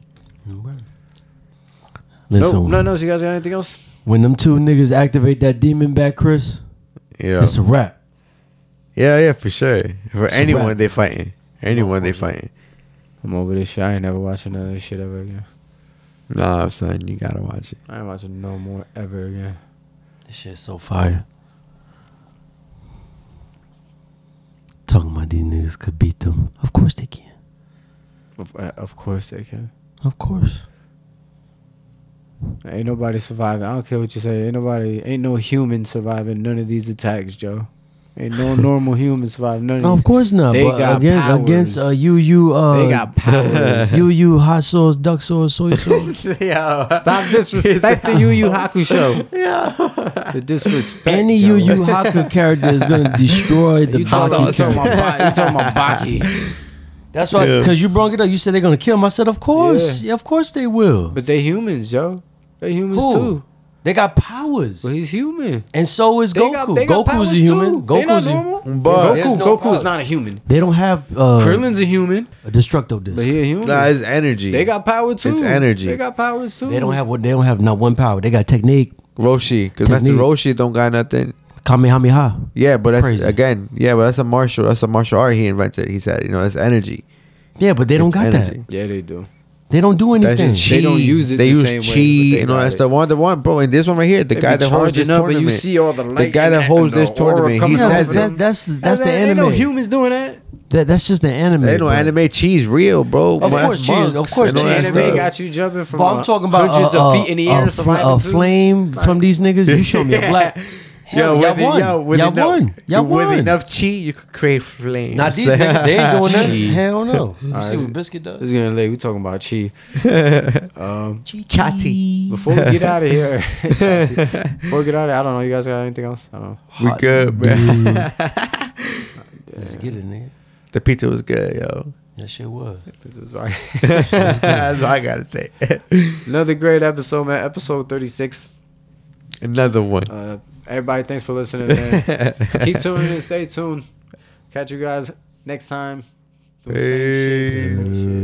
[SPEAKER 2] Listen,
[SPEAKER 3] Nope, no, no. So you guys got anything else?
[SPEAKER 2] when them two niggas activate that demon back, Chris,
[SPEAKER 1] yeah.
[SPEAKER 2] it's a wrap.
[SPEAKER 1] Yeah, yeah, for sure. For
[SPEAKER 2] It's a
[SPEAKER 1] anyone
[SPEAKER 2] wrap.
[SPEAKER 1] they fighting. Anyone they fighting.
[SPEAKER 3] I'm over this shit. I ain't never watching none of this shit ever again.
[SPEAKER 1] Nah, son, you gotta watch it.
[SPEAKER 3] *laughs* I ain't watching no more ever again.
[SPEAKER 2] This shit's so fire. Talking about these niggas could beat them. Of course they can.
[SPEAKER 3] Of, uh, of course they can.
[SPEAKER 2] Of course.
[SPEAKER 3] Ain't nobody surviving. I don't care what you say. Ain't nobody. Ain't no human surviving none of these attacks, Joe. Ain't no normal human surviving none of
[SPEAKER 2] No,
[SPEAKER 3] these.
[SPEAKER 2] of course not.
[SPEAKER 3] They
[SPEAKER 2] but
[SPEAKER 3] got
[SPEAKER 2] against against uh,
[SPEAKER 3] powers.
[SPEAKER 2] you you uh
[SPEAKER 3] They got
[SPEAKER 2] *laughs*
[SPEAKER 3] powers.
[SPEAKER 2] you you hot sauce, duck
[SPEAKER 3] *laughs*
[SPEAKER 2] sauce, soy sauce,
[SPEAKER 1] Yo.
[SPEAKER 3] Stop disrespecting Yu Yu Hakusho. The disrespect.
[SPEAKER 2] any
[SPEAKER 3] Joe.
[SPEAKER 2] Yu Yu Haku character is gonna destroy
[SPEAKER 3] *laughs*
[SPEAKER 2] the
[SPEAKER 3] You talking,
[SPEAKER 2] Baki
[SPEAKER 3] about, you
[SPEAKER 2] character.
[SPEAKER 3] talking about Ba- you talking about Baki.
[SPEAKER 2] That's why,
[SPEAKER 1] Yeah.
[SPEAKER 2] because you brought it up. You said they're gonna kill him. I said, of course, yeah, of course they will.
[SPEAKER 3] But they humans, yo. They humans
[SPEAKER 2] Who?
[SPEAKER 3] too.
[SPEAKER 2] They got powers,
[SPEAKER 3] But he's human.
[SPEAKER 2] and so is
[SPEAKER 3] They
[SPEAKER 2] Goku.
[SPEAKER 3] got- they got
[SPEAKER 2] Goku's
[SPEAKER 3] powers
[SPEAKER 2] a human.
[SPEAKER 3] too. They not
[SPEAKER 2] Goku's a-
[SPEAKER 3] normal.
[SPEAKER 1] But-
[SPEAKER 3] Goku,
[SPEAKER 4] There's no
[SPEAKER 3] Goku is
[SPEAKER 4] powers.
[SPEAKER 3] not a human.
[SPEAKER 2] They don't have uh,
[SPEAKER 3] Krillin's a human,
[SPEAKER 2] a destructo disc.
[SPEAKER 3] but he a human.
[SPEAKER 1] Nah, it's energy.
[SPEAKER 3] they got power too.
[SPEAKER 1] energy.
[SPEAKER 3] They got powers too.
[SPEAKER 2] they don't have what. They don't have not one power. They got technique.
[SPEAKER 1] Roshi. Because Master
[SPEAKER 2] Technique.
[SPEAKER 1] Roshi don't got nothing.
[SPEAKER 2] Kamehameha.
[SPEAKER 1] Yeah, but that's
[SPEAKER 2] Crazy.
[SPEAKER 1] again, yeah, but that's a martial that's a martial art he invented. He said, you know, that's energy.
[SPEAKER 2] Yeah, but they
[SPEAKER 1] It's
[SPEAKER 2] don't got
[SPEAKER 1] energy.
[SPEAKER 2] that.
[SPEAKER 3] Yeah, they do.
[SPEAKER 2] They don't do
[SPEAKER 1] That's
[SPEAKER 2] anything.
[SPEAKER 1] just chi.
[SPEAKER 3] They don't use it
[SPEAKER 1] They
[SPEAKER 3] the
[SPEAKER 1] use
[SPEAKER 3] same way,
[SPEAKER 1] chi
[SPEAKER 3] but they
[SPEAKER 1] and all
[SPEAKER 3] got
[SPEAKER 1] that
[SPEAKER 3] it.
[SPEAKER 1] stuff. One the one, bro. And this one right here, the
[SPEAKER 3] They
[SPEAKER 1] guy
[SPEAKER 3] be
[SPEAKER 1] that holds this
[SPEAKER 3] charging up and you
[SPEAKER 1] tournament,
[SPEAKER 3] see all the
[SPEAKER 1] the
[SPEAKER 3] light
[SPEAKER 1] guy
[SPEAKER 3] and
[SPEAKER 1] that
[SPEAKER 3] that-
[SPEAKER 1] holds
[SPEAKER 3] and the
[SPEAKER 1] this tournament,
[SPEAKER 3] aura
[SPEAKER 1] he
[SPEAKER 3] coming
[SPEAKER 1] says
[SPEAKER 3] off
[SPEAKER 2] that's
[SPEAKER 3] of
[SPEAKER 1] it.
[SPEAKER 2] that's that's, that's the
[SPEAKER 3] ain't
[SPEAKER 2] anime.
[SPEAKER 3] no humans doing that.
[SPEAKER 2] That, that's just the anime.
[SPEAKER 1] They know
[SPEAKER 2] but-
[SPEAKER 1] anime cheese real, bro.
[SPEAKER 2] Of
[SPEAKER 1] That's
[SPEAKER 2] course cheese,
[SPEAKER 1] monks
[SPEAKER 2] of course
[SPEAKER 1] and all
[SPEAKER 2] cheese.
[SPEAKER 1] that
[SPEAKER 3] anime
[SPEAKER 1] stuff.
[SPEAKER 3] got you jumping from.
[SPEAKER 2] But
[SPEAKER 1] uh,
[SPEAKER 2] I'm talking about
[SPEAKER 3] hundreds
[SPEAKER 2] a,
[SPEAKER 3] of
[SPEAKER 2] a-
[SPEAKER 3] feet in the
[SPEAKER 2] a
[SPEAKER 3] air.
[SPEAKER 2] fl-
[SPEAKER 3] surviving
[SPEAKER 2] a
[SPEAKER 3] too.
[SPEAKER 2] flame from these niggas. You show me a
[SPEAKER 1] *laughs*
[SPEAKER 2] black. Hell, y'all
[SPEAKER 1] it-
[SPEAKER 2] won. y'all
[SPEAKER 1] enough,
[SPEAKER 2] won. Y'all
[SPEAKER 1] with
[SPEAKER 2] won.
[SPEAKER 1] enough chi, you could create flames. *laughs*
[SPEAKER 2] Not these niggas. They ain't doing
[SPEAKER 3] Gee.
[SPEAKER 2] that. Hell no. You
[SPEAKER 3] Alright.
[SPEAKER 2] see what Biscuit does?
[SPEAKER 3] This is getting late. We talking about chi.
[SPEAKER 1] *laughs*
[SPEAKER 3] Um,
[SPEAKER 1] Chatty.
[SPEAKER 3] before we *laughs* get out of here,
[SPEAKER 1] *laughs*
[SPEAKER 3] before we get out of, I don't know. You guys got anything else? I don't know.
[SPEAKER 1] We
[SPEAKER 2] Hot
[SPEAKER 1] good, man.
[SPEAKER 2] Let's get it,
[SPEAKER 1] *laughs*
[SPEAKER 2] nigga.
[SPEAKER 1] The pizza was good,
[SPEAKER 3] *laughs*
[SPEAKER 1] yo. *laughs*
[SPEAKER 2] That shit was.
[SPEAKER 3] This is all right.
[SPEAKER 1] That's what I gotta say.
[SPEAKER 3] *laughs*
[SPEAKER 1] *laughs*
[SPEAKER 3] Another great episode, man. Episode thirty six.
[SPEAKER 1] Another one.
[SPEAKER 3] Uh, everybody, thanks for
[SPEAKER 1] *laughs*
[SPEAKER 3] listening. Man. Keep tuning in. Stay tuned. Catch you guys next time. Do the same shit, same old shit.